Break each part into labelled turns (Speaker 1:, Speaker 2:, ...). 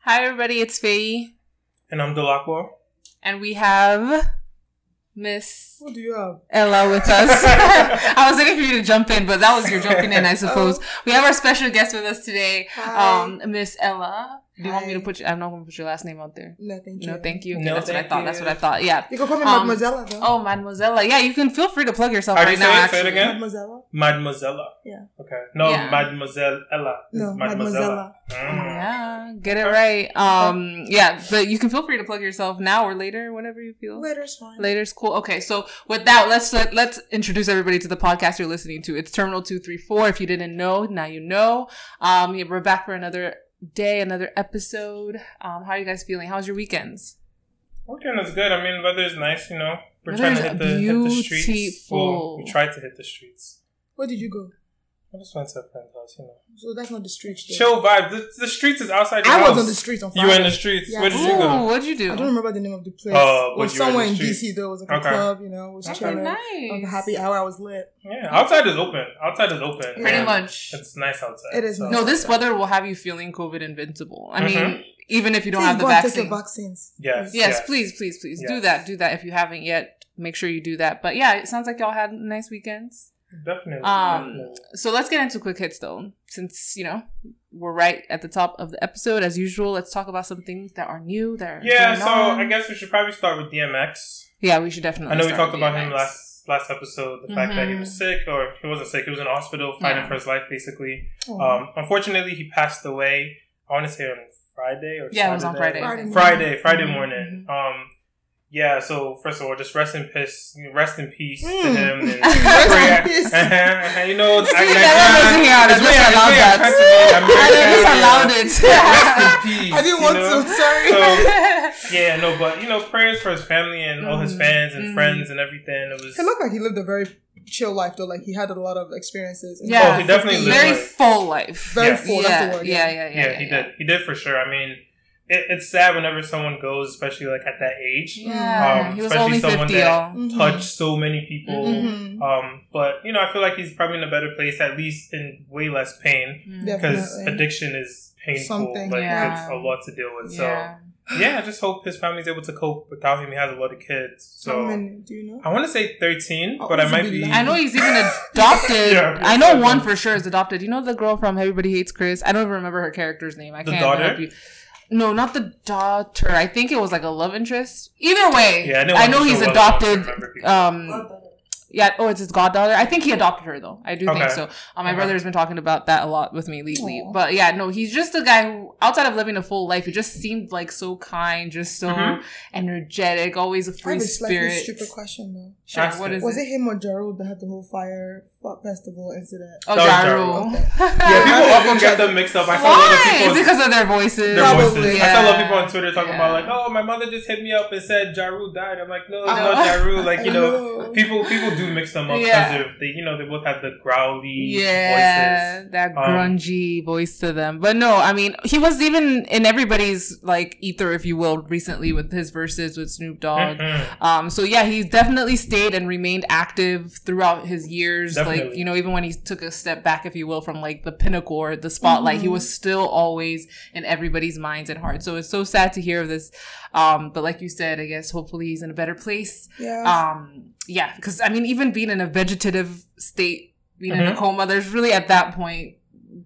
Speaker 1: Hi, everybody. It's Faye,
Speaker 2: And I'm Delacroix.
Speaker 1: and we have Miss
Speaker 2: What do you have?
Speaker 1: Ella with us. I was waiting for you to jump in, but that was your jumping in, I suppose. We have our special guest with us today,
Speaker 3: Oh. Hi.
Speaker 1: um, Miss Ella. Do you want me to
Speaker 3: Hi.
Speaker 1: put? Your, I'm not going to put your last name out there.
Speaker 3: no, thank you.
Speaker 1: No, thank you. Okay,
Speaker 2: No,
Speaker 1: that's what I
Speaker 2: thank
Speaker 1: thought. That's
Speaker 2: you.
Speaker 1: what I thought. Yeah.
Speaker 3: You can call me
Speaker 1: Um,
Speaker 3: Mademoiselle, though.
Speaker 1: Oh, Mademoisella. Yeah, you can feel free to plug yourself
Speaker 2: How do
Speaker 1: right
Speaker 2: you
Speaker 1: now.
Speaker 2: say it? Say
Speaker 1: actually.
Speaker 2: it again?
Speaker 3: Mademoiselle?
Speaker 2: Mademoiselle.
Speaker 3: Yeah.
Speaker 2: Okay. No,
Speaker 1: Yeah.
Speaker 2: Mademoiselle Ella. It's
Speaker 3: No, Mademoiselle.
Speaker 2: Mm.
Speaker 1: Yeah, get it right. Um, yeah, but you can feel free to plug yourself now or later, whenever you feel.
Speaker 3: Waiter's fine.
Speaker 1: Later's cool. Okay, so with that, let's let, let's introduce everybody to the podcast you're listening to. It's Terminal Two Three Four. If you didn't know, now you know. Um, yeah, we're back for another day, another episode. Um, how are you guys feeling? How's your weekends?
Speaker 2: Weekend is good. I mean, weather is nice, you know. We're
Speaker 1: Weather
Speaker 2: trying to
Speaker 1: is
Speaker 2: hit the, hit the streets. Well,
Speaker 1: beautiful.
Speaker 2: we tried to hit the streets.
Speaker 3: Where did you go?
Speaker 2: I just went to a friend's house, you know.
Speaker 3: So that's not the street. though.
Speaker 2: Chill vibe. The, the streets is outside your
Speaker 3: I
Speaker 2: house.
Speaker 3: was on the street on
Speaker 2: You
Speaker 3: Friday.
Speaker 2: were in the streets.
Speaker 3: Yeah.
Speaker 2: Where did you
Speaker 1: Ooh,
Speaker 2: go?
Speaker 1: what'd you do?
Speaker 3: I don't remember the name of the place.
Speaker 2: Oh,
Speaker 3: it
Speaker 2: but
Speaker 3: was
Speaker 2: you were in
Speaker 3: somewhere
Speaker 2: the
Speaker 3: in
Speaker 2: street.
Speaker 3: DC though. It was like
Speaker 2: Okay.
Speaker 3: a club, you know. It was
Speaker 2: Okay.
Speaker 3: chilling.
Speaker 1: nice.
Speaker 3: It was a happy hour. I was lit.
Speaker 2: Yeah, outside is open. Outside is open.
Speaker 3: Pretty
Speaker 1: Pretty
Speaker 2: Yeah.
Speaker 1: much.
Speaker 2: It's nice outside.
Speaker 3: It is nice.
Speaker 1: No, this weather will have you feeling COVID invincible. I mean,
Speaker 2: Mhm.
Speaker 1: even if you don't
Speaker 3: Please
Speaker 1: have the
Speaker 3: go and take
Speaker 1: vaccine.
Speaker 3: your vaccines.
Speaker 2: Yes.
Speaker 1: yes, please, please, please do
Speaker 2: Yes.
Speaker 1: that. Do that if you haven't yet. Make sure you do that. But yeah, it sounds like y'all had nice weekends.
Speaker 2: Definitely.
Speaker 1: Um,
Speaker 2: definitely.
Speaker 1: So let's get into quick hits though, since you know we're right at the top of the episode as usual. Let's talk about some things that are new. That are
Speaker 2: Yeah,
Speaker 1: going
Speaker 2: so
Speaker 1: on.
Speaker 2: I guess we should probably start with DMX.
Speaker 1: yeah, we should definitely.
Speaker 2: I know we
Speaker 1: start
Speaker 2: talked
Speaker 1: with
Speaker 2: about
Speaker 1: DMX.
Speaker 2: him last last episode. The fact
Speaker 3: Mm-hmm.
Speaker 2: that he was sick, or he wasn't sick, he was in the hospital fighting
Speaker 1: Yeah.
Speaker 2: for his life, basically.
Speaker 3: Oh.
Speaker 2: Um, unfortunately, he passed away. I want to say on Friday or
Speaker 1: Yeah, it was on
Speaker 2: Saturday.
Speaker 1: Friday.
Speaker 3: Friday.
Speaker 2: Friday, Friday
Speaker 3: Mm-hmm.
Speaker 1: Mhm,
Speaker 2: morning. Um, yeah. So first of all, just rest in peace, rest in peace to
Speaker 3: Mm.
Speaker 2: him. And
Speaker 3: Rest in peace.
Speaker 2: prayer. uh-huh, you know,
Speaker 1: Just
Speaker 2: I-
Speaker 1: leave
Speaker 2: I-
Speaker 1: that one here. I just allowed that.
Speaker 2: it's weird, it's weird. I'm trying to- I'm
Speaker 1: I
Speaker 2: very
Speaker 1: just allowed
Speaker 2: sorry.
Speaker 1: it.
Speaker 2: Rest in peace.
Speaker 3: I didn't
Speaker 2: you
Speaker 3: want
Speaker 2: know?
Speaker 3: to. Sorry.
Speaker 2: So, yeah, no, but you know, prayers for his family and all his
Speaker 1: Mhm.
Speaker 2: fans and
Speaker 1: Mhm.
Speaker 2: friends and everything. It was
Speaker 3: He looked like he lived a very chill life though. Like he had a lot of experiences. And
Speaker 1: Yeah. Oh,
Speaker 2: he definitely lived
Speaker 1: Very
Speaker 2: like-
Speaker 1: full life.
Speaker 2: Yeah.
Speaker 3: Very full.
Speaker 1: Yeah,
Speaker 3: That's the word.
Speaker 1: yeah, yeah, yeah.
Speaker 2: yeah, he did. He did for sure. I mean, it, it's sad whenever someone goes, especially like at that age,
Speaker 1: Yeah,
Speaker 2: Um,
Speaker 1: he was
Speaker 2: especially
Speaker 1: only
Speaker 2: someone
Speaker 1: fifty.
Speaker 2: that-
Speaker 1: y'all.
Speaker 3: Mhm.
Speaker 2: touch so many people.
Speaker 3: Mhm.
Speaker 2: Um, but you know, I feel like he's probably in a better place, at least in way less pain, because
Speaker 3: Definitely.
Speaker 2: addiction is painful.
Speaker 3: Something,
Speaker 2: like
Speaker 1: yeah.
Speaker 2: it's a lot to deal with.
Speaker 1: Yeah.
Speaker 2: So yeah, I just hope his family's able to cope. Without him, he has a lot of kids.
Speaker 3: How
Speaker 2: So
Speaker 3: many do you know?
Speaker 2: I want to say thirteen,
Speaker 3: Oh,
Speaker 2: but I
Speaker 3: it's
Speaker 2: might
Speaker 3: been
Speaker 2: be.
Speaker 3: long.
Speaker 1: I know he's even adopted.
Speaker 2: Yeah.
Speaker 1: I know one for sure is adopted. You know the girl from Everybody Hates Chris? I don't even remember her character's name. I
Speaker 2: The
Speaker 1: can't
Speaker 2: daughter?
Speaker 1: help you. No, not the daughter. I think it was like a love interest. Either way,
Speaker 2: Yeah, I know
Speaker 1: I
Speaker 2: one
Speaker 1: know
Speaker 2: for
Speaker 1: he's
Speaker 2: sure was. I don't
Speaker 1: adopted.
Speaker 2: remember people.
Speaker 1: Um, yeah. Oh, it's his goddaughter. I think he adopted her though. I do think
Speaker 2: Okay.
Speaker 1: so. Um, my
Speaker 2: Okay.
Speaker 1: brother's been talking about that a lot with me lately.
Speaker 3: Aw.
Speaker 1: But yeah, no, he's just a guy who, outside of living a full life, he just seemed like so kind, just so
Speaker 2: Mhm.
Speaker 1: energetic, always a
Speaker 3: I
Speaker 1: free
Speaker 3: have a slightly
Speaker 1: spirit.
Speaker 3: stupid question though.
Speaker 1: Sure,
Speaker 2: Ask
Speaker 1: what
Speaker 2: it.
Speaker 1: is
Speaker 3: Was
Speaker 1: it?
Speaker 3: it him or Jarul that had the whole fire fu- festival incident?
Speaker 1: Oh,
Speaker 2: That was
Speaker 1: Ja
Speaker 2: Ja
Speaker 1: Rule.
Speaker 3: Rule.
Speaker 2: yeah, people
Speaker 3: I-
Speaker 2: often get them mixed up. I saw a lot of
Speaker 1: Why? Is
Speaker 2: people.
Speaker 1: it because of their voices?
Speaker 2: their
Speaker 3: Probably,
Speaker 2: voices. I
Speaker 1: yeah.
Speaker 2: saw a lot of people on Twitter talking
Speaker 1: Yeah.
Speaker 2: about like, oh, my mother just hit me up and said Jaru died. I'm like, no, it's
Speaker 1: No.
Speaker 2: not Jaru. Like you
Speaker 3: I
Speaker 2: know,
Speaker 3: know.
Speaker 2: people people do mix them up because
Speaker 1: Yeah.
Speaker 2: they you know they both have the growly
Speaker 1: Yeah,
Speaker 2: voices.
Speaker 1: that
Speaker 2: Um,
Speaker 1: grungy voice to them. But no, I mean, he was even in everybody's like ether, if you will, recently with his verses with Snoop Dogg.
Speaker 2: Mhm.
Speaker 1: Um, so yeah, he's definitely stayed and remained active throughout his years. Like,
Speaker 2: Definitely.
Speaker 1: you know, even when he took a step back, if you will, from like the pinnacle or the spotlight, he
Speaker 3: Mhm.
Speaker 1: was still always in everybody's minds and hearts. So it's so sad to hear of this. Um, but like you said, I guess hopefully he's in a better place.
Speaker 2: Ah,
Speaker 3: Yeah.
Speaker 1: Um, yeah, because I mean, even being in a vegetative state, being in a
Speaker 2: Mhm.
Speaker 1: coma, there's really at that point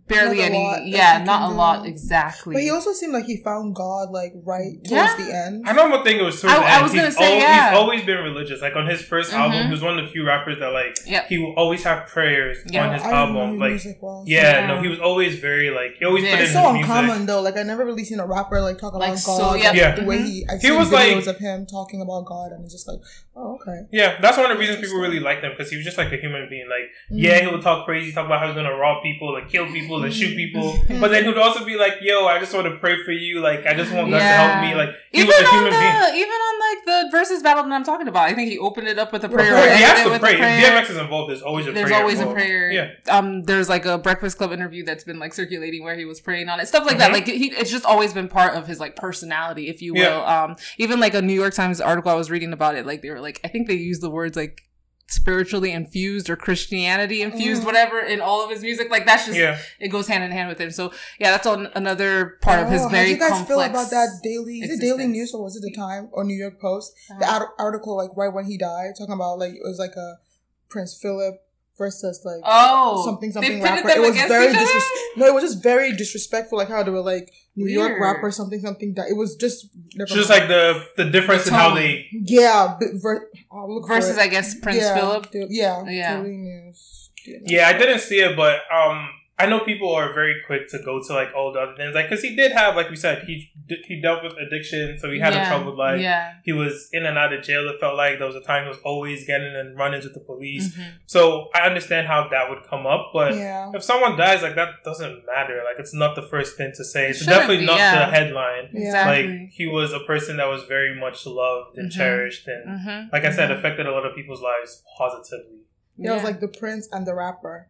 Speaker 1: barely
Speaker 3: Mm-hmm. Not a
Speaker 1: any.
Speaker 3: lot that
Speaker 1: yeah,
Speaker 3: you
Speaker 1: not
Speaker 3: can
Speaker 1: a
Speaker 3: do.
Speaker 1: lot exactly.
Speaker 3: but he also seemed like he found God like right towards
Speaker 1: Yeah.
Speaker 3: the end.
Speaker 2: I don't think it was towards
Speaker 1: I-
Speaker 2: the
Speaker 1: I
Speaker 2: end.
Speaker 1: was
Speaker 2: he's
Speaker 1: gonna say,
Speaker 2: al-
Speaker 1: yeah.
Speaker 2: He's always been religious. Like on his 1st album,
Speaker 1: Mhm.
Speaker 2: he was one of the few rappers that like
Speaker 1: Yep.
Speaker 2: he will always have prayers
Speaker 1: Yeah.
Speaker 2: on his
Speaker 3: I don't know
Speaker 2: album.
Speaker 3: who
Speaker 2: Like
Speaker 3: music was.
Speaker 2: yeah,
Speaker 1: Yeah.
Speaker 2: no, he was always very like he always
Speaker 1: Yeah.
Speaker 2: put in
Speaker 3: It's
Speaker 2: his
Speaker 3: so
Speaker 2: music.
Speaker 3: uncommon though. Like I never really seen a rapper like talk about
Speaker 1: Like,
Speaker 3: God.
Speaker 1: so-
Speaker 3: like,
Speaker 1: yeah.
Speaker 2: Yeah.
Speaker 3: The way he, I've
Speaker 2: Mm-hmm. He
Speaker 3: seen
Speaker 2: was,
Speaker 3: videos
Speaker 2: like-
Speaker 3: of him talking about God, and it's just like, oh okay.
Speaker 2: Yeah, that's one of the reasons people really liked him because he was just like a human being. Like,
Speaker 1: Mm.
Speaker 2: yeah, he would talk crazy, talk about how he's gonna rob people, like kill people, and shoot people.
Speaker 1: Mm.
Speaker 2: But then he'd also be like, "Yo, I just want to pray for you. Like, I just want God to help
Speaker 1: Yeah.
Speaker 2: me." Like, he
Speaker 1: even
Speaker 2: was a
Speaker 1: on
Speaker 2: human
Speaker 1: the
Speaker 2: being.
Speaker 1: even on like the versus battle that I'm talking about, I think he opened it up with a prayer.
Speaker 3: Right.
Speaker 1: or
Speaker 2: He
Speaker 3: He
Speaker 1: ended
Speaker 2: has
Speaker 1: it
Speaker 2: to
Speaker 1: with
Speaker 2: pray.
Speaker 1: a
Speaker 2: If DMX is involved, there's always a
Speaker 1: There's
Speaker 2: prayer.
Speaker 1: always a
Speaker 2: involved.
Speaker 1: prayer.
Speaker 2: Yeah.
Speaker 1: Um, there's like a Breakfast Club interview that's been like circulating where he was praying on it, stuff like that.
Speaker 2: Mhm.
Speaker 1: Like he, it's just always been part of his like personality, if you will.
Speaker 2: Yeah.
Speaker 1: Um, even like a New York Times article I was reading about it, like they were like, I think they used the words like spiritually infused or Christianity infused,
Speaker 3: Mm.
Speaker 1: whatever, in all of his music. Like that's just
Speaker 2: Yeah.
Speaker 1: it goes hand in hand with him. So yeah, that's on another part of his
Speaker 3: Oh,
Speaker 1: very
Speaker 3: How do you guys
Speaker 1: complex.
Speaker 3: feel about that daily? Is it Daily
Speaker 1: existence.
Speaker 3: News or was it the Time or New York Post? The
Speaker 1: Uh,
Speaker 3: art- article like right when he died, talking about like it was like a Prince Philip versus like
Speaker 1: oh,
Speaker 3: something
Speaker 1: they
Speaker 3: something
Speaker 1: pitted
Speaker 3: rapper.
Speaker 1: them
Speaker 3: It was
Speaker 1: against
Speaker 3: very
Speaker 1: each other?
Speaker 3: disres- no, it was just very disrespectful. Like how they were like New York
Speaker 1: Weird.
Speaker 3: rapper something something that it was just never
Speaker 2: It's just like the the difference in how
Speaker 1: Tone.
Speaker 2: they.
Speaker 3: yeah but ver- I'll look for
Speaker 1: versus
Speaker 3: it.
Speaker 1: I guess Prince
Speaker 3: yeah,
Speaker 1: Philip. Oh,
Speaker 3: the- yeah
Speaker 1: Yeah.
Speaker 3: Daily News.
Speaker 2: Yeah, I didn't see it, but um, I know people are very quick to go to like all the other things, like because he did have, like we said, he d- he dealt with addiction, so he had a
Speaker 1: Yeah.
Speaker 2: troubled life.
Speaker 1: Yeah.
Speaker 2: He was in and out of jail. It felt like there was a time he was always getting in run-ins with the police.
Speaker 1: Mhm.
Speaker 2: So I understand how that would come up, but
Speaker 3: yeah.
Speaker 2: if someone dies, like that doesn't matter. Like it's not the first thing to say. It's
Speaker 1: Shouldn't
Speaker 2: definitely
Speaker 1: be,
Speaker 2: not
Speaker 1: yeah.
Speaker 2: the headline.
Speaker 3: Yeah.
Speaker 1: Exactly.
Speaker 2: Like he was a person that was very much loved and
Speaker 1: Mhm.
Speaker 2: cherished, and
Speaker 1: Mhm.
Speaker 2: like I said,
Speaker 1: Mhm.
Speaker 2: affected a lot of people's lives positively.
Speaker 3: Yeah, it was like the prince and the rapper.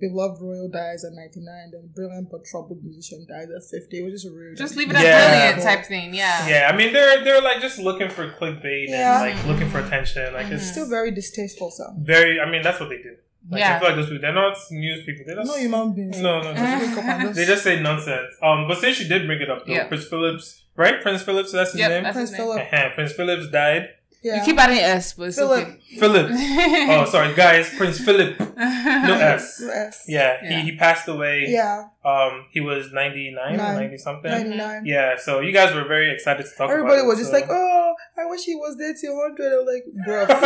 Speaker 3: Beloved royal dies at 99, then brilliant but troubled musician dies at 50. It was just rude.
Speaker 1: just leave it
Speaker 2: Yeah.
Speaker 1: at brilliant type thing. Yeah.
Speaker 2: Yeah, I mean they're they're like just looking for clickbait
Speaker 3: Yeah.
Speaker 2: and like looking for attention. Like
Speaker 3: It's
Speaker 2: it's
Speaker 3: still very distasteful, so.
Speaker 2: very. I mean that's what they do. Like, I
Speaker 1: Mm-hmm. Yeah.
Speaker 2: feel like those people they're not news people. They're not.
Speaker 3: No human beings.
Speaker 2: No, no, no.
Speaker 3: Just wake up and
Speaker 2: they just say nonsense. Um, but since you did bring it up though,
Speaker 1: Yeah.
Speaker 2: Prince Phillips, right? Prince Phillips, that's his
Speaker 1: Yep,
Speaker 2: name.
Speaker 1: that's
Speaker 3: Prince
Speaker 1: his name.
Speaker 3: Philip.
Speaker 2: Uh-huh. Prince Phillips died.
Speaker 3: Yeah.
Speaker 1: You keep adding S, but it's
Speaker 3: Philip.
Speaker 1: okay.
Speaker 2: Philip. oh, sorry, guys. Prince Philip. No S.
Speaker 3: Yes.
Speaker 2: Yeah,
Speaker 1: Yeah.
Speaker 2: He, he passed away.
Speaker 3: Yeah.
Speaker 2: Um, he was 99
Speaker 3: Nine.
Speaker 2: or 90 something.
Speaker 3: 99.
Speaker 2: Yeah, so you guys were very excited to talk about
Speaker 3: Everybody
Speaker 2: it,
Speaker 3: was just
Speaker 2: so-
Speaker 3: like, oh, I wish he was there till 100. I'm like,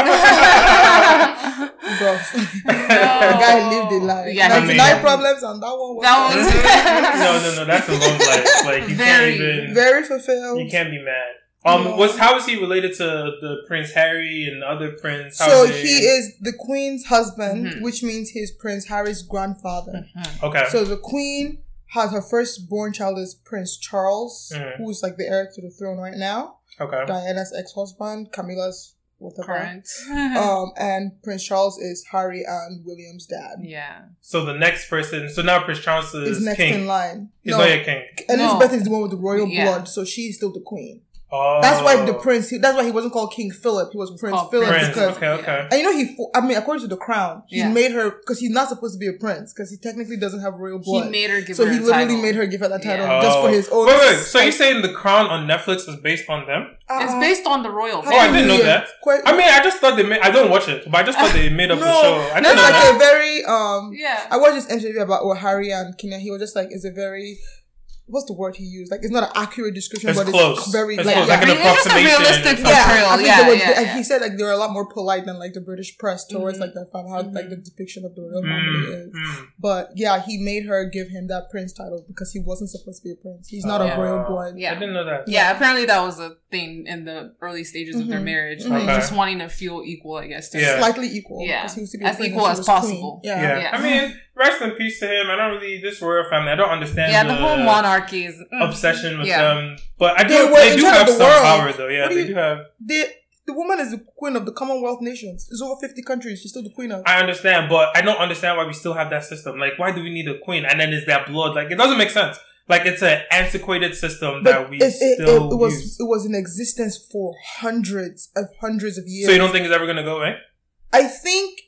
Speaker 3: bruh.
Speaker 1: that
Speaker 3: bruh. The
Speaker 1: No.
Speaker 3: guy lived the life.
Speaker 1: Yeah,
Speaker 2: he
Speaker 3: 99
Speaker 2: did.
Speaker 3: problems, and that one was
Speaker 2: no, no, no, that's a long life. Like, you
Speaker 1: Very.
Speaker 2: can't even.
Speaker 3: very fulfilled.
Speaker 2: You can't be mad. Um,
Speaker 3: No.
Speaker 2: was how is he related to the Prince Harry and the other Prince? How
Speaker 3: So
Speaker 2: they-
Speaker 3: he is the queen's husband,
Speaker 1: Mhm.
Speaker 3: which means he's Prince Harry's grandfather.
Speaker 2: okay.
Speaker 3: So the queen has her firstborn child is Prince Charles,
Speaker 2: Mhm.
Speaker 3: who's like the heir to the throne right now.
Speaker 2: okay.
Speaker 3: Diana's ex-husband, Camilla's whatever.
Speaker 1: Current.
Speaker 3: Um, and Prince Charles is Harry and William's dad.
Speaker 1: yeah.
Speaker 2: So the next person. So now Prince Charles is
Speaker 3: Is next
Speaker 2: king.
Speaker 3: in line.
Speaker 2: He's
Speaker 3: no,
Speaker 2: not your king.
Speaker 3: Elizabeth is the one with the royal
Speaker 1: Yeah.
Speaker 3: blood, so she's still the queen.
Speaker 2: Oh,
Speaker 3: That's why the prince. He, that's why he wasn't called King Philip. He was Prince
Speaker 1: Called
Speaker 3: Philip
Speaker 2: Prince.
Speaker 3: because
Speaker 2: Okay, okay.
Speaker 3: And you know he, fo- I mean, according to the crown, he
Speaker 1: Yeah.
Speaker 3: made her because he's not supposed to be a prince because he technically doesn't have royal
Speaker 1: He
Speaker 3: blood.
Speaker 1: made her give
Speaker 3: so
Speaker 1: her
Speaker 3: he
Speaker 1: a
Speaker 3: literally
Speaker 1: title.
Speaker 3: made her give her that title
Speaker 1: Yeah.
Speaker 3: just for
Speaker 2: Oh.
Speaker 3: his own.
Speaker 2: Wait, wait. So you're saying the crown on Netflix is based on them?
Speaker 1: It's
Speaker 3: Uh,
Speaker 1: based on the royal.
Speaker 3: how
Speaker 2: Oh, I
Speaker 3: do
Speaker 1: family.
Speaker 2: didn't know
Speaker 3: you-
Speaker 2: that.
Speaker 3: Quite,
Speaker 2: I mean, I just thought they made. I don't watch it, but I just thought they made up
Speaker 3: no,
Speaker 2: the show. I
Speaker 3: no,
Speaker 2: didn't
Speaker 3: it's
Speaker 2: know that.
Speaker 3: like a very um.
Speaker 1: Yeah.
Speaker 3: I watched this interview about what Harry and Kenya. He was just like, it's a very. What's the word he used? Like, it's not an accurate description,
Speaker 2: It's
Speaker 3: but
Speaker 2: close.
Speaker 3: it's very
Speaker 2: It's
Speaker 3: like,
Speaker 2: close.
Speaker 3: yeah.
Speaker 2: Like an
Speaker 1: It's just a
Speaker 2: approximation.
Speaker 1: realistic
Speaker 2: It's
Speaker 1: Yeah.
Speaker 2: like-
Speaker 1: portrayal.
Speaker 3: I think
Speaker 1: Yeah,
Speaker 3: they were-
Speaker 1: yeah,
Speaker 3: and
Speaker 1: yeah.
Speaker 3: He said like they were a lot more polite than like the British press towards
Speaker 1: Mhm.
Speaker 3: like the fam- how like the depiction of the royal
Speaker 1: Mm-hmm.
Speaker 3: family is.
Speaker 2: Mm, mm.
Speaker 3: But yeah, he made her give him that prince title because he wasn't supposed to be a prince. He's not
Speaker 2: Yeah.
Speaker 3: a royal blood.
Speaker 1: Oh,
Speaker 2: I
Speaker 1: Yeah.
Speaker 2: didn't know that.
Speaker 1: Yeah, apparently that was a thing in the early stages of their
Speaker 3: Mhm.
Speaker 1: marriage,
Speaker 3: Mhm.
Speaker 1: like
Speaker 2: Mm-hmm. Okay.
Speaker 1: just wanting to feel equal, I guess. to-
Speaker 2: Yeah.
Speaker 3: Slightly equal.
Speaker 1: Yeah.
Speaker 3: 'cause He used to be
Speaker 1: As
Speaker 3: a queen
Speaker 1: equal as
Speaker 3: and she was queen.
Speaker 1: possible.
Speaker 3: Yeah.
Speaker 2: Yeah.
Speaker 1: Yeah.
Speaker 2: I mean, rest in peace to him. I don't really this royal family. I don't understand.
Speaker 1: Yeah, the whole monarchy is mm.
Speaker 2: obsession with
Speaker 1: Yeah.
Speaker 2: them. But I do.
Speaker 3: They
Speaker 2: They,
Speaker 3: were in
Speaker 2: do
Speaker 3: charge
Speaker 2: have
Speaker 3: of
Speaker 2: some
Speaker 3: the world.
Speaker 2: power, though. Yeah,
Speaker 3: What do
Speaker 2: they
Speaker 3: you-
Speaker 2: do have.
Speaker 3: The, the woman is the queen of the Commonwealth nations. It's over 50 countries. She's still the queen of.
Speaker 2: I understand, but I don't understand why we still have that system. Like, why do we need a queen? And then is that blood? Like, it doesn't make sense. Like, it's an antiquated system that we
Speaker 3: it's- it, it,
Speaker 2: still
Speaker 3: it was
Speaker 2: use.
Speaker 3: it was in existence for hundreds of hundreds of years.
Speaker 2: So you don't think it's ever gonna go away?
Speaker 3: I think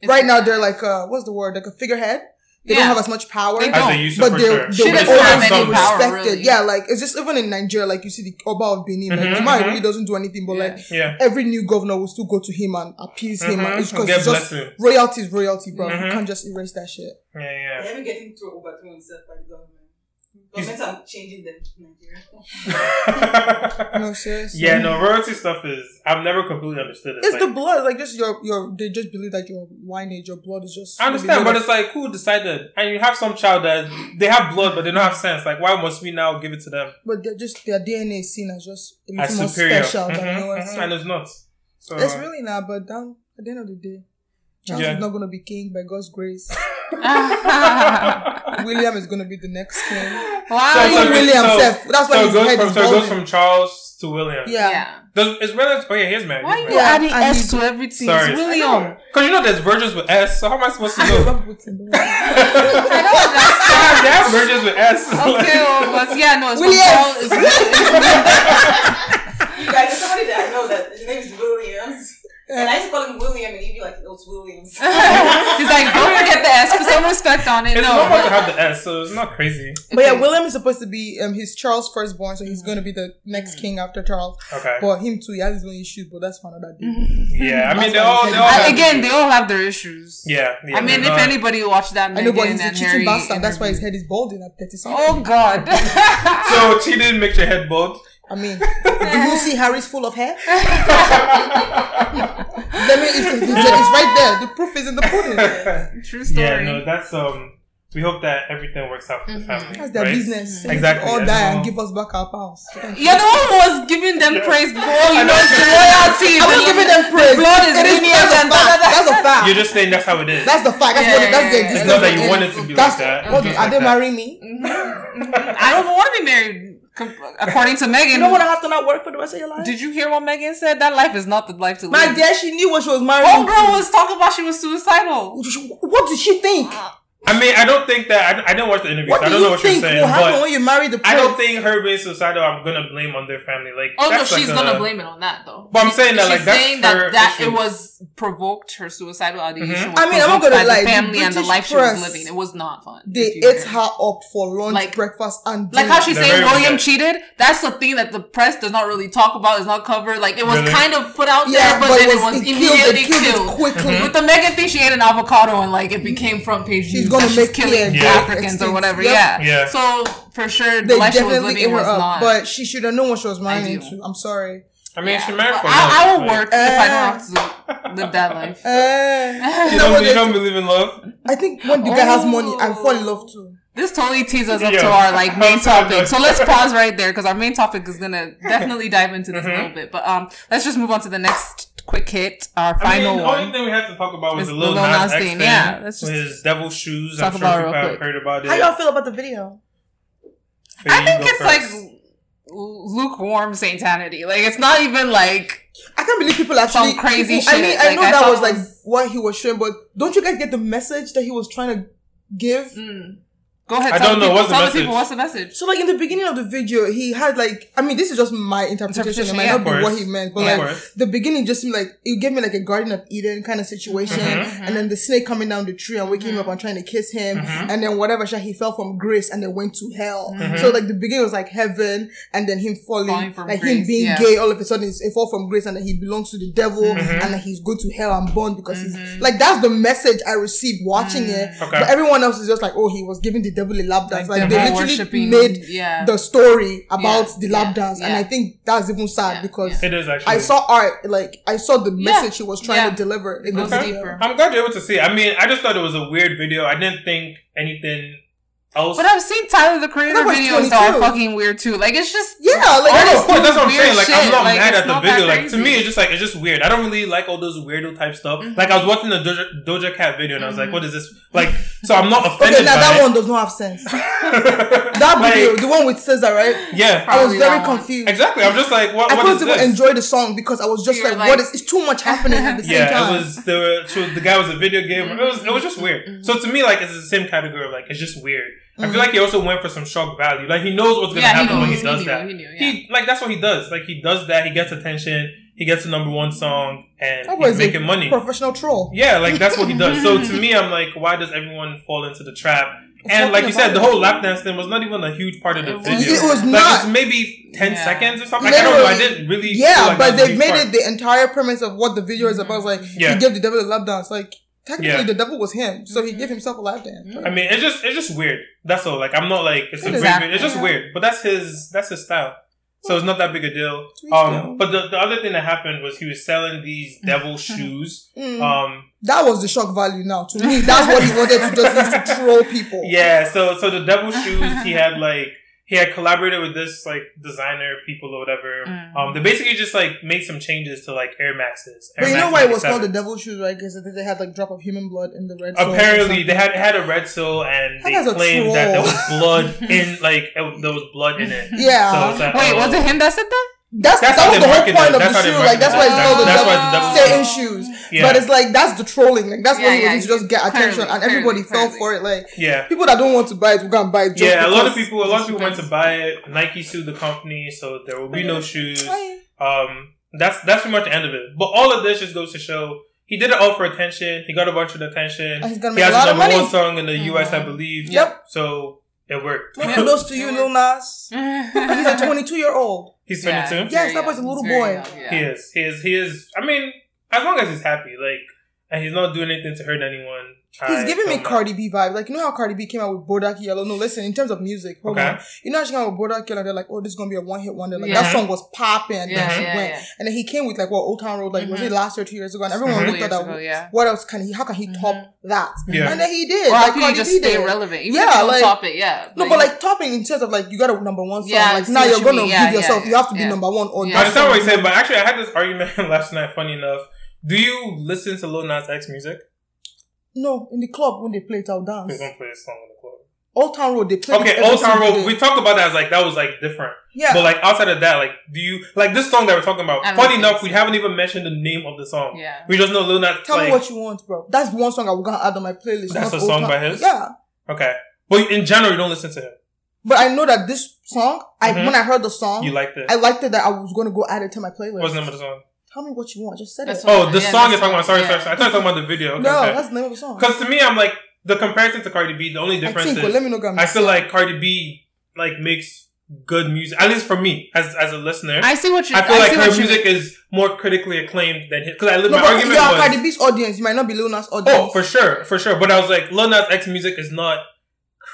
Speaker 1: It's-
Speaker 3: right now they're like uh what's the word like a figurehead. They
Speaker 1: Yeah.
Speaker 3: don't have as much power.
Speaker 1: They
Speaker 2: As
Speaker 1: don't.
Speaker 2: they used to
Speaker 3: but
Speaker 2: for
Speaker 3: they,
Speaker 2: sure.
Speaker 3: they
Speaker 1: She
Speaker 3: were
Speaker 1: doesn't
Speaker 3: always
Speaker 1: have any
Speaker 3: being
Speaker 1: power,
Speaker 3: respected.
Speaker 1: really.
Speaker 3: Yeah, like it's just even in Nigeria, like you see the Oba of Benin, like
Speaker 2: Mhm,
Speaker 3: Jumai
Speaker 2: mhm.
Speaker 3: really doesn't do anything, but like
Speaker 2: Yeah.
Speaker 3: every new governor will still go to him and appease him.
Speaker 2: Mhm.
Speaker 3: And it's because
Speaker 2: Get
Speaker 3: it's just
Speaker 2: blessing.
Speaker 3: royalty is royalty, bro.
Speaker 2: Mhm.
Speaker 3: You can't just erase that shit.
Speaker 2: Yeah, yeah.
Speaker 4: They're even getting through overthrown itself by the government. Governments are changing them in Nigeria.
Speaker 3: No, seriously.
Speaker 2: yeah, no, royalty stuff is. I've never completely understood it.
Speaker 3: It's
Speaker 2: Like,
Speaker 3: the blood, like just your your. They just believe that your lineage, your blood is just.
Speaker 2: I understand, but it's like who decided? And you have some child that they have blood, but they don't have sense. Like, why must we now give it to them
Speaker 3: but they're just their DNA is seen as just a little
Speaker 2: as
Speaker 3: more
Speaker 2: superior?
Speaker 3: special
Speaker 2: Mhm,
Speaker 3: than yours.
Speaker 2: mhm,
Speaker 3: So
Speaker 2: And it's not. So
Speaker 3: it's really not, but down at the end of the day, Charles
Speaker 2: Yeah.
Speaker 3: is not gonna be king by God's grace. William is gonna be the next king.
Speaker 1: wow.
Speaker 2: So-
Speaker 3: Even
Speaker 2: so-
Speaker 3: William
Speaker 2: so-
Speaker 3: Seth. That's why
Speaker 2: so it
Speaker 3: his
Speaker 2: goes
Speaker 3: head
Speaker 2: from
Speaker 3: is
Speaker 2: so it goes
Speaker 3: balding.
Speaker 2: from Charles to William.
Speaker 1: yeah.
Speaker 3: yeah.
Speaker 2: Does is relative? Oh yeah, he's married.
Speaker 1: Why are you
Speaker 2: he's married.
Speaker 1: adding
Speaker 3: Yeah, I
Speaker 1: S
Speaker 3: need-
Speaker 1: to everything?
Speaker 2: Sorry.
Speaker 1: It's William.
Speaker 2: Because you know there's virgins with S. So how am I supposed to
Speaker 3: Yeah,
Speaker 2: know?
Speaker 3: Bob Woodson, don't worry.
Speaker 1: I know that's
Speaker 2: they have virgins with S.
Speaker 1: okay, well, but yeah, no, it's
Speaker 3: Williams.
Speaker 1: Williams. It's,
Speaker 4: You guys, there's somebody that I know that his name is Williams. And I used to call him William, and he'd be like, "Oh, it's Williams."
Speaker 1: He's like, don't forget the S. Put some respect on it.
Speaker 2: It's
Speaker 1: no.
Speaker 2: normal to have the S, so it's not crazy.
Speaker 3: But yeah, William is supposed to be um he's Charles' firstborn, so
Speaker 1: Mm-hmm.
Speaker 3: he's gonna be the next king after Charles.
Speaker 2: Okay.
Speaker 3: But him too, he has his own issues, but that's for another day.
Speaker 1: Mm-hmm.
Speaker 2: Yeah, I mean
Speaker 3: That's
Speaker 2: they
Speaker 3: what
Speaker 2: all
Speaker 3: I'm
Speaker 2: they
Speaker 3: saying.
Speaker 2: all
Speaker 1: And
Speaker 2: have-
Speaker 1: again, they all have their issues.
Speaker 2: Yeah, uh, yeah.
Speaker 1: I mean,
Speaker 2: they're
Speaker 1: if
Speaker 2: not-
Speaker 1: anybody watched that,
Speaker 3: I know, but
Speaker 1: Meghan
Speaker 3: he's a
Speaker 1: and
Speaker 3: cheating
Speaker 1: uh, Harry
Speaker 3: bastard. That's why his
Speaker 1: interview.
Speaker 3: head is bald in at 30 something.
Speaker 1: Oh God!
Speaker 2: So cheating makes your head bald.
Speaker 3: I mean, do you see Harry's full of hair? Let me, it's, it's, it's right there. The proof is in the pudding.
Speaker 1: True story.
Speaker 2: Yeah, no, that's um. We hope that everything works out for the family.
Speaker 3: Mm-hmm. That's their
Speaker 2: right?
Speaker 3: business.
Speaker 1: Mm-hmm.
Speaker 2: Exactly, Mm-hmm.
Speaker 3: All
Speaker 2: that's
Speaker 3: die
Speaker 2: all.
Speaker 3: and give us back our house.
Speaker 1: You're the one who was giving them praise before you
Speaker 2: I
Speaker 1: know
Speaker 2: know.
Speaker 1: it's the royalty.
Speaker 3: I'm not
Speaker 1: the-
Speaker 3: giving them praise.
Speaker 1: blood is
Speaker 3: It
Speaker 1: lineage
Speaker 3: that's a
Speaker 1: and da-
Speaker 3: fact.
Speaker 1: da-
Speaker 3: That's a fact.
Speaker 2: You're just saying that's how it is.
Speaker 3: That's the fact. That's
Speaker 1: Yeah,
Speaker 3: what. It, that's the
Speaker 1: yeah, yeah.
Speaker 3: existence.
Speaker 2: it's not that
Speaker 3: of
Speaker 2: you
Speaker 3: it.
Speaker 2: want it to be
Speaker 3: That's
Speaker 2: like that.
Speaker 3: what-
Speaker 2: It's just
Speaker 3: are
Speaker 2: like
Speaker 3: they
Speaker 2: that.
Speaker 3: marrying me?
Speaker 1: Mm-hmm. I don't want to be married, com- according to Megan.
Speaker 3: You don't want to have to not work for the rest of your life.
Speaker 1: Did you hear what Megan said? That life is not the life to
Speaker 3: My
Speaker 1: live.
Speaker 3: dear, she knew what she was marrying.
Speaker 1: Old Oh, girl
Speaker 3: to.
Speaker 1: was talking about she was suicidal.
Speaker 3: What did she think?
Speaker 2: I mean, I don't think that I, I didn't watch the interview.
Speaker 3: What
Speaker 2: so I
Speaker 3: do
Speaker 2: don't know
Speaker 3: you
Speaker 2: what you're
Speaker 3: think
Speaker 2: saying,
Speaker 3: will happen
Speaker 2: but
Speaker 3: when you marry the prince?
Speaker 2: I don't think her being suicidal. I'm gonna blame on their family. Like,
Speaker 1: Oh no,
Speaker 2: that's like
Speaker 1: she's
Speaker 2: a-
Speaker 1: gonna blame it on that though.
Speaker 2: But I'm saying
Speaker 1: she's
Speaker 2: that, like, that's
Speaker 1: saying that
Speaker 2: her
Speaker 1: that
Speaker 2: issue.
Speaker 1: it was provoked her suicidal ideation.
Speaker 2: Mhm.
Speaker 1: was
Speaker 3: I mean, I'm not
Speaker 1: provoked
Speaker 3: gonna
Speaker 1: by
Speaker 3: lie,
Speaker 1: the
Speaker 3: the
Speaker 1: family and the
Speaker 3: British
Speaker 1: life she
Speaker 3: press,
Speaker 1: was living. It was not fun.
Speaker 3: They
Speaker 1: If you
Speaker 3: ate
Speaker 1: hear.
Speaker 3: her up for lunch,
Speaker 1: Like-
Speaker 3: breakfast, and
Speaker 1: Like
Speaker 3: dinner.
Speaker 1: how she's
Speaker 2: They're
Speaker 1: saying
Speaker 2: very
Speaker 1: William
Speaker 2: upset.
Speaker 1: cheated. That's the thing that the press does not really talk about. It's not covered. Like it was
Speaker 2: Really?
Speaker 1: kind of put out
Speaker 3: yeah,
Speaker 1: there, but,
Speaker 3: but
Speaker 1: then it was
Speaker 3: it killed,
Speaker 1: immediately
Speaker 3: it killed,
Speaker 1: killed.
Speaker 3: it quickly.
Speaker 2: Mm-hmm. Hmm?
Speaker 1: With the Megan thing, she ate an avocado and like it became front page
Speaker 3: She's
Speaker 1: news
Speaker 3: gonna
Speaker 1: that she's
Speaker 3: make clear
Speaker 1: killing
Speaker 2: that
Speaker 1: Africans or
Speaker 3: extinct.
Speaker 1: whatever.
Speaker 3: Yep.
Speaker 1: Yeah.
Speaker 2: Yeah.
Speaker 1: So for sure, the
Speaker 3: They
Speaker 1: life she was
Speaker 3: definitely ate
Speaker 1: living
Speaker 3: her
Speaker 1: was
Speaker 3: up,
Speaker 1: not.
Speaker 3: but she should have known what she was marrying
Speaker 1: Ideal.
Speaker 3: to. I'm sorry.
Speaker 2: I mean,
Speaker 1: Yeah.
Speaker 2: she married
Speaker 1: But
Speaker 2: for
Speaker 1: I, I
Speaker 2: love,
Speaker 1: will
Speaker 2: like-
Speaker 1: work if I don't have to live that life.
Speaker 3: Uh,
Speaker 2: You
Speaker 3: no,
Speaker 2: don't,
Speaker 3: but
Speaker 2: you
Speaker 3: they-
Speaker 2: don't believe in love?
Speaker 3: I think when the guy has money, I fall in
Speaker 1: Oh.
Speaker 3: love too.
Speaker 1: This totally teases us up to
Speaker 2: Yeah.
Speaker 1: our like main
Speaker 2: I'm sorry,
Speaker 1: topic.
Speaker 2: guys.
Speaker 1: So let's pause right there because our main topic is gonna definitely dive into this a little bit. But um, let's just move on to the next quick hit, our
Speaker 2: Mm-hmm. I
Speaker 1: final
Speaker 2: mean, the only
Speaker 1: one.
Speaker 2: thing we have to talk about was
Speaker 1: It's
Speaker 2: the Lil
Speaker 1: Lil
Speaker 2: Nas
Speaker 1: Nas
Speaker 2: X
Speaker 1: thing,
Speaker 2: thing.
Speaker 1: yeah, let's
Speaker 2: with
Speaker 1: just
Speaker 2: his devil shoes.
Speaker 1: talk
Speaker 2: I'm
Speaker 1: about it
Speaker 2: sure
Speaker 1: real
Speaker 2: people have
Speaker 1: quick.
Speaker 2: heard about it.
Speaker 3: How y'all feel about the video?
Speaker 2: Faye,
Speaker 1: I think
Speaker 2: you go
Speaker 1: it's like
Speaker 2: first.
Speaker 1: lu- lukewarm satanity. Like it's not even like
Speaker 3: I can't believe people actually
Speaker 1: Some crazy
Speaker 3: I mean,
Speaker 1: shit,
Speaker 3: I
Speaker 1: like,
Speaker 3: know
Speaker 1: I
Speaker 3: that
Speaker 1: thought
Speaker 3: was
Speaker 1: it
Speaker 3: like
Speaker 1: was-
Speaker 3: what he was showing, but don't you guys get the message that he was trying to give?
Speaker 1: mm. go ahead.
Speaker 2: I
Speaker 1: tell
Speaker 2: don't
Speaker 1: the
Speaker 2: know,
Speaker 1: people-
Speaker 2: what's the
Speaker 1: tell
Speaker 2: message?
Speaker 1: people what's the message.
Speaker 3: So like in the beginning of the video, he had like I mean this is just my interpretation. It
Speaker 1: Interpretation,
Speaker 3: might
Speaker 1: yeah.
Speaker 3: not be
Speaker 2: Of
Speaker 3: what
Speaker 2: course.
Speaker 3: he meant, but
Speaker 1: Yeah.
Speaker 2: Of
Speaker 3: like
Speaker 2: course.
Speaker 3: the beginning just seemed like it gave me like a Garden of Eden kind of situation,
Speaker 1: Mm-hmm.
Speaker 2: Mhm.
Speaker 3: and then the snake coming down the tree and waking him up and trying to kiss him,
Speaker 2: Mhm.
Speaker 3: and then whatever shit he fell from grace and then went to hell.
Speaker 2: Mhm.
Speaker 3: So like the beginning was like heaven, and then him falling,
Speaker 1: Falling from
Speaker 3: like him
Speaker 1: grace,
Speaker 3: being
Speaker 1: yeah.
Speaker 3: gay. All of a sudden, it's a fall from grace, and then he belongs to the devil,
Speaker 2: Mhm.
Speaker 3: and then he's going to hell and burned because he's like that's the message I received watching it.
Speaker 2: Okay.
Speaker 3: But everyone else is just like, oh, he was giving the devil a lap dance. Like,
Speaker 1: devil
Speaker 3: they literally
Speaker 1: worshipping,
Speaker 3: made
Speaker 1: yeah.
Speaker 3: the story about the lap
Speaker 1: yeah,
Speaker 3: dance, and
Speaker 1: yeah.
Speaker 3: I think that's even sad
Speaker 1: Yeah,
Speaker 3: because
Speaker 1: yeah.
Speaker 2: It is actually.
Speaker 3: I saw art, like I saw the
Speaker 1: Yeah.
Speaker 3: message he was trying
Speaker 1: Yeah.
Speaker 3: to deliver. It
Speaker 1: Goes
Speaker 3: was
Speaker 2: Okay.
Speaker 1: deeper.
Speaker 2: I'm glad you're able to see. it. I mean, I just thought it was a weird video. I didn't think anything else.
Speaker 1: But I've seen Tyler the Creator
Speaker 3: That was
Speaker 1: videos that are
Speaker 3: 22.
Speaker 1: fucking weird too. Like it's just
Speaker 3: Yeah, like
Speaker 2: Oh, no,
Speaker 3: that's
Speaker 2: of course, that's what I'm
Speaker 1: weird
Speaker 2: saying. Like,
Speaker 1: shit.
Speaker 2: I'm not
Speaker 1: Like,
Speaker 2: mad
Speaker 1: it's
Speaker 2: at the
Speaker 1: not
Speaker 2: video.
Speaker 1: that
Speaker 2: Like, to
Speaker 1: crazy. Mm-hmm.
Speaker 2: me, it's just like it's just weird. I don't really like all those weirdo type stuff. Like, I was watching the Doja, Doja Cat video and I was like, "What is this?" Like, so I'm not offended
Speaker 3: okay. Now
Speaker 2: by
Speaker 3: that
Speaker 2: it.
Speaker 3: one does not have sense. That
Speaker 2: that
Speaker 3: video, the one with Caesar, right?
Speaker 2: yeah,
Speaker 3: I was
Speaker 1: Probably
Speaker 3: very
Speaker 1: that one.
Speaker 3: confused.
Speaker 2: exactly. I'm just like, what?
Speaker 3: I
Speaker 2: what
Speaker 3: couldn't
Speaker 2: is
Speaker 3: even
Speaker 2: this?
Speaker 3: enjoy the song because I was just
Speaker 1: You're
Speaker 3: like,
Speaker 1: like-
Speaker 3: "What is? It's too much happening at the same
Speaker 2: yeah,
Speaker 3: time."
Speaker 2: it was there. Were, she was- the guy was a video gamer. It was it was just
Speaker 1: Mm-hmm.
Speaker 2: weird. So to me, like, it's the same category. Of, like, it's just weird. I feel like he also went for some shock value. Like, he knows what's gonna
Speaker 1: Yeah, he
Speaker 2: happen when
Speaker 1: knows.
Speaker 2: he
Speaker 1: He
Speaker 2: does
Speaker 1: knew,
Speaker 2: that.
Speaker 1: he knew,
Speaker 2: He- like that's what he does. Like he does that. He gets attention. He gets the number one song, and
Speaker 3: That
Speaker 2: he's
Speaker 3: was a
Speaker 2: making money.
Speaker 3: Professional troll.
Speaker 2: Yeah, like that's what he does. So to me, I'm like, why does everyone fall into the trap? And
Speaker 3: not
Speaker 2: like you said, the
Speaker 3: about-
Speaker 2: whole lap dance thing was not even a huge part of the
Speaker 1: It
Speaker 2: video.
Speaker 1: wasn't. It was
Speaker 2: like,
Speaker 3: not.
Speaker 2: It's maybe ten
Speaker 1: Yeah.
Speaker 2: seconds or something. Like, I don't know. I
Speaker 3: Literally.
Speaker 2: didn't really. feel
Speaker 3: Yeah,
Speaker 2: like
Speaker 3: but
Speaker 2: that was a
Speaker 3: they've
Speaker 2: huge
Speaker 3: made
Speaker 2: part.
Speaker 3: it the entire premise of what the video is about. It's like
Speaker 2: Yeah.
Speaker 3: he gave the devil a lap dance. Like technically,
Speaker 2: Yeah.
Speaker 3: the devil was him, so he gave himself a lap dance.
Speaker 2: I mean, it's just it's just weird. That's all. Like I'm not like it's a
Speaker 1: Exactly.
Speaker 2: great. video. It's just weird. But that's his that's his style. So it's not that big a deal.
Speaker 3: Sweet style.
Speaker 2: Um, but the, the other thing that happened was he was selling these devil shoes.
Speaker 1: Mm-hmm.
Speaker 3: Mm.
Speaker 2: Um,
Speaker 3: that was the shock value. Now to me, that's what he wanted to just use to troll people.
Speaker 2: Yeah, so so the devil shoes he had like he had collaborated with this like designer people or whatever.
Speaker 1: Mm.
Speaker 2: Um, they basically just like made some changes to like Air Maxes. Air
Speaker 3: But you know
Speaker 2: Max
Speaker 3: why it was
Speaker 2: 97.
Speaker 3: called the devil's shoes, right? Because they had like drop of human blood in the red. soil or
Speaker 2: Apparently,
Speaker 3: something.
Speaker 2: they had had a red seal and
Speaker 3: That
Speaker 2: they
Speaker 3: guy's a
Speaker 2: claimed that there
Speaker 3: troll.
Speaker 2: was blood in like it- there was blood in it. So
Speaker 3: Yeah,
Speaker 2: it's like,
Speaker 1: Wait,
Speaker 2: oh.
Speaker 1: was it him that said that?
Speaker 3: that's,
Speaker 2: That's
Speaker 3: that
Speaker 2: how
Speaker 3: was
Speaker 2: they
Speaker 3: the whole
Speaker 2: marketed
Speaker 3: point
Speaker 2: it.
Speaker 3: of
Speaker 2: That's
Speaker 3: the
Speaker 2: how they
Speaker 3: shoe. Like that's why it's
Speaker 2: marketed it.
Speaker 3: called the
Speaker 2: That's why
Speaker 3: devil.
Speaker 2: it's the devil's
Speaker 3: Satan
Speaker 1: shoes.
Speaker 3: shoes.
Speaker 2: Yeah.
Speaker 3: But it's like that's the trolling. Like that's
Speaker 1: Yeah,
Speaker 3: what he
Speaker 1: yeah,
Speaker 3: was to just get
Speaker 1: clearly,
Speaker 3: attention, and everybody
Speaker 1: clearly,
Speaker 3: fell for it. Like
Speaker 2: Yeah.
Speaker 3: people that don't want to buy it will go and buy it. Just
Speaker 2: yeah, a lot of
Speaker 3: because-
Speaker 2: people, a lot of people went to buy it. Nike sued the company, so there will be no shoes. Um, That's that's pretty much the end of it. But all of this just goes to show he did it all for attention. He got a bunch of attention.
Speaker 3: And he's gonna
Speaker 2: He
Speaker 3: make
Speaker 2: has
Speaker 3: a lot
Speaker 2: the
Speaker 3: of
Speaker 2: number
Speaker 3: money. Mm-hmm.
Speaker 2: one song in the US, I believe.
Speaker 3: Yep.
Speaker 2: So it worked.
Speaker 3: More kudos to you, Lil Nas. He's a 22 year old.
Speaker 2: He's 22.
Speaker 3: Yes, that was a little boy.
Speaker 2: He is. He is. He is. I mean, as long as he's happy, like, and he's not doing anything to hurt anyone.
Speaker 3: He's
Speaker 2: I
Speaker 3: giving me
Speaker 2: don't mind.
Speaker 3: Cardi B vibe. Like, you know how Cardi B came out with Bodak Yellow? No, listen, in terms of music, hold
Speaker 2: Okay.
Speaker 3: on. You know how she came out with Bodak Yellow? They're like, oh, this is going to be a one hit wonder. Like,
Speaker 1: Yeah.
Speaker 3: that song was popping. And then
Speaker 1: Yeah,
Speaker 3: she
Speaker 1: yeah,
Speaker 3: went.
Speaker 1: yeah.
Speaker 3: And then he came with, like, what, Old Town Road? Like, was
Speaker 1: Mhm.
Speaker 3: it last year, two years ago? And everyone
Speaker 2: Mhm.
Speaker 1: Couple
Speaker 3: looked at
Speaker 1: years
Speaker 3: that.
Speaker 1: ago, yeah. Mm-hmm.
Speaker 3: What else can he, how can he top that?
Speaker 2: Yeah.
Speaker 3: And then he did.
Speaker 1: Or
Speaker 3: like,
Speaker 1: how can you
Speaker 3: Cardi
Speaker 1: just
Speaker 3: B
Speaker 1: stay
Speaker 3: did.
Speaker 1: relevant? Even
Speaker 3: Yeah,
Speaker 1: if you don't
Speaker 3: like-
Speaker 1: top it, yeah.
Speaker 3: No, but like topping in terms of like you got a number one song.
Speaker 1: Yeah, I
Speaker 3: like
Speaker 1: see
Speaker 3: now
Speaker 1: what
Speaker 3: you're
Speaker 1: you
Speaker 3: gonna
Speaker 1: mean. Yeah,
Speaker 3: give yourself.
Speaker 1: yeah,
Speaker 3: you have to be
Speaker 1: yeah.
Speaker 3: number one on
Speaker 1: Yeah.
Speaker 2: I
Speaker 3: that
Speaker 2: understand what you
Speaker 3: song.
Speaker 2: said, but actually, I had this argument last night. Funny enough, do you listen to Lil Nas X music?
Speaker 3: No, in the club when they play it, I'll
Speaker 2: We
Speaker 3: dance.
Speaker 2: don't play this song in the club.
Speaker 3: Old Town Road, they play. it
Speaker 2: Mm-hmm. Okay,
Speaker 3: every
Speaker 2: Old Town
Speaker 3: single
Speaker 2: Road.
Speaker 3: day.
Speaker 2: We talked about that as like that was like different,
Speaker 3: yeah,
Speaker 2: but like outside of that, like do you like this song that we're talking about?
Speaker 1: I don't
Speaker 2: Funny
Speaker 1: think
Speaker 2: enough,
Speaker 1: so.
Speaker 2: we haven't even mentioned the name of the song.
Speaker 1: yeah.
Speaker 2: We just know Lil Nas.
Speaker 3: tell
Speaker 2: like,
Speaker 3: me what you want, bro. That's one song I was gonna add on my playlist.
Speaker 2: That's
Speaker 3: not
Speaker 2: a
Speaker 3: Old
Speaker 2: song
Speaker 3: Town-
Speaker 2: by his?
Speaker 3: Yeah,
Speaker 2: okay, but in general, you don't listen to him.
Speaker 3: but I know that this song. I
Speaker 2: Mhm.
Speaker 3: when I heard the song,
Speaker 2: You liked it.
Speaker 3: Oh, I liked it that I was gonna go add it to my playlist.
Speaker 2: What's the name of the song?
Speaker 3: Tell me what you want. I just said
Speaker 1: That's
Speaker 3: it.
Speaker 1: what-
Speaker 2: Oh, the
Speaker 1: yeah,
Speaker 2: song
Speaker 1: the
Speaker 2: you're talking about.
Speaker 1: song,
Speaker 2: Sorry,
Speaker 1: yeah.
Speaker 2: sorry, sorry. I thought you were talking about the video. Okay,
Speaker 3: no,
Speaker 2: okay.
Speaker 3: that's the name of the song.
Speaker 2: Because to me, I'm like the comparison to Cardi B. The only
Speaker 3: I
Speaker 2: difference
Speaker 3: think.
Speaker 2: is
Speaker 3: Let me know. Grammy.
Speaker 2: I feel like Cardi B like makes good music. At least for me, as as a listener, I,
Speaker 1: I see what you. I
Speaker 2: feel
Speaker 1: see
Speaker 2: like
Speaker 1: what
Speaker 2: her
Speaker 1: you mean.
Speaker 2: music is more critically acclaimed than his. Because I
Speaker 3: no,
Speaker 2: my
Speaker 3: but
Speaker 2: argument
Speaker 3: you are
Speaker 2: was
Speaker 3: Cardi B's audience. You might not be Lil Nas audience.
Speaker 2: oh for sure for sure. But I was like Lil Nas X music is not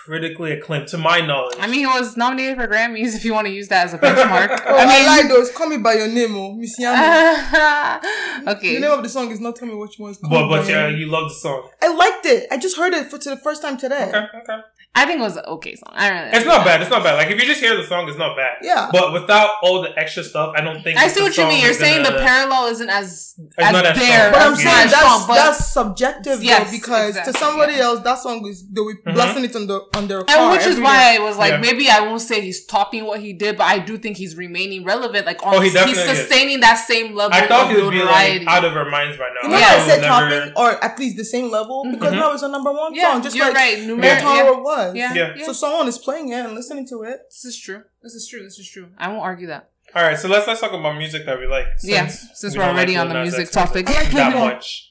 Speaker 2: critically acclaimed to my knowledge.
Speaker 1: I mean, he was nominated for Grammys. If you want to use that as a benchmark,
Speaker 3: Oh,
Speaker 1: I
Speaker 3: I,
Speaker 1: mean,
Speaker 3: like those. Call me by your name, oh, Miss
Speaker 1: Uh-huh.
Speaker 3: Yami.
Speaker 1: okay.
Speaker 3: The name of the song is not Tell Me What You Want. it's Call
Speaker 2: but
Speaker 3: Me
Speaker 2: but
Speaker 3: By
Speaker 2: yeah,
Speaker 3: Your Name.
Speaker 2: you love the song.
Speaker 3: I liked it. I just heard it for to the first time today.
Speaker 2: Okay, okay.
Speaker 1: I think it was an okay song. I don't really
Speaker 2: It's not bad. It's not bad. Like if you just hear the song, it's not bad.
Speaker 3: Yeah.
Speaker 2: But without all the extra stuff, I don't think
Speaker 1: I
Speaker 2: that
Speaker 1: see
Speaker 2: the
Speaker 1: what you
Speaker 2: song
Speaker 1: mean. You're
Speaker 2: is
Speaker 1: saying the
Speaker 2: gonna-
Speaker 1: parallel isn't as
Speaker 2: It's
Speaker 1: as
Speaker 2: not as
Speaker 1: there.
Speaker 2: strong.
Speaker 3: But I'm
Speaker 2: Yeah.
Speaker 3: saying that's
Speaker 1: Strong, but-
Speaker 3: that's subjective
Speaker 1: Yes,
Speaker 3: though, because
Speaker 1: exactly,
Speaker 3: to somebody
Speaker 1: yeah.
Speaker 3: else that song is they were
Speaker 2: Mm-hmm.
Speaker 3: blasting it on the on their
Speaker 1: and
Speaker 3: car
Speaker 1: which is
Speaker 3: every
Speaker 1: why I was like,
Speaker 2: Yeah.
Speaker 1: maybe I won't say he's topping what he did, but I do think he's remaining relevant. Like, on
Speaker 2: Oh, he
Speaker 1: he's
Speaker 2: definitely is.
Speaker 1: sustaining that same level
Speaker 2: I thought
Speaker 1: of
Speaker 2: he would be
Speaker 1: notoriety.
Speaker 2: like out of our minds by now.
Speaker 3: You know
Speaker 1: Yeah.
Speaker 3: what
Speaker 2: I
Speaker 3: I
Speaker 2: would
Speaker 3: said
Speaker 2: never-
Speaker 3: topping or at least the same level because
Speaker 2: Mhm.
Speaker 3: now it's a number one
Speaker 1: Mm-hmm. yeah,
Speaker 3: song, just
Speaker 1: you're
Speaker 3: like
Speaker 1: right.
Speaker 3: Old
Speaker 1: Numer-
Speaker 2: Yeah.
Speaker 3: Town
Speaker 1: yeah,
Speaker 3: Road was.
Speaker 1: yeah,
Speaker 2: Yeah.
Speaker 1: yeah.
Speaker 3: So someone is playing it and listening to it.
Speaker 1: this is true. This is true. This is true. I won't argue that.
Speaker 2: All right, so let's let's talk about music that we like. Since
Speaker 1: yeah, since
Speaker 2: we
Speaker 1: we're
Speaker 2: don't
Speaker 1: already
Speaker 2: like
Speaker 1: on the
Speaker 2: Lil Nas
Speaker 1: music
Speaker 2: X
Speaker 1: topic.
Speaker 3: I like
Speaker 2: that
Speaker 3: K-pop.
Speaker 2: much.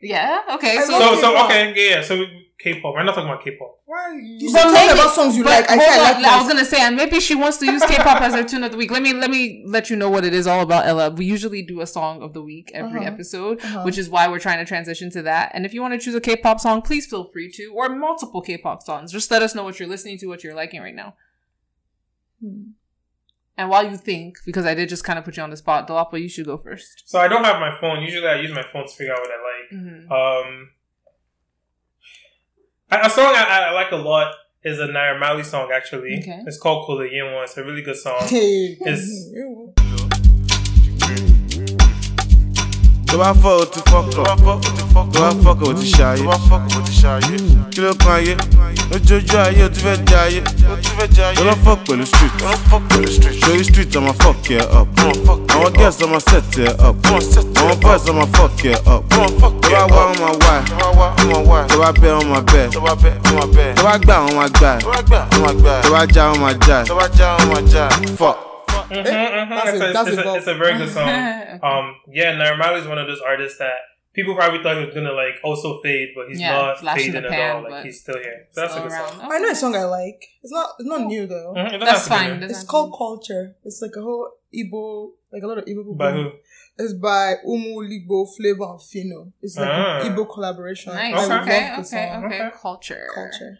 Speaker 1: yeah. Okay.
Speaker 3: I
Speaker 1: So,
Speaker 3: love
Speaker 2: So so
Speaker 3: K-pop.
Speaker 2: okay yeah. So we- K-pop. We're not talking about K-pop.
Speaker 3: Why? You
Speaker 1: But
Speaker 3: said
Speaker 1: maybe-
Speaker 3: talking about songs you
Speaker 1: but
Speaker 3: like. I
Speaker 1: hold
Speaker 3: said I
Speaker 1: on,
Speaker 3: like.
Speaker 1: I was gonna say, and maybe she wants to use K-pop as her tune of the week. Let me let me let you know what it is all about, Ella. We usually do a song of the week every
Speaker 3: Uh-huh.
Speaker 1: episode,
Speaker 3: Uh-huh.
Speaker 1: which is why we're trying to transition to that. And if you want to choose a K-pop song, please feel free to, or multiple K-pop songs. Just let us know what you're listening to, what you're liking right now.
Speaker 3: gonna.
Speaker 1: And while you think, because I did just kind of put you on the spot, Dalapo, you should go 1st
Speaker 2: So I don't have my phone. Usually I use my phone to figure out what I like.
Speaker 3: Mm-hmm.
Speaker 2: Um, a a song I, I like a lot is a Naira Mali song actually.
Speaker 1: Okay.
Speaker 2: It's called Kula Yin One. It's a really good song. It's-
Speaker 5: Do I fuck with the fuck up? Do I fuck with the shy? Do I fuck with the shy? Kí ló kan ayé? Ojoojúmọ́ ayé o ti fẹ́ jẹ ayé. Don't I fuck pẹ̀lú street? Torí street, I'ma fuck it up. Àwọn girls, I'ma set it up. Àwọn boys, I'ma fuck it up. Tó bá wá, wọ́n máa wá ẹ̀. Tó bá bẹ́, wọ́n máa bẹ́ ẹ̀. Tó bá gbà, wọ́n máa gbà ẹ̀. Tó bá já, wọ́n máa já ẹ̀. Fuck.
Speaker 2: Mhm, mhm.
Speaker 3: that's
Speaker 2: It's
Speaker 3: a-
Speaker 2: a-
Speaker 3: that's
Speaker 2: it's
Speaker 3: a
Speaker 2: a-
Speaker 3: dope.
Speaker 2: It's a very good song.
Speaker 1: Okay.
Speaker 2: Um, yeah, Naira Marley is one of those artists that people probably thought he was gonna like also fade, but he's
Speaker 1: Yeah,
Speaker 2: not
Speaker 1: flash in
Speaker 2: fading
Speaker 1: the
Speaker 2: at
Speaker 1: pan,
Speaker 2: all. Like
Speaker 1: but
Speaker 2: he's still here. So that's a
Speaker 1: All
Speaker 2: good
Speaker 1: around.
Speaker 2: song.
Speaker 1: Okay.
Speaker 3: I know a song I like. It's not. It's
Speaker 1: Oh.
Speaker 3: not new though.
Speaker 2: Mhm, it doesn't
Speaker 1: That's
Speaker 2: have to be
Speaker 1: fine.
Speaker 2: new.
Speaker 1: Doesn't
Speaker 3: It's
Speaker 1: have
Speaker 3: called
Speaker 1: to
Speaker 3: Culture. It's like a whole Igbo, like a lot of Igbo people.
Speaker 2: By who?
Speaker 3: It's by Umu Ligbo, Flavor, and Fino. It's like
Speaker 2: Ah.
Speaker 3: an Igbo
Speaker 1: be-
Speaker 3: collaboration. I
Speaker 1: Nice.
Speaker 3: love
Speaker 1: Okay.
Speaker 3: the
Speaker 1: Okay.
Speaker 3: song.
Speaker 1: Okay.
Speaker 2: Okay.
Speaker 1: Culture.
Speaker 3: Culture.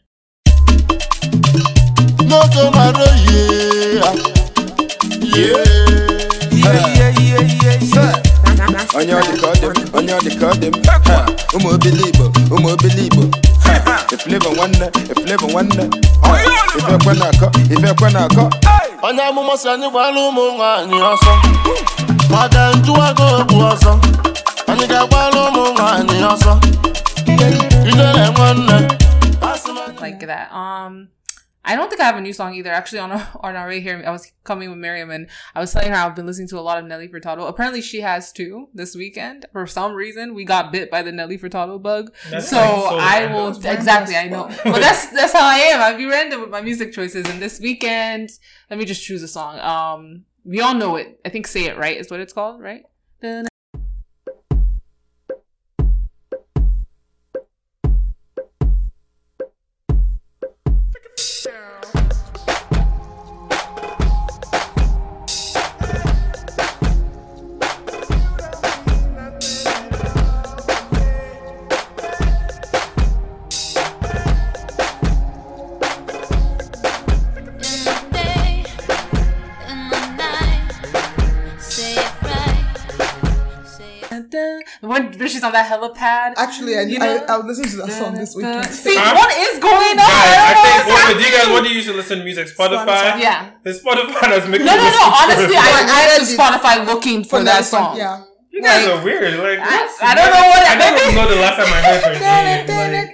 Speaker 6: Moto maro yeah. Yeah.
Speaker 5: On your recording, on your recording.
Speaker 6: I'm a believer, I'm a believer.
Speaker 5: If live one, if live one, if you're gonna go, if you're gonna go.
Speaker 6: Onye amụma si anyị gbara ụmụ nwaanyị ọsọ maka njụwago egwu ọsọ anyị ga-agbara ụmụ nwaanyị ọsọ ijere nwanne asị m anyị
Speaker 1: like that. Um, I don't think I have a new song either. Actually, on on our way here, I was coming with Miriam and I was telling her I've been listening to a lot of Nelly Furtado. Apparently, she has too this weekend. For some reason, we got bit by the Nelly Furtado bug.
Speaker 2: That's
Speaker 1: so
Speaker 2: like so
Speaker 1: I
Speaker 2: random.
Speaker 1: will
Speaker 3: That's random
Speaker 1: exactly.
Speaker 3: as
Speaker 1: I know,
Speaker 3: fuck.
Speaker 1: but that's that's how I am. I be random with my music choices. And this weekend, let me just choose a song. Um, we all know it. I think "Say It Right" is what it's called, right? Dun-
Speaker 7: Day and the night, say it right, say it.
Speaker 1: dun- dun. When she's on that helipad.
Speaker 3: Actually, I,
Speaker 1: You
Speaker 3: I,
Speaker 1: know?
Speaker 3: I was listening to that song this
Speaker 1: Dun- dun-
Speaker 3: weekend.
Speaker 1: See,
Speaker 2: Huh?
Speaker 1: what is going on?
Speaker 2: Guys,
Speaker 1: I don't
Speaker 2: I
Speaker 1: know
Speaker 2: think
Speaker 1: what's
Speaker 2: what, do you guys
Speaker 1: happening.
Speaker 2: what do you usually listen to music? Spotify.
Speaker 3: Spotify.
Speaker 1: Yeah.
Speaker 2: The Spotify has mixed.
Speaker 1: No, no, no. Honestly, I
Speaker 3: I
Speaker 1: I went
Speaker 3: actually-
Speaker 1: to Spotify looking for that song.
Speaker 3: Yeah.
Speaker 2: you guys
Speaker 1: like-
Speaker 2: are weird. Like
Speaker 1: I,
Speaker 2: what's-
Speaker 1: I don't know what
Speaker 2: I don't even
Speaker 1: that
Speaker 2: know the last time I heard her name. Like,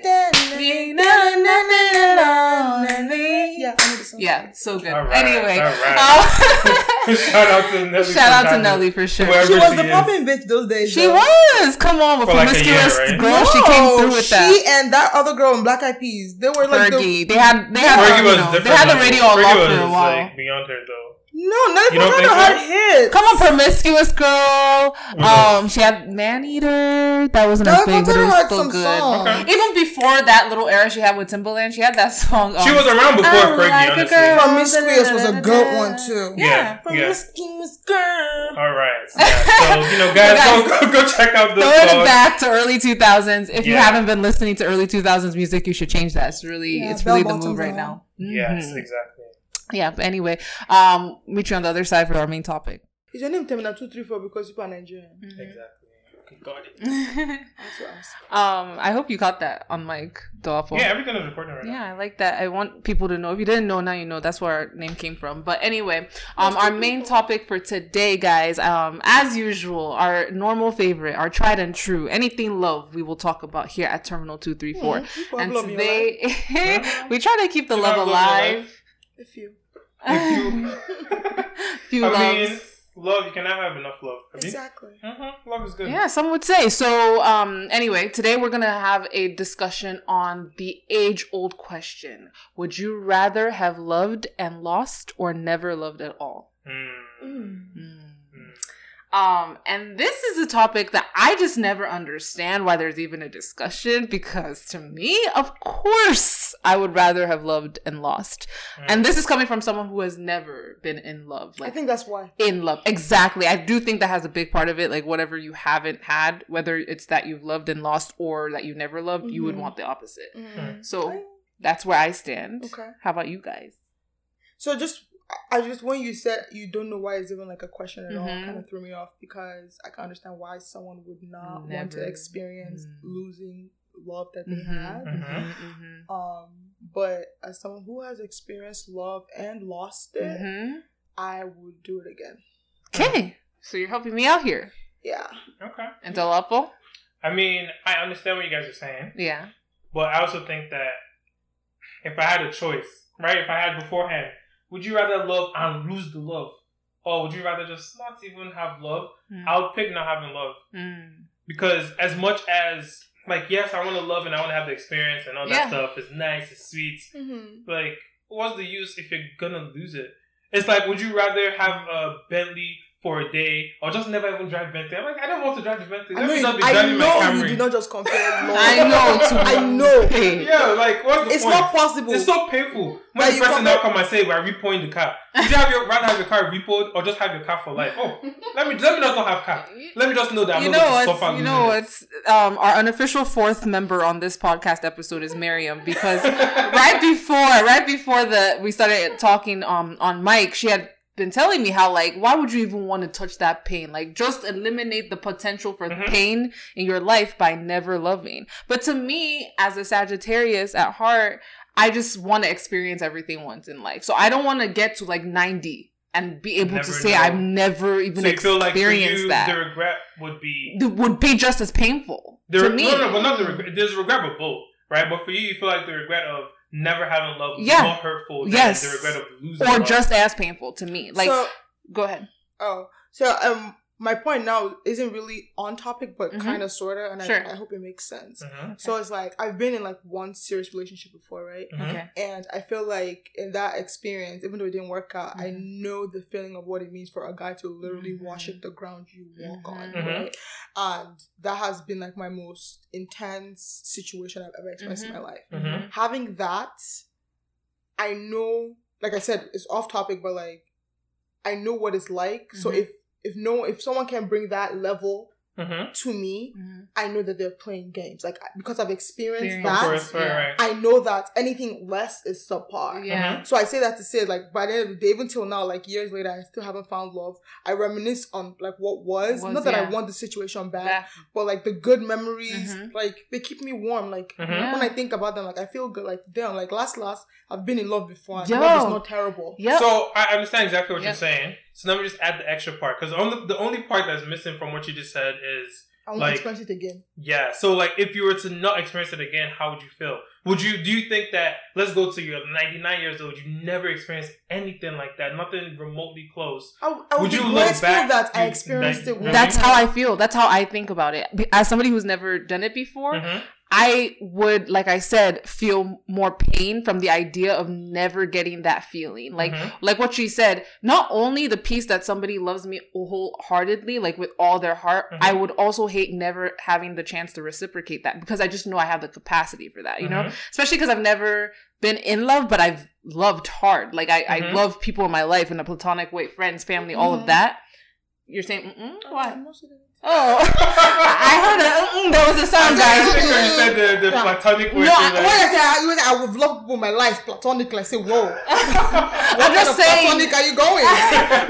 Speaker 3: Yeah, I know the song.
Speaker 1: Yeah, so good.
Speaker 2: All right,
Speaker 1: anyway,
Speaker 2: all right.
Speaker 1: um,
Speaker 2: shout out to Nelly.
Speaker 1: shout out to
Speaker 2: Furtado.
Speaker 1: Nelly for sure.
Speaker 2: Whoever
Speaker 3: She was the
Speaker 2: is.
Speaker 3: popping bitch those days.
Speaker 1: She
Speaker 3: though.
Speaker 1: was. Come on, with
Speaker 2: For like a year,
Speaker 1: promiscuous
Speaker 2: right?
Speaker 1: girl, she came through with
Speaker 3: she
Speaker 1: that.
Speaker 3: and that other girl in Black Eyed Peas. They were like the,
Speaker 1: Fergie. They had they had
Speaker 2: Fergie
Speaker 1: you
Speaker 2: was
Speaker 1: know,
Speaker 2: different.
Speaker 1: they had the
Speaker 2: though.
Speaker 1: radio on
Speaker 2: Fergie
Speaker 1: lock
Speaker 2: was,
Speaker 1: for a while.
Speaker 2: Like, beyond her though.
Speaker 3: no, not
Speaker 2: You
Speaker 3: even
Speaker 2: don't
Speaker 3: kind
Speaker 2: think
Speaker 3: of
Speaker 2: so?
Speaker 3: hard hit.
Speaker 1: Come on, promiscuous girl.
Speaker 2: else?
Speaker 1: Um, she had man eater. That wasn't
Speaker 3: That
Speaker 1: her thing, but it
Speaker 3: Montana
Speaker 1: was
Speaker 3: had
Speaker 1: still
Speaker 3: some
Speaker 1: good.
Speaker 3: song.
Speaker 2: Okay.
Speaker 1: Even before that little era she had with Timbaland, she had that song. Um,
Speaker 2: She was around before
Speaker 1: I like
Speaker 2: Fergie,
Speaker 1: a
Speaker 2: honestly.
Speaker 1: girl.
Speaker 3: Promiscuous was a good one too.
Speaker 2: Yeah,
Speaker 1: Yeah.
Speaker 2: yeah.
Speaker 3: Promiscuous girl.
Speaker 2: All right. Yeah, so you know, guys,
Speaker 1: Guys,
Speaker 2: go, go go check out those
Speaker 1: Throw it
Speaker 2: songs.
Speaker 1: back to early 2000s. If you
Speaker 2: Yeah.
Speaker 1: haven't been listening to early 2000s music, you should change that. It's really,
Speaker 3: Yeah,
Speaker 1: it's really the
Speaker 3: bell-bottoms
Speaker 1: move right
Speaker 3: are
Speaker 1: now.
Speaker 2: Yes,
Speaker 1: Mhm.
Speaker 2: exactly.
Speaker 1: Yeah, but anyway, um, meet you on the other side for our main topic.
Speaker 3: Is your name Terminal Two Three Four because you are Nigerian?
Speaker 1: Mm. Mm-hmm.
Speaker 2: Exactly. Got it.
Speaker 3: That's what I was.
Speaker 1: Um, I hope you caught that on Mike Doppel.
Speaker 2: Yeah, everything is recording right now.
Speaker 1: Yeah, I like that. I want people to know. If you didn't know, now you know. That's where our name came from. But anyway, um, our main topic for today, guys, um, as usual, our normal favorite, our tried and true, anything love, we will talk about here at Terminal Two Three Four.
Speaker 3: Keep our
Speaker 1: And
Speaker 3: love in your life.
Speaker 1: today, we try to keep the
Speaker 2: Keep
Speaker 1: love
Speaker 2: our love in your
Speaker 1: alive.
Speaker 3: If you.
Speaker 1: Few
Speaker 2: Um, I
Speaker 1: loves.
Speaker 2: mean, love. You cannot have enough love. I mean,
Speaker 3: Exactly.
Speaker 2: mhm, Love is good.
Speaker 1: Yeah, some would say. So, um, anyway, today we're gonna have a discussion on the age-old question: Would you rather have loved and lost, or never loved at all?
Speaker 2: Mm.
Speaker 1: Um, and this is a topic that I just never understand why there's even a discussion because to me, of course, I would rather have loved and lost. And this is coming from someone who has never been in love.
Speaker 3: I think that's why.
Speaker 1: in love. Exactly. I do think that has a big part of it. Like whatever you haven't had, whether it's that you've loved and lost or that you never loved, you would
Speaker 3: Mhm.
Speaker 1: want the opposite.
Speaker 3: Mm.
Speaker 1: So that's where I stand.
Speaker 3: Okay.
Speaker 1: How about you guys?
Speaker 3: So just, I- I just when you said you don't know why it's even like a question at all,
Speaker 1: Mhm.
Speaker 3: kind of threw me off because I can understand why someone would not want to
Speaker 1: Never.
Speaker 3: experience
Speaker 1: Mm.
Speaker 3: losing love that they
Speaker 1: Mhm.
Speaker 3: had.
Speaker 2: Mhm.
Speaker 1: Mhm,
Speaker 3: Um, but as someone who has experienced love and lost it,
Speaker 1: mhm, mhm.
Speaker 3: I would do it again.
Speaker 1: Okay. So you're helping me out here.
Speaker 3: Yeah.
Speaker 2: Okay.
Speaker 1: And Dalapo?
Speaker 2: I mean, I understand what you guys are saying,
Speaker 1: Yeah.
Speaker 2: but I also think that if I had a choice, right? If I had beforehand, would you rather love and lose the love, or would you rather just not even have love?
Speaker 1: Mm.
Speaker 2: I would pick not having love.
Speaker 1: Mm.
Speaker 2: because as much as like yes i want to love and i want to have the experience and all that
Speaker 1: Yeah.
Speaker 2: stuff it's nice it's sweet
Speaker 3: Mm-hmm.
Speaker 2: like what's the use if you're gonna lose it it's like would you rather have a bentley for a day or just never even drive bentley i'm like i don't want to drive the bentley
Speaker 3: I
Speaker 2: let
Speaker 3: know,
Speaker 2: me
Speaker 3: you,
Speaker 2: not be
Speaker 3: I
Speaker 2: driving my
Speaker 3: know you do
Speaker 2: camry
Speaker 3: not just compare love.
Speaker 1: I know too.
Speaker 3: I know.
Speaker 1: Hey.
Speaker 2: yeah like what's the
Speaker 3: It's
Speaker 2: point
Speaker 3: not possible.
Speaker 2: it's so painful when
Speaker 3: That
Speaker 2: the
Speaker 3: you
Speaker 2: person
Speaker 3: come
Speaker 2: now
Speaker 3: back-
Speaker 2: come and say we're repoing the car would you have your, rather have your car repoed or just have your car for life oh let me let me not not have car let me just know that i'm
Speaker 1: You
Speaker 2: not
Speaker 1: know
Speaker 2: going to
Speaker 1: what's
Speaker 2: suffer
Speaker 1: you
Speaker 2: losing
Speaker 1: know
Speaker 2: it.
Speaker 1: what's um our unofficial fourth member on this podcast episode is Miriam because right before right before the we started talking um on Mike, she had been telling me how like why would you even want to touch that pain? Like just eliminate the potential for
Speaker 2: Mhm.
Speaker 1: pain in your life by never loving. But to me, as a Sagittarius at heart, I just want to experience everything once in life. So I don't want to get to like 90 and be able
Speaker 2: Never
Speaker 1: to say
Speaker 2: know.
Speaker 1: I've never even
Speaker 2: so you feel like for
Speaker 1: experienced
Speaker 2: you,
Speaker 1: that
Speaker 2: the regret would be
Speaker 1: th- would be just as painful
Speaker 2: the
Speaker 1: to
Speaker 2: re-
Speaker 1: me.
Speaker 2: no, no, but not the regret. There's regret of both, right? But for you, you feel like the regret of never having love is
Speaker 1: Yeah.
Speaker 2: more hurtful than
Speaker 1: Yes.
Speaker 2: the regret of losing
Speaker 1: or
Speaker 2: love.
Speaker 1: just as painful to me. Like,
Speaker 3: so,
Speaker 1: go ahead.
Speaker 3: oh, so um, my point now isn't really on topic, but
Speaker 1: Mhm.
Speaker 3: kind of sorta, and
Speaker 1: Sure.
Speaker 3: I, I hope it makes sense.
Speaker 2: Mhm.
Speaker 3: So it's like I've been in like one serious relationship before, right?
Speaker 2: Mhm.
Speaker 1: Okay.
Speaker 3: And I feel like in that experience, even though it didn't work out, I
Speaker 1: Mhm.
Speaker 3: know the feeling of what it means for a guy to literally worship the ground you walk on,
Speaker 2: Mhm.
Speaker 3: right? And that has been like my most intense situation I've ever experienced in my life.
Speaker 2: Mhm.
Speaker 3: Having that, I know, like I said, it's off topic, but like I know what it's like. So
Speaker 1: Mhm.
Speaker 3: if if no, if someone can bring that level
Speaker 2: Mhm.
Speaker 3: to me,
Speaker 1: Mhm.
Speaker 3: I know that they're playing games. Like because I've experienced
Speaker 1: Experience.
Speaker 2: Of course,
Speaker 3: that.
Speaker 2: right, right.
Speaker 3: I know that anything less is subpar.
Speaker 1: Mm-hmm. Yeah.
Speaker 3: So I say that to say, like, by the end of the day, even till now, like years later, I still haven't found love. I reminisce on like what was.
Speaker 1: Was,
Speaker 3: Not that
Speaker 1: yeah.
Speaker 3: I want the situation back,
Speaker 1: That-
Speaker 3: but like the good memories,
Speaker 1: Mhm.
Speaker 3: like they keep me warm. Like
Speaker 2: Mhm.
Speaker 1: Yeah.
Speaker 3: when I think about them, like I feel good. Like damn, like last last, I've been in love before. And
Speaker 1: Yo.
Speaker 3: love is not terrible.
Speaker 1: Yep.
Speaker 2: So I understand exactly what
Speaker 1: Yeah.
Speaker 2: you're saying. So let me just add the extra part because only the only part that's missing from what you just said is
Speaker 3: I want
Speaker 2: Like-
Speaker 3: to experience it again.
Speaker 2: yeah. So like, if you were to not experience it again, how would you feel? Would you do you think that let's go to you're 99 years old, you never experienced anything like that, nothing remotely close?
Speaker 3: I, I would,
Speaker 2: Would
Speaker 3: be
Speaker 2: you look
Speaker 3: grateful
Speaker 2: back
Speaker 3: that I
Speaker 2: to-
Speaker 3: experienced
Speaker 2: like,
Speaker 3: it. with
Speaker 1: That's
Speaker 3: you.
Speaker 1: how I feel. That's how I think about it. Be- As somebody who's never done it before,
Speaker 2: Mhm.
Speaker 1: I would, like I said, feel more pain from the idea of never getting that feeling. Like,
Speaker 2: Mhm.
Speaker 1: like what she said, not only the piece that somebody loves me wholeheartedly, like with all their heart,
Speaker 2: Mhm.
Speaker 1: I would also hate never having the chance to reciprocate that because I just know I have the capacity for that, you know? Especially because I've never been in love, but I've loved hard. Like I, I
Speaker 2: Mhm.
Speaker 1: love people in my life in a platonic way, friends, family, all of
Speaker 3: Mhm.
Speaker 1: that. You're saying, mm
Speaker 3: I
Speaker 1: why?
Speaker 3: mostly didn't.
Speaker 1: Oh, I heard a mm-mm, there was a
Speaker 2: I
Speaker 1: sound,
Speaker 2: just
Speaker 1: guys.
Speaker 2: think when you said the, the
Speaker 3: Yeah.
Speaker 2: platonic word.
Speaker 1: No,
Speaker 2: you're
Speaker 3: When
Speaker 2: like,
Speaker 3: I say I, when I say I would love people in my life platonically, I say whoa. What
Speaker 1: I'm
Speaker 3: kind
Speaker 1: just
Speaker 3: of
Speaker 1: saying.
Speaker 3: platonic are you going?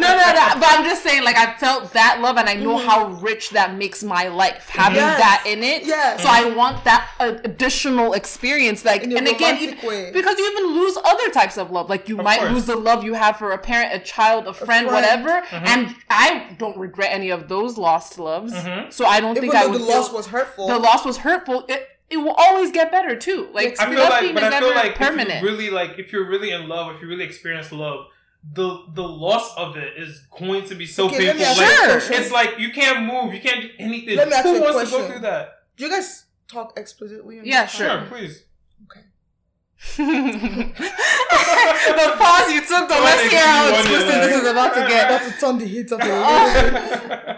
Speaker 1: no, no, no. But I'm just saying, like, I felt that love, and I know how rich that makes my life having
Speaker 3: Yes.
Speaker 1: that in it.
Speaker 3: Yes.
Speaker 1: So I want that uh, additional experience, like,
Speaker 3: In a
Speaker 1: and again,
Speaker 3: romantic
Speaker 1: even-
Speaker 3: way.
Speaker 1: because you even lose other types of love. Like, you
Speaker 2: Of
Speaker 1: might
Speaker 2: course.
Speaker 1: lose the love you have for a parent, a child, a friend,
Speaker 3: friend.
Speaker 1: whatever.
Speaker 2: Mm-hmm.
Speaker 1: And I don't regret any of those lost loves.
Speaker 2: Mhm.
Speaker 1: So I don't
Speaker 3: Even
Speaker 1: think I
Speaker 3: though the
Speaker 1: would.
Speaker 3: loss
Speaker 1: feel-
Speaker 3: was hurtful.
Speaker 1: the loss was hurtful. It, it will always get better too. Like
Speaker 2: I feel
Speaker 1: nothing
Speaker 2: like, but
Speaker 1: is
Speaker 2: I feel
Speaker 1: ever
Speaker 2: like if
Speaker 1: permanent.
Speaker 2: you really like if you're really in love, if you really experience love, the the loss of it is going to be so
Speaker 3: Okay, let me
Speaker 2: painful.
Speaker 1: Sure.
Speaker 2: Like,
Speaker 3: ask you a question.
Speaker 2: It's like you can't move, you can't do anything.
Speaker 3: Let me ask
Speaker 2: Who
Speaker 3: you a
Speaker 2: wants to
Speaker 3: question.
Speaker 2: go through that?
Speaker 3: Do you guys talk explicitly? in
Speaker 1: Yeah,
Speaker 3: this
Speaker 1: sure.
Speaker 2: Sure,
Speaker 3: podcast?
Speaker 2: please.
Speaker 1: the pause you took, though. Let's
Speaker 2: Like,
Speaker 1: hear how
Speaker 2: you wanted,
Speaker 1: explicit
Speaker 2: like-
Speaker 1: this is about to get.
Speaker 3: That's it's on the heat of the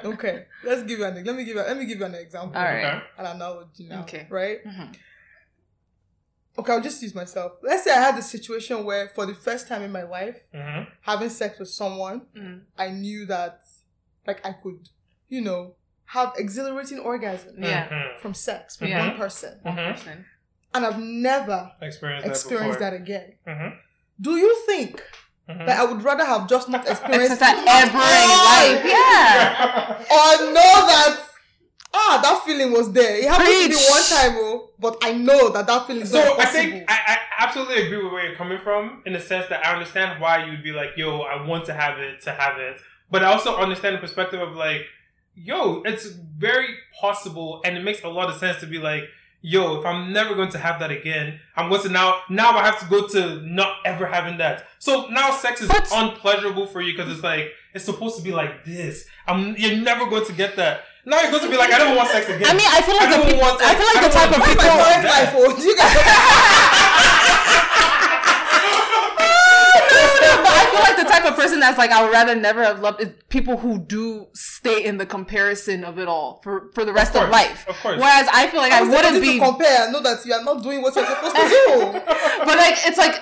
Speaker 3: Okay, let's give you an let me give you let me give you an example.
Speaker 1: All right.
Speaker 3: An analogy now.
Speaker 1: Okay.
Speaker 3: Right.
Speaker 1: Mhm.
Speaker 3: Okay, I'll just use myself. Let's say I had a situation where, for the first time in my life,
Speaker 2: Mhm.
Speaker 3: having sex with someone,
Speaker 1: Mm.
Speaker 3: I knew that, like, I could, you know, have exhilarating orgasm
Speaker 1: Yeah.
Speaker 2: Mhm.
Speaker 3: from sex with
Speaker 1: Yeah.
Speaker 3: one person,
Speaker 2: Mhm.
Speaker 3: and I've never
Speaker 2: Experience that.
Speaker 3: experience
Speaker 2: before.
Speaker 3: that again.
Speaker 2: Mhm.
Speaker 3: Do you think
Speaker 2: Mhm.
Speaker 3: that I would rather have just not
Speaker 1: It's
Speaker 3: experienced
Speaker 1: that ever
Speaker 3: Oh!
Speaker 1: in life. Yeah.
Speaker 3: or Oh, know that ah that feeling was there? It happened to
Speaker 1: Preach.
Speaker 3: me one time, oh, but I know that that feeling is
Speaker 2: So
Speaker 3: not
Speaker 2: I
Speaker 3: possible.
Speaker 2: think I, I absolutely agree with where you're coming from in the sense that I understand why you'd be like, yo, I want to have it to have it. But I also understand the perspective of like, yo, it's very possible and it makes a lot of sense to be like, yo, if I'm never going to have that again, I'm going to now now I have to go to not ever having that. So now sex is
Speaker 1: But-
Speaker 2: unpleasurable for you because it's like it's supposed to be like this. I'm you're never going to get that. Now you're going to be like, I don't want sex again.
Speaker 1: I mean, I feel like
Speaker 2: I don't
Speaker 1: the people,
Speaker 2: want to-
Speaker 1: I feel like
Speaker 2: I
Speaker 1: the
Speaker 2: don't
Speaker 1: type
Speaker 2: want
Speaker 1: of
Speaker 2: to-
Speaker 1: people.
Speaker 3: my
Speaker 2: Why
Speaker 3: current life, oh, do you guys
Speaker 1: No, but I feel like the type of person that's like I would rather never have loved is people who do stay in the comparison of it all for for the rest of,
Speaker 2: course,
Speaker 1: life.
Speaker 2: of course.
Speaker 1: Whereas I feel like I, wouldn't
Speaker 3: It's
Speaker 1: be.
Speaker 3: easy to compare and know that you are not doing what you're supposed to do.
Speaker 1: but like it's like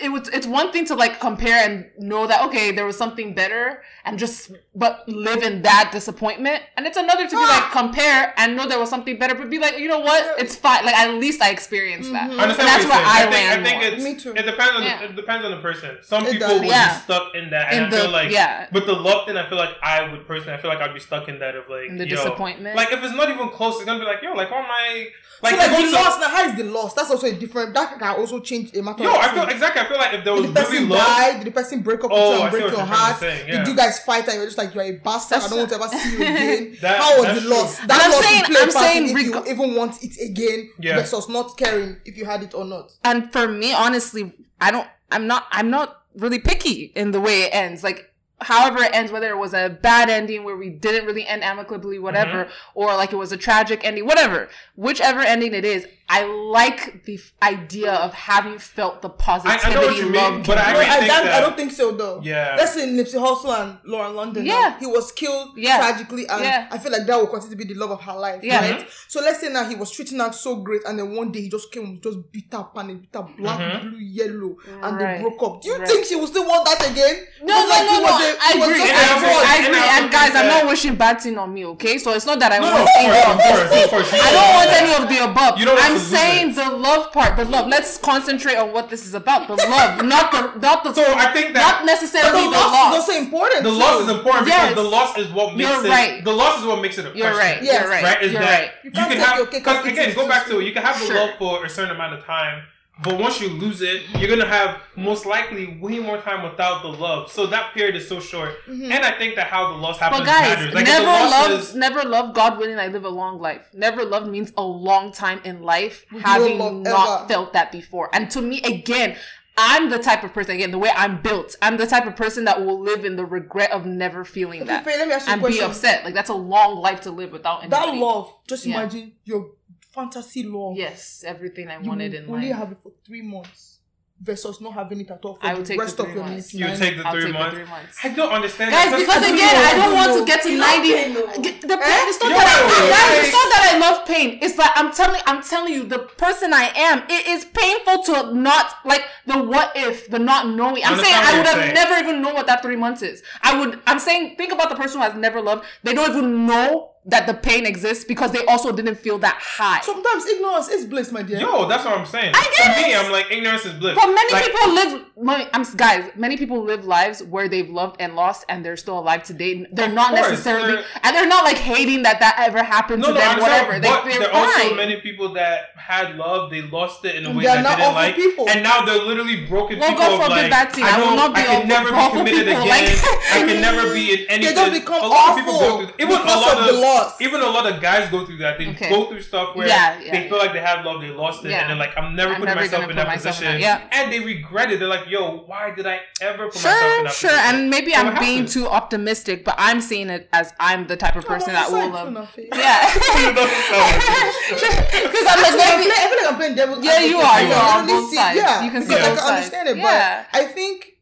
Speaker 1: it was it's one thing to like compare and know that okay there was something better and just but live in that disappointment and it's another to be like compare and know there was something better but be like you know what it's fine like at least I experienced that
Speaker 2: I Mm-hmm. understand
Speaker 1: that's
Speaker 2: what you're
Speaker 1: where
Speaker 2: saying.
Speaker 1: I ran
Speaker 2: think, I
Speaker 1: more.
Speaker 2: think it's,
Speaker 3: Me too.
Speaker 2: It depends on
Speaker 1: Yeah.
Speaker 2: the, it depends on the person. Some
Speaker 3: It
Speaker 2: people
Speaker 3: does.
Speaker 2: would
Speaker 1: Yeah.
Speaker 2: be stuck in that,
Speaker 1: In
Speaker 2: and I
Speaker 1: the-
Speaker 2: feel like
Speaker 1: yeah.
Speaker 2: But the love thing, I feel like I would personally, I feel like I'd be stuck in that of like
Speaker 1: In the
Speaker 2: yo,
Speaker 1: disappointment.
Speaker 2: Like if it's not even close, it's gonna be like yo, like why am I
Speaker 3: Like,
Speaker 2: like,
Speaker 3: so like
Speaker 2: go
Speaker 3: the
Speaker 2: to-
Speaker 3: loss, now how is the loss? That's also a different. That can also change a matter.
Speaker 2: Yo,
Speaker 3: of
Speaker 2: I feel
Speaker 3: time.
Speaker 2: exactly. I feel like if there was
Speaker 3: Did the person
Speaker 2: really love,
Speaker 3: die? Did the person break up with
Speaker 2: Oh,
Speaker 3: you
Speaker 2: I see
Speaker 3: and break
Speaker 2: what
Speaker 3: your
Speaker 2: you're trying
Speaker 3: heart?
Speaker 2: to say, yeah.
Speaker 3: Did you guys fight and you're just like you're a bastard? I
Speaker 1: That's
Speaker 3: don't want to ever see you again.
Speaker 2: That-
Speaker 3: How was
Speaker 2: that's
Speaker 3: the
Speaker 2: true.
Speaker 3: loss?
Speaker 1: And I'm
Speaker 3: loss
Speaker 1: saying-
Speaker 3: would play a
Speaker 1: I'm
Speaker 3: part
Speaker 1: saying
Speaker 3: in if you
Speaker 1: reg-
Speaker 3: even want it again
Speaker 2: Yeah.
Speaker 3: versus not caring if you had it or not.
Speaker 1: and for me honestly I don't I'm not I'm not really picky in the way it ends like however it ends, whether it was a bad ending where we didn't really end amicably, whatever,
Speaker 2: Mm-hmm.
Speaker 1: or like it was a tragic ending, whatever, whichever ending it is, I like the f- idea of having felt the
Speaker 2: I,
Speaker 1: positivity.
Speaker 2: I know what you
Speaker 1: love
Speaker 2: mean, but I
Speaker 1: can
Speaker 2: actually
Speaker 3: No,
Speaker 1: bring.
Speaker 3: I,
Speaker 2: think
Speaker 3: that-
Speaker 2: that.
Speaker 3: I don't think so though.
Speaker 2: Yeah.
Speaker 3: That's in Nipsey Hussle and Lauren London. now.
Speaker 1: Yeah.
Speaker 3: He was killed
Speaker 1: Yeah.
Speaker 3: tragically, and
Speaker 1: Yeah.
Speaker 3: I feel like that will continue to be the love of her life.
Speaker 1: Yeah.
Speaker 3: Right?
Speaker 2: Mm-hmm.
Speaker 3: So let's say now he was treating her so great, and then one day he just came with just beat up and he beat up black,
Speaker 2: Mm-hmm.
Speaker 3: blue, yellow, and
Speaker 1: Right.
Speaker 3: they broke up. Do you
Speaker 1: Right.
Speaker 3: think she will still want that again?
Speaker 1: No, no,
Speaker 3: It's like
Speaker 1: no,
Speaker 3: he
Speaker 1: no.
Speaker 3: was a-
Speaker 1: I
Speaker 3: he was
Speaker 1: agree.
Speaker 3: just
Speaker 2: And
Speaker 3: a
Speaker 1: I agree.
Speaker 3: fraud.
Speaker 1: I
Speaker 2: And
Speaker 1: agree.
Speaker 2: I
Speaker 1: And
Speaker 2: think
Speaker 1: guys, I'm
Speaker 2: that-
Speaker 1: not wishing bad thing on me, okay? So it's not that I
Speaker 2: No, no,
Speaker 1: want
Speaker 2: of
Speaker 1: things
Speaker 2: course,
Speaker 1: from
Speaker 2: of
Speaker 1: this
Speaker 2: course,
Speaker 1: thing.
Speaker 2: of course.
Speaker 1: I don't want any of the above.
Speaker 2: You don't want
Speaker 1: I'm
Speaker 2: to lose
Speaker 1: saying
Speaker 2: it.
Speaker 1: the love part, the love. Let's concentrate on what this is about. The love, not the not the
Speaker 2: So I think that
Speaker 1: not
Speaker 3: But
Speaker 1: necessarily
Speaker 3: the
Speaker 1: the
Speaker 3: loss
Speaker 1: loss.
Speaker 3: is also important.
Speaker 2: the
Speaker 3: too.
Speaker 2: loss is important because
Speaker 1: Yes.
Speaker 2: the loss is what makes
Speaker 1: You're
Speaker 2: it.
Speaker 1: right.
Speaker 2: The loss is what makes it a
Speaker 1: You're
Speaker 2: question.
Speaker 1: right.
Speaker 3: Yes.
Speaker 1: You're right.
Speaker 2: right? Is
Speaker 1: You're
Speaker 2: that
Speaker 1: right.
Speaker 2: you,
Speaker 3: You can't
Speaker 2: can
Speaker 3: take
Speaker 2: have
Speaker 3: your cake
Speaker 2: because
Speaker 3: and eat
Speaker 2: again,
Speaker 3: it
Speaker 2: go
Speaker 3: too
Speaker 2: back to
Speaker 3: soon.
Speaker 2: it, you can have the
Speaker 1: Sure.
Speaker 2: love for a certain amount of time, but once you lose it, you're gonna have most likely way more time without the love. So that period is so short, and I think that how the loss happens
Speaker 1: Mm-hmm. But guys,
Speaker 2: matters. Like if
Speaker 1: never
Speaker 2: the loss
Speaker 1: love,
Speaker 2: is-
Speaker 1: never love. God willing, I live a long life. Never love means a long time in life,
Speaker 3: love
Speaker 1: having not
Speaker 3: ever.
Speaker 1: felt that before. And to me, again, I'm the type of person. Again, the way I'm built, I'm the type of person that will live in the regret of never feeling that
Speaker 3: Faye, let me ask you a
Speaker 1: and be
Speaker 3: question.
Speaker 1: upset. Like that's a long life to live without
Speaker 3: That
Speaker 1: anybody.
Speaker 3: love, just
Speaker 1: Yeah.
Speaker 3: imagine your fantasy love.
Speaker 1: Yes, everything I
Speaker 3: You
Speaker 1: wanted
Speaker 3: will
Speaker 1: in
Speaker 3: only
Speaker 1: life.
Speaker 3: have it for three months versus not having it at all for
Speaker 1: I will
Speaker 3: the
Speaker 1: take the
Speaker 3: rest
Speaker 1: three
Speaker 3: of your
Speaker 1: months.
Speaker 3: life.
Speaker 2: you take the
Speaker 1: I'll
Speaker 2: three
Speaker 1: take the
Speaker 2: months.
Speaker 1: three months.
Speaker 2: I don't understand,
Speaker 1: Guys,
Speaker 2: that.
Speaker 1: because
Speaker 3: I don't
Speaker 1: again,
Speaker 3: know.
Speaker 1: I don't
Speaker 3: I
Speaker 1: want
Speaker 3: don't
Speaker 1: to get to
Speaker 4: know.
Speaker 1: ninety.
Speaker 4: You love pain,
Speaker 1: Get- The pain, it's not
Speaker 2: Eh? You
Speaker 1: that I,
Speaker 2: know,
Speaker 1: guys,
Speaker 2: right?
Speaker 1: it's not that I love pain. It's like I'm telling, I'm telling you, the person I am. It is painful to not like the what if, the not knowing. I'm saying
Speaker 2: Understand
Speaker 1: I
Speaker 2: what
Speaker 1: would
Speaker 2: you're
Speaker 1: have
Speaker 2: saying.
Speaker 1: never even known what that three months is. I would. I'm saying think about the person who has never loved. They don't even know that the pain exists because they also didn't feel that high.
Speaker 3: Sometimes ignorance is bliss, my dear.
Speaker 2: yo, that's what I'm saying.
Speaker 1: I get
Speaker 2: to me,
Speaker 1: it.
Speaker 2: I'm like ignorance is bliss.
Speaker 1: But many
Speaker 2: Like,
Speaker 1: people live, my, I'm guys. Many people live lives where they've loved and lost, and they're still alive today. They're not
Speaker 2: course,
Speaker 1: necessarily,
Speaker 2: they're-
Speaker 1: and they're not like hating that that ever happened
Speaker 2: No,
Speaker 1: to
Speaker 2: no,
Speaker 1: them.
Speaker 2: I'm
Speaker 1: Whatever,
Speaker 2: sorry,
Speaker 1: they,
Speaker 2: but
Speaker 1: they're
Speaker 2: there are
Speaker 1: fine.
Speaker 2: also many people that had love, they lost it in a way
Speaker 3: They are
Speaker 2: that
Speaker 3: not
Speaker 2: they
Speaker 3: awful
Speaker 2: didn't like,
Speaker 3: people.
Speaker 2: and now they're literally broken
Speaker 1: Well,
Speaker 2: people.
Speaker 1: God
Speaker 2: of
Speaker 1: forbid
Speaker 2: like,
Speaker 1: that thing.
Speaker 2: I,
Speaker 1: I will
Speaker 2: don't-
Speaker 1: not be
Speaker 2: I can
Speaker 1: awful-
Speaker 2: never be
Speaker 1: awful
Speaker 2: committed
Speaker 1: people,
Speaker 2: again.
Speaker 1: like-
Speaker 2: I can never be in anything.
Speaker 3: don't become
Speaker 2: a lot of people go
Speaker 3: awful
Speaker 2: through. Even a
Speaker 3: because of
Speaker 2: lot
Speaker 3: the
Speaker 2: of,
Speaker 3: loss.
Speaker 2: even a lot of guys go through that. They
Speaker 1: Okay.
Speaker 2: go through stuff where
Speaker 1: Yeah, yeah,
Speaker 2: they feel like they had love, they lost it,
Speaker 1: Yeah.
Speaker 2: and they're like, I'm never
Speaker 1: I'm
Speaker 2: putting
Speaker 1: never
Speaker 2: myself
Speaker 1: gonna put
Speaker 2: in that
Speaker 1: myself in
Speaker 2: position.
Speaker 1: that- yeah.
Speaker 2: And they regret it. They're like, Yo, why did I ever put myself in
Speaker 1: Sure,
Speaker 2: that
Speaker 1: sure,
Speaker 2: position?
Speaker 1: and maybe
Speaker 2: So it
Speaker 1: I'm being
Speaker 2: happens.
Speaker 1: too optimistic, but I'm seeing it as I'm the type of
Speaker 3: Come on,
Speaker 1: person
Speaker 3: you
Speaker 1: that
Speaker 3: saw
Speaker 1: will
Speaker 3: it too,
Speaker 1: love.
Speaker 3: now, Faye.
Speaker 1: Yeah, because I'm like
Speaker 3: I
Speaker 1: maybe-
Speaker 3: play- I feel like I'm playing devil's
Speaker 1: Yeah, you are. You are
Speaker 3: advocate. I can
Speaker 1: on
Speaker 3: only
Speaker 1: both
Speaker 3: see-
Speaker 1: sides.
Speaker 3: Yeah,
Speaker 1: You can see
Speaker 3: because I
Speaker 1: both
Speaker 3: can
Speaker 1: sides.
Speaker 3: understand it,
Speaker 1: Yeah.
Speaker 3: but I think,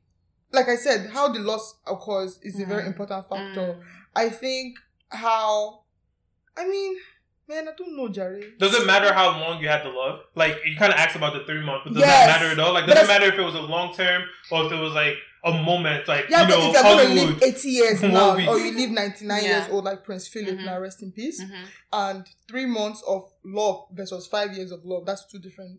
Speaker 3: like I said, how the loss occurs is a very
Speaker 1: Mm.
Speaker 3: important factor. I think how, I mean, man, I don't know, Jerry.
Speaker 2: Does it matter how long you had the love? Like you kind of asked about the three months, but does
Speaker 3: Yes.
Speaker 2: that matter at all? Like,
Speaker 3: But
Speaker 2: does it
Speaker 3: that's-
Speaker 2: matter if it was a long term or if it was like a moment? Like
Speaker 3: Yeah,
Speaker 2: you
Speaker 3: but
Speaker 2: know,
Speaker 3: if you're going to
Speaker 2: Hollywood.
Speaker 3: live 80 years
Speaker 2: One
Speaker 3: now,
Speaker 2: week.
Speaker 3: or you live 99
Speaker 1: Yeah.
Speaker 3: years old, like Prince Philip,
Speaker 1: Mhm.
Speaker 3: now rest in peace,
Speaker 1: Mhm.
Speaker 3: and three months of love versus five years of love, that's two different.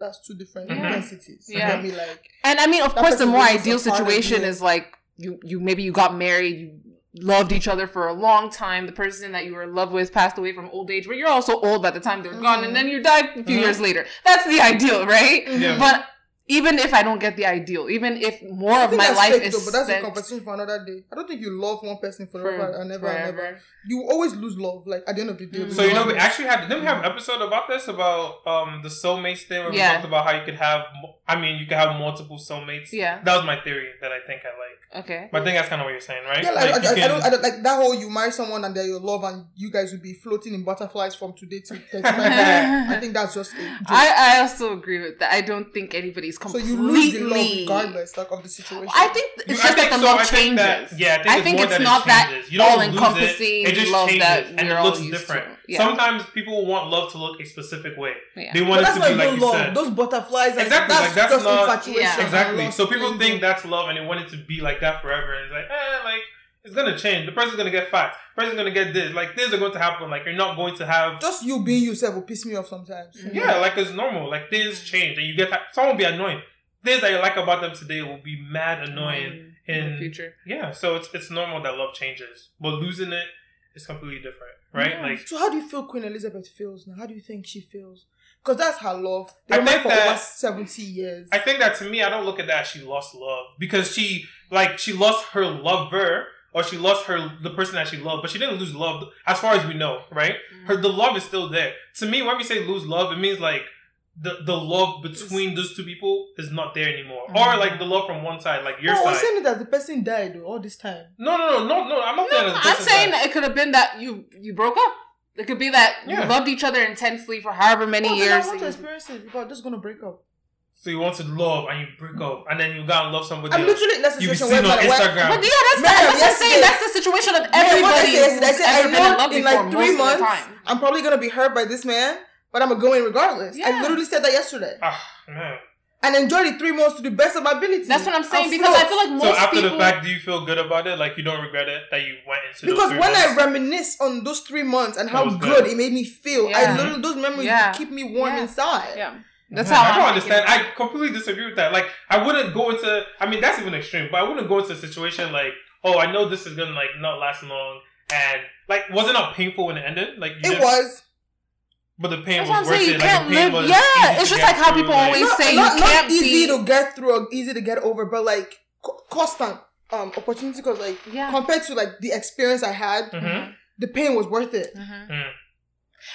Speaker 3: That's two different
Speaker 2: Mm-hmm.
Speaker 1: Mhm.
Speaker 3: intensities. You
Speaker 1: Yeah.
Speaker 3: get me? Like,
Speaker 1: And I mean, of
Speaker 3: That
Speaker 1: course, the
Speaker 3: person
Speaker 1: more
Speaker 3: really is a
Speaker 1: ideal
Speaker 3: part of
Speaker 1: situation
Speaker 3: you.
Speaker 1: is like you, you maybe you got married, you loved each other for a long time. The person that you were in love with passed away from old age, but you're also old by the time they're gone,
Speaker 3: Mm-hmm.
Speaker 1: and then you die a few
Speaker 2: Mhm.
Speaker 1: years later. That's the ideal, right?
Speaker 3: Mm-hmm.
Speaker 2: Yeah.
Speaker 1: But even if I don't get the ideal, even if more
Speaker 3: I
Speaker 1: of
Speaker 3: think
Speaker 1: my
Speaker 3: that's
Speaker 1: life
Speaker 3: fake
Speaker 1: is
Speaker 3: though, but that's a
Speaker 1: spent
Speaker 3: conversation for another day. I don't think you love one person forever
Speaker 1: for-
Speaker 3: and ever and ever.
Speaker 1: forever.
Speaker 3: You will always lose love, like at the end of the day.
Speaker 2: So you know, we actually had didn't we have an episode about this about um the soulmates thing where
Speaker 1: Yeah.
Speaker 2: we talked about how you could have. mu- I mean, you could have multiple soulmates.
Speaker 1: Yeah.
Speaker 2: that was my theory that I think I like.
Speaker 1: Okay.
Speaker 2: But I think that's kind of what you're saying, right?
Speaker 3: yeah, like,
Speaker 2: Like, you
Speaker 3: I, I, I
Speaker 2: can-
Speaker 3: don't, I don't like that whole you marry someone and they're your love and you guys will be floating in butterflies from today to 35 I think that's just a joke.
Speaker 1: I, I also agree with that. I don't think anybody's
Speaker 3: so
Speaker 1: completely.
Speaker 3: you lose the love regardless like, of the situation.
Speaker 1: I think it's
Speaker 2: You- I
Speaker 1: just that
Speaker 2: think
Speaker 1: the
Speaker 2: so,
Speaker 1: love
Speaker 2: I think
Speaker 1: changes.
Speaker 2: that- yeah, I think it's more that it
Speaker 1: not that
Speaker 2: changes. You don't
Speaker 1: all
Speaker 2: lose it,
Speaker 1: encompassing
Speaker 2: it just
Speaker 1: love
Speaker 2: changes,
Speaker 1: that
Speaker 2: and
Speaker 1: we're
Speaker 2: it looks
Speaker 1: all used
Speaker 2: different.
Speaker 1: to. Yeah.
Speaker 2: Sometimes people want love to look a specific way.
Speaker 1: Yeah.
Speaker 2: They
Speaker 3: But
Speaker 2: want it
Speaker 3: that's
Speaker 2: to
Speaker 3: not
Speaker 2: be
Speaker 3: even
Speaker 2: like you
Speaker 3: love.
Speaker 2: said.
Speaker 3: Those butterflies, like,
Speaker 2: Exactly,
Speaker 3: that's,
Speaker 2: like, that's
Speaker 3: just
Speaker 2: not-
Speaker 3: infatuation.
Speaker 1: Yeah.
Speaker 2: Exactly.
Speaker 3: Lost
Speaker 2: So people
Speaker 3: feeling.
Speaker 2: think that's love and they want it to be like that forever. And it's like, eh, like, it's gonna change. The person's gonna get fat. The person's gonna get this. Like, things are going to happen. Like, you're not going to have.
Speaker 3: just you being yourself will piss me off sometimes.
Speaker 2: Yeah, like, it's normal. Like, things change. And you get. Someone will be annoying. Things that you like about them today will be mad annoying
Speaker 3: Mm,
Speaker 2: in,
Speaker 1: the future.
Speaker 2: Yeah, so it's it's normal that love changes. But losing it is completely different, right? Like,
Speaker 3: So how do you feel Queen Elizabeth feels now? How do you think she feels? Because that's her love.
Speaker 2: I
Speaker 3: They were
Speaker 2: think
Speaker 3: married for
Speaker 2: that-
Speaker 3: over seventy years.
Speaker 2: I think that to me, I don't look at that as she lost love because she like she lost her lover or she lost her the person that she loved, but she didn't lose
Speaker 1: Mm.
Speaker 2: love as far as we know, right? Her the love is still there. To me, when we say lose love, it means like the the love between those two people is not there anymore,
Speaker 1: Mm-hmm.
Speaker 2: or like the love from one side, like your
Speaker 3: oh, I'm
Speaker 2: side.
Speaker 3: saying that the person died all this time.
Speaker 2: no, no, no, no, no. I'm not saying.
Speaker 1: No,
Speaker 2: that
Speaker 1: I'm
Speaker 2: person's
Speaker 1: saying
Speaker 2: side.
Speaker 1: that it could have been that you you broke up. It could be that
Speaker 2: Yeah.
Speaker 1: you loved each other intensely for however many
Speaker 3: Oh, then
Speaker 1: years.
Speaker 3: I want to experience it because I'm just gonna break up.
Speaker 2: So you want to love and you break up, and then you go and love somebody.
Speaker 3: I'm
Speaker 2: else.
Speaker 3: literally in that
Speaker 2: You be
Speaker 3: situation
Speaker 2: seen on
Speaker 3: like, where-
Speaker 2: Instagram.
Speaker 1: But yeah, that's
Speaker 3: Ma'am,
Speaker 1: that's what I'm
Speaker 3: yesterday-
Speaker 1: saying. That's the situation of
Speaker 3: Yeah,
Speaker 1: everybody
Speaker 3: what I said,
Speaker 1: who's
Speaker 3: I said,
Speaker 1: ever
Speaker 3: I
Speaker 1: been in
Speaker 3: know
Speaker 1: love
Speaker 3: in
Speaker 1: before.
Speaker 3: like three
Speaker 1: most of
Speaker 3: months,
Speaker 1: the time.
Speaker 3: I'm probably gonna be hurt by this man, but I'm gonna go in regardless.
Speaker 1: Yeah.
Speaker 3: I literally said that yesterday.
Speaker 2: Ah, man.
Speaker 3: And enjoy the three months to the best of my ability.
Speaker 1: That's what I'm saying
Speaker 3: I'll
Speaker 1: because
Speaker 3: float.
Speaker 1: I feel like most
Speaker 2: So after
Speaker 1: people.
Speaker 2: the fact, do you feel good about it? Like you don't regret it that you went into those
Speaker 3: because
Speaker 2: three
Speaker 3: when I
Speaker 2: months?
Speaker 3: reminisce on those three months and
Speaker 2: That
Speaker 3: how
Speaker 2: was
Speaker 3: good,
Speaker 2: good.
Speaker 3: it made me feel,
Speaker 1: Yeah.
Speaker 3: I literally those memories
Speaker 1: Yeah.
Speaker 3: keep me warm
Speaker 1: Yeah.
Speaker 3: inside.
Speaker 1: yeah, that's
Speaker 2: Yeah,
Speaker 1: how
Speaker 2: I
Speaker 1: I'm
Speaker 2: don't
Speaker 1: thinking.
Speaker 2: understand. I completely disagree with that. Like, I wouldn't go into. I mean, that's even extreme. But I wouldn't go into a situation like, oh, I know this is gonna like not last long, and like, wasn't it painful when it ended? Like, you
Speaker 3: It
Speaker 2: didn't-
Speaker 3: was
Speaker 2: But the pain
Speaker 1: That's what I'm
Speaker 2: was worth
Speaker 1: saying. You
Speaker 2: it. Like,
Speaker 1: can't
Speaker 2: the pain
Speaker 1: live-
Speaker 2: was
Speaker 1: yeah,
Speaker 2: easy
Speaker 1: it's
Speaker 2: to
Speaker 1: just
Speaker 2: get
Speaker 1: like how
Speaker 2: through,
Speaker 1: people
Speaker 2: like-
Speaker 1: always- They
Speaker 3: not,
Speaker 1: say you
Speaker 3: not,
Speaker 1: can't
Speaker 3: not
Speaker 1: be-
Speaker 3: easy to get through or easy to get over, but like co- constant um opportunity because like
Speaker 1: Yeah.
Speaker 3: compared to like the experience I had,
Speaker 1: Mm-hmm.
Speaker 2: Mhm.
Speaker 3: the pain was worth it.
Speaker 2: Mm.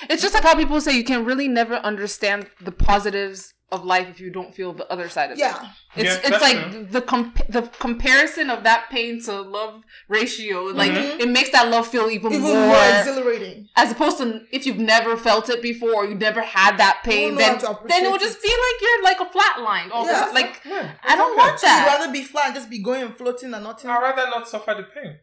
Speaker 1: It's just like how people say you can really never understand the positives of life if you don't feel the other side of it.
Speaker 3: Yeah.
Speaker 1: It's
Speaker 2: Yeah,
Speaker 1: it's
Speaker 2: that's
Speaker 1: like
Speaker 2: true.
Speaker 1: the comp- the comparison of that pain to love ratio. Like
Speaker 2: Mm-hmm.
Speaker 3: Mhm.
Speaker 1: it makes that love feel even,
Speaker 3: Even
Speaker 1: more,
Speaker 3: more exhilarating.
Speaker 1: as opposed to if you've never felt it before, or you never had that pain,
Speaker 3: know
Speaker 1: then
Speaker 3: how to
Speaker 1: then it would just
Speaker 3: appreciate
Speaker 1: be like you're like a flat line. Or
Speaker 3: Yeah.
Speaker 1: like
Speaker 2: Yeah.
Speaker 1: I don't
Speaker 2: okay.
Speaker 1: want
Speaker 3: So you'd
Speaker 1: that.
Speaker 3: rather be flat and just be going and floating and nothing.
Speaker 2: I'd rather not suffer the pain.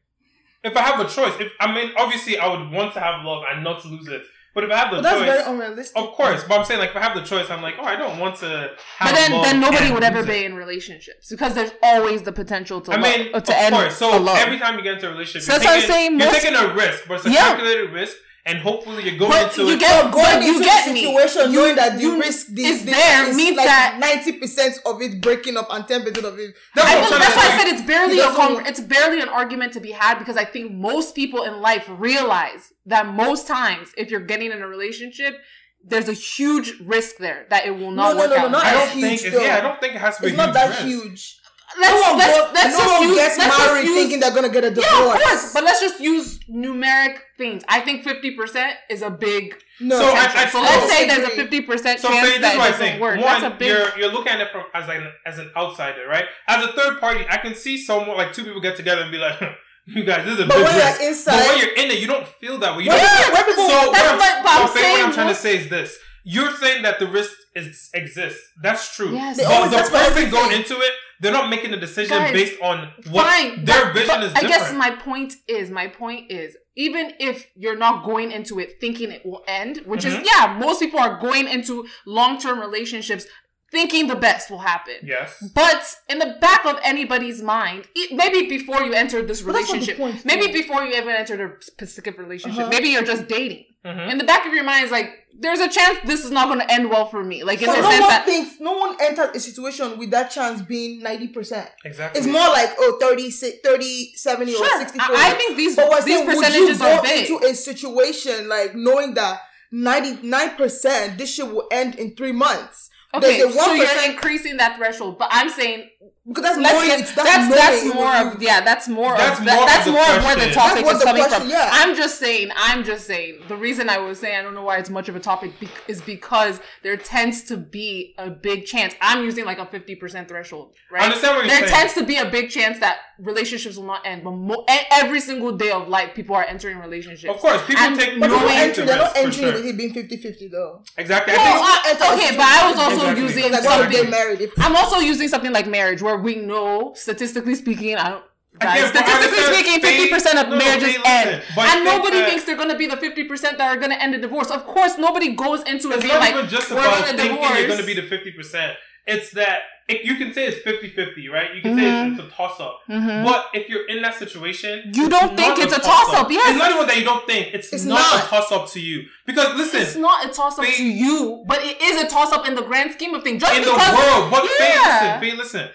Speaker 2: If I have a choice, if I mean, obviously, I would want to have love and not lose it. But if I have the
Speaker 3: But that's
Speaker 2: choice,
Speaker 3: very unrealistic.
Speaker 1: Oh.
Speaker 2: Of course, but I'm saying like if I have the choice, I'm like, oh, I don't want to. Have
Speaker 1: But then,
Speaker 2: love
Speaker 1: then nobody
Speaker 2: and
Speaker 1: would ever
Speaker 2: lose it.
Speaker 1: be in relationships because there's always the potential to
Speaker 2: I
Speaker 1: love-
Speaker 2: mean,
Speaker 1: uh,
Speaker 2: of
Speaker 1: to end
Speaker 2: course.
Speaker 1: a
Speaker 2: So
Speaker 1: love.
Speaker 2: every time you get into a relationship,
Speaker 1: So
Speaker 2: you're,
Speaker 1: that's what I'm
Speaker 2: taking,
Speaker 1: saying,
Speaker 2: you're
Speaker 1: most-
Speaker 2: taking a risk, but it's a
Speaker 1: Yeah.
Speaker 2: calculated risk, and hopefully you're going
Speaker 1: But
Speaker 2: into
Speaker 1: you
Speaker 2: it.
Speaker 1: get
Speaker 3: going
Speaker 1: but you
Speaker 3: into
Speaker 1: get
Speaker 3: the
Speaker 1: me.
Speaker 3: situation
Speaker 1: You-
Speaker 3: knowing that the
Speaker 1: you-
Speaker 3: risk this,
Speaker 1: is
Speaker 3: this
Speaker 1: there means
Speaker 3: like
Speaker 1: that-
Speaker 3: ninety percent of it breaking up and ten percent of it.
Speaker 1: I
Speaker 2: what
Speaker 1: feel,
Speaker 2: I'm
Speaker 1: that's why
Speaker 2: trying
Speaker 1: I
Speaker 2: to
Speaker 1: said it's barely
Speaker 3: He
Speaker 1: a
Speaker 3: doesn't
Speaker 1: con-
Speaker 3: want-
Speaker 1: it's barely an argument to be had because I think most people in life realize that most times if you're getting in a relationship, there's a huge risk there that it will not
Speaker 3: No, no,
Speaker 1: work
Speaker 3: no, no,
Speaker 1: out.
Speaker 3: not
Speaker 2: I don't
Speaker 3: That's
Speaker 2: think.
Speaker 3: huge,
Speaker 2: it's, yeah, I
Speaker 3: though.
Speaker 2: don't think it has to be.
Speaker 3: It's
Speaker 2: a
Speaker 3: not
Speaker 2: huge
Speaker 3: that
Speaker 2: risk.
Speaker 3: huge.
Speaker 1: Let's,
Speaker 3: no one,
Speaker 1: let's,
Speaker 3: goes-
Speaker 1: let's
Speaker 3: no
Speaker 1: just
Speaker 3: one
Speaker 1: use,
Speaker 3: gets
Speaker 1: let's just
Speaker 3: married
Speaker 1: use-
Speaker 3: thinking they're gonna get a divorce.
Speaker 1: yeah, of course, but let's just use numeric things. I think fifty percent is a big.
Speaker 3: no,
Speaker 2: So I-
Speaker 1: potential.
Speaker 2: I-
Speaker 1: so let's say there's a
Speaker 3: disagree.
Speaker 1: fifty percent
Speaker 2: So
Speaker 1: chance
Speaker 2: Faye, this
Speaker 1: that
Speaker 2: is
Speaker 1: it
Speaker 2: what I
Speaker 1: doesn't
Speaker 2: think.
Speaker 1: work. That's a
Speaker 2: One,
Speaker 1: big.
Speaker 2: you're you're looking at it from as an as an outsider, right? As a third party, I can see someone like two people get together and be like, "You guys, this is a
Speaker 3: But
Speaker 2: big
Speaker 3: when you're
Speaker 2: risk."
Speaker 3: inside-
Speaker 2: but when you're in it, you don't feel that way. You
Speaker 3: When
Speaker 2: don't-
Speaker 3: people- when people-
Speaker 2: so what
Speaker 1: that's
Speaker 2: I'm,
Speaker 1: what- but I'm
Speaker 2: so Faye, what I'm
Speaker 1: saying
Speaker 2: trying to
Speaker 1: most-
Speaker 2: say is this: you're saying that the risk is, exists. That's true.
Speaker 1: Yes. They
Speaker 2: But
Speaker 3: always-
Speaker 2: the
Speaker 3: that's what
Speaker 2: person
Speaker 3: everything-
Speaker 2: going into it, they're not making a decision
Speaker 1: Guys,
Speaker 2: based on what
Speaker 1: Fine.
Speaker 2: their
Speaker 1: but-
Speaker 2: vision
Speaker 1: but
Speaker 2: is.
Speaker 1: I
Speaker 2: Different.
Speaker 1: guess my point is, my point is, even if you're not going into it thinking it will end, which
Speaker 2: Mhm.
Speaker 1: is yeah, most people are going into long-term relationships thinking the best will happen.
Speaker 2: yes.
Speaker 1: But in the back of anybody's mind, e- maybe before you entered this
Speaker 3: But that's not the
Speaker 1: relationship,
Speaker 3: point,
Speaker 1: maybe
Speaker 3: though.
Speaker 1: before you ever entered a specific relationship,
Speaker 3: Uh-huh.
Speaker 1: maybe you're just dating.
Speaker 2: Mhm.
Speaker 1: In the back of your mind is like, there's a chance this is not going to end well for me. Like in
Speaker 3: So
Speaker 1: the
Speaker 3: no
Speaker 1: sense
Speaker 3: one
Speaker 1: that
Speaker 3: thinks no one entered a situation with that chance being ninety percent.
Speaker 2: Exactly.
Speaker 3: It's more like oh 30, si- 30 70
Speaker 1: sure,
Speaker 3: or
Speaker 1: I,
Speaker 3: 60 40.
Speaker 1: I think these
Speaker 3: But what
Speaker 1: these
Speaker 3: I'm saying,
Speaker 1: percentages
Speaker 3: would you go
Speaker 1: are big.
Speaker 3: into a situation like knowing that ninety nine percent this shit will end in three months?
Speaker 1: Okay,
Speaker 3: There's a
Speaker 1: so
Speaker 3: one
Speaker 1: you're
Speaker 3: percent
Speaker 1: increasing that threshold, but I'm saying
Speaker 3: because that's
Speaker 1: let's
Speaker 3: knowing
Speaker 1: get-
Speaker 3: it's, that's,
Speaker 1: that's
Speaker 3: knowing
Speaker 1: that's
Speaker 3: it will
Speaker 1: more
Speaker 3: do.
Speaker 1: of yeah, that's more
Speaker 2: That's
Speaker 1: of
Speaker 2: more
Speaker 1: that,
Speaker 2: of
Speaker 1: that's
Speaker 2: the
Speaker 1: more of where the
Speaker 2: question.
Speaker 1: topic is
Speaker 3: That's what the
Speaker 1: coming
Speaker 3: question-
Speaker 1: from.
Speaker 3: yeah.
Speaker 1: I'm just saying, I'm just saying. The reason I was saying I don't know why it's much of a topic be- is because there tends to be a big chance. I'm using like a fifty percent threshold, right?
Speaker 2: I understand what you're
Speaker 1: there
Speaker 2: saying.
Speaker 1: tends to be a big chance that relationships will not end, but mo- e- every single day of life, people are entering relationships.
Speaker 2: Of course, people
Speaker 1: And
Speaker 2: take-
Speaker 3: But
Speaker 2: No
Speaker 3: they're not
Speaker 2: one
Speaker 3: entering, they're not
Speaker 2: enters, for
Speaker 3: entering
Speaker 2: sure.
Speaker 3: with it being 50-50 though.
Speaker 2: Exactly. I
Speaker 1: No,
Speaker 2: think-
Speaker 1: I- Oh, okay, but I was also
Speaker 2: Exactly.
Speaker 1: using
Speaker 3: Like why would
Speaker 1: something
Speaker 3: they married if
Speaker 1: I'm also using something like marriage, where we know, statistically speaking, I don't.
Speaker 2: I
Speaker 1: Guys,
Speaker 2: get- but I
Speaker 1: statistically
Speaker 2: understand-
Speaker 1: speaking,
Speaker 2: they-
Speaker 1: fifty percent of
Speaker 2: no, no,
Speaker 1: marriages
Speaker 2: they listen,
Speaker 1: end,
Speaker 2: but
Speaker 1: and
Speaker 2: they-
Speaker 1: nobody
Speaker 2: uh,
Speaker 1: thinks they're going to be the fifty percent that are going to end a divorce. Of course, nobody goes into it
Speaker 2: it's
Speaker 1: being
Speaker 2: not
Speaker 1: like
Speaker 2: even just
Speaker 1: we're
Speaker 2: about
Speaker 1: going to
Speaker 2: thinking
Speaker 1: divorce.
Speaker 2: you're going to be the 50%. It's that it, you can say it's 50 50, right? You can say it's, it's a toss up. But if you're in that situation,
Speaker 1: Mm-hmm. You
Speaker 2: it's
Speaker 1: don't think
Speaker 2: not
Speaker 1: it's a toss-up, yes.
Speaker 2: It's not even that you don't think, it's,
Speaker 3: It's
Speaker 2: not, a
Speaker 3: not.
Speaker 2: toss up to you. Because listen,
Speaker 1: it's not a toss up
Speaker 2: They-
Speaker 1: to you, but it is a toss up in the grand scheme of things. Just
Speaker 2: in the
Speaker 1: because-
Speaker 2: world. But
Speaker 1: yeah.
Speaker 2: Faye, listen, Faye, listen.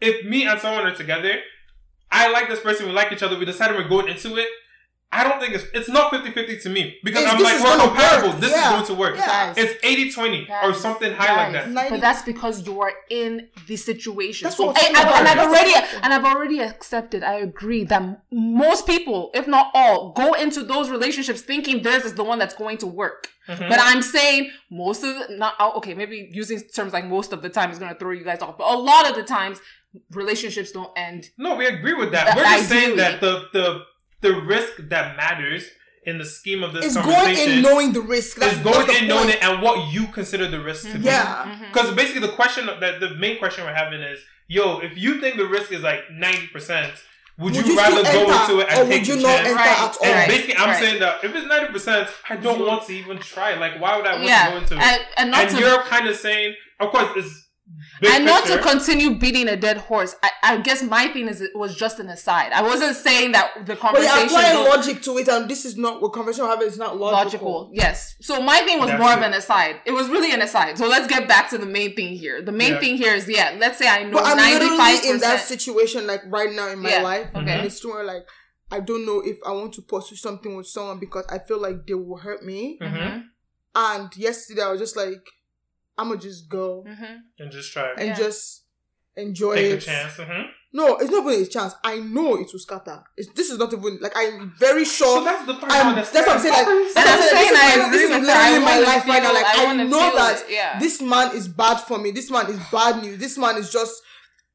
Speaker 2: If me and someone are together, I like this person, we like each other, we decided we're going into it. I don't think it's it's not 50-50 to me because
Speaker 3: It's-
Speaker 2: I'm
Speaker 3: this
Speaker 2: like
Speaker 3: is
Speaker 2: we're
Speaker 3: gonna
Speaker 2: compatible.
Speaker 3: work.
Speaker 2: This
Speaker 3: Yeah.
Speaker 2: is going to work.
Speaker 3: Yeah.
Speaker 2: It's 80-20 or
Speaker 8: Guys,
Speaker 2: something high
Speaker 8: guys.
Speaker 2: like that.
Speaker 3: Ninety-
Speaker 1: But that's because you are in the situation.
Speaker 3: That's
Speaker 1: so,
Speaker 3: what I'm
Speaker 1: and,
Speaker 3: talking
Speaker 1: I've, and
Speaker 3: about.
Speaker 1: I've already and I've already accepted. I agree that m- most people, if not all, go into those relationships thinking theirs is the one that's going to work.
Speaker 2: Mm-hmm.
Speaker 1: But I'm saying most of the not oh, okay, maybe using terms like most of the time is going to throw you guys off. But a lot of the times, relationships don't end.
Speaker 2: No, we agree with that.
Speaker 1: That
Speaker 2: We're just saying
Speaker 1: ideally-
Speaker 2: that the the the risk that matters in the scheme of this
Speaker 3: It's going
Speaker 2: conversation
Speaker 3: in knowing the risk. That's,
Speaker 2: is going
Speaker 3: that's the
Speaker 2: in knowing
Speaker 3: point.
Speaker 2: it and what you consider the risk to be.
Speaker 3: Yeah.
Speaker 1: Mm-hmm.
Speaker 2: Because basically, the question that the main question we're having is, yo, if you think the risk is like ninety percent, would, you, rather
Speaker 3: still
Speaker 2: go
Speaker 3: enter,
Speaker 2: into it
Speaker 3: or
Speaker 2: and take
Speaker 3: would you
Speaker 2: the
Speaker 3: not
Speaker 2: chance?
Speaker 3: enter
Speaker 1: Right.
Speaker 3: at all?
Speaker 2: And
Speaker 1: Right. Mm-hmm.
Speaker 2: basically, I'm saying that if it's ninety percent, I don't want to even try. Like, why would I want
Speaker 1: yeah,
Speaker 2: to go into it?
Speaker 1: and, and not
Speaker 2: and
Speaker 1: to
Speaker 2: you're kind of saying, of course, it's big
Speaker 1: and not to
Speaker 2: picture.
Speaker 1: continue beating a dead horse. I, I guess my thing is it was just an aside. I wasn't saying that the
Speaker 3: But
Speaker 1: conversation.
Speaker 3: you're applying
Speaker 1: goes-
Speaker 3: logic to it, and this is not what conventional habit is not
Speaker 1: logical.
Speaker 3: logical.
Speaker 1: Yes. So my thing was
Speaker 2: That's
Speaker 1: more of
Speaker 2: it.
Speaker 1: an aside. It was really an aside. So let's get back to the main thing here. The main
Speaker 2: Yeah.
Speaker 1: thing here is yeah. Let's say I know
Speaker 3: But I'm
Speaker 1: ninety five
Speaker 3: literally in that
Speaker 1: percent.
Speaker 3: situation, like right now in my
Speaker 1: Yeah.
Speaker 3: life,
Speaker 1: Okay.
Speaker 3: and it's where like I don't know if I want to pursue something with someone because I feel like they will hurt me.
Speaker 1: Mm-hmm.
Speaker 2: Mhm.
Speaker 3: And yesterday, I was just like, I'm gonna just go
Speaker 2: and just try
Speaker 3: and
Speaker 1: Mm. Yeah.
Speaker 3: just enjoy
Speaker 2: take a
Speaker 3: it.
Speaker 2: chance. hmm
Speaker 3: No, it's not even a chance. I know it will scatter. It's, this is not even like I'm very sure.
Speaker 2: So that's the part
Speaker 3: I'm-
Speaker 2: I
Speaker 3: Um, that's what I'm saying. Like,
Speaker 1: And
Speaker 2: understand.
Speaker 3: that's
Speaker 1: I'm
Speaker 3: what
Speaker 1: saying
Speaker 3: this is
Speaker 1: I
Speaker 3: my-
Speaker 1: agree
Speaker 3: this is
Speaker 1: with that. I
Speaker 3: literally my
Speaker 1: wanna
Speaker 3: life right now.
Speaker 1: feel-
Speaker 3: Like
Speaker 1: I
Speaker 3: I,
Speaker 1: wanna
Speaker 3: know
Speaker 1: feel
Speaker 3: that
Speaker 1: it, yeah.
Speaker 3: this man is bad for me. This man is bad news. This man is just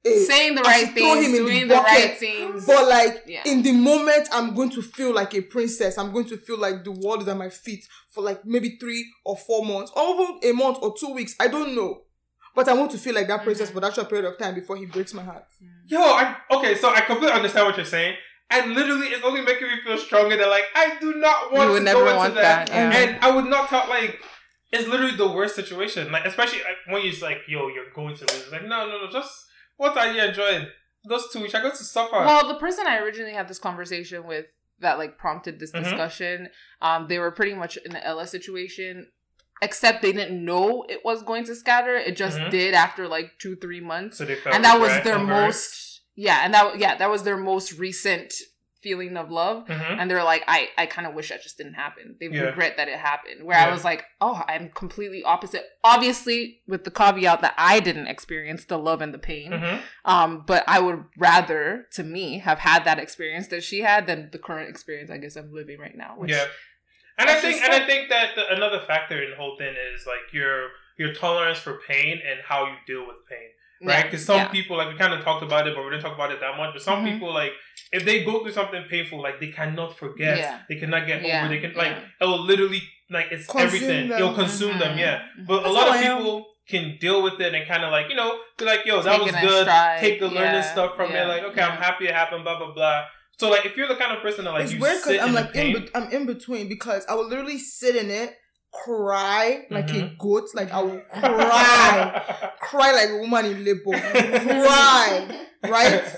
Speaker 3: a,
Speaker 1: Saying the
Speaker 3: I
Speaker 1: right
Speaker 3: should throw
Speaker 1: things,
Speaker 3: him in the
Speaker 1: doing the, right
Speaker 3: bucket.
Speaker 1: things.
Speaker 3: But like
Speaker 1: Yeah.
Speaker 3: in the moment, I'm going to feel like a princess. I'm going to feel like the world is at my feet for like maybe three or four months, or even a month or two weeks. I don't know. But I want to feel like that princess
Speaker 1: Mm-hmm.
Speaker 3: for that short period of time before he breaks my heart.
Speaker 2: Yo, I okay, so I completely understand what you're saying. And literally, it's only making me feel stronger that like I do not want
Speaker 1: You would
Speaker 2: to
Speaker 1: never
Speaker 2: go into
Speaker 1: want
Speaker 2: that,
Speaker 1: that, yeah.
Speaker 2: and I would not talk like it's literally the worst situation. Like especially like, when you're just like, yo, you're going to lose. It's Like no, no, no, just what are you enjoying? Those two weeks, I go to suffer.
Speaker 1: Well, the person I originally had this conversation with that like prompted this
Speaker 2: Mhm.
Speaker 1: discussion, um, they were pretty much in a LS situation, except they didn't know it was going to scatter. It just
Speaker 2: Mhm.
Speaker 1: did after like two, three months.
Speaker 2: so they felt
Speaker 1: and that was
Speaker 2: regret
Speaker 1: their
Speaker 2: over it.
Speaker 1: most yeah, and that yeah, that was their most recent feeling of love.
Speaker 2: Mhm.
Speaker 1: and they're like i i kind of wish that just didn't happen they
Speaker 2: Yeah.
Speaker 1: regret that it happened where
Speaker 2: Yeah.
Speaker 1: i was like oh i'm completely opposite obviously with the caveat that i didn't experience the love and the pain
Speaker 2: Mhm.
Speaker 1: um but i would rather to me have had that experience that she had than the current experience i guess i'm living right now which
Speaker 2: yeah. And I
Speaker 1: That's
Speaker 2: think,
Speaker 1: just
Speaker 2: and I
Speaker 1: like-
Speaker 2: think that the, another factor in the whole thing is like your your tolerance for pain and how you deal with pain. right? Because some
Speaker 1: yeah.
Speaker 2: people, like we kind of talked about it, but we didn't talk about it that much. But some
Speaker 1: Mhm.
Speaker 2: people, like if they go through something painful, like they cannot forget,
Speaker 1: Yeah.
Speaker 2: they cannot get
Speaker 1: Yeah,
Speaker 2: over, they can
Speaker 1: yeah.
Speaker 2: like it'll literally like it's
Speaker 3: Consume
Speaker 2: everything.
Speaker 3: them.
Speaker 2: It'll consume them,
Speaker 1: Mhm.
Speaker 2: yeah. But a
Speaker 3: That's
Speaker 2: lot
Speaker 3: how
Speaker 2: of
Speaker 3: I am.
Speaker 2: people can deal with it and kind of like you know be like, yo, that
Speaker 1: Take
Speaker 2: was
Speaker 1: it in
Speaker 2: good.
Speaker 1: stride,
Speaker 2: Take the learning
Speaker 1: yeah,
Speaker 2: stuff from
Speaker 1: yeah,
Speaker 2: it. Like okay,
Speaker 1: yeah.
Speaker 2: I'm happy it happened. Blah blah blah. So like if you're the kind of person that like
Speaker 3: it's
Speaker 2: you
Speaker 3: weird
Speaker 2: sit
Speaker 3: because I'm
Speaker 2: in the
Speaker 3: like
Speaker 2: pain,
Speaker 3: in, bet I'm in between because I will literally sit in it, cry like
Speaker 2: Mm-hmm.
Speaker 3: a goat, like I will cry, cry like a woman in labor, cry, right?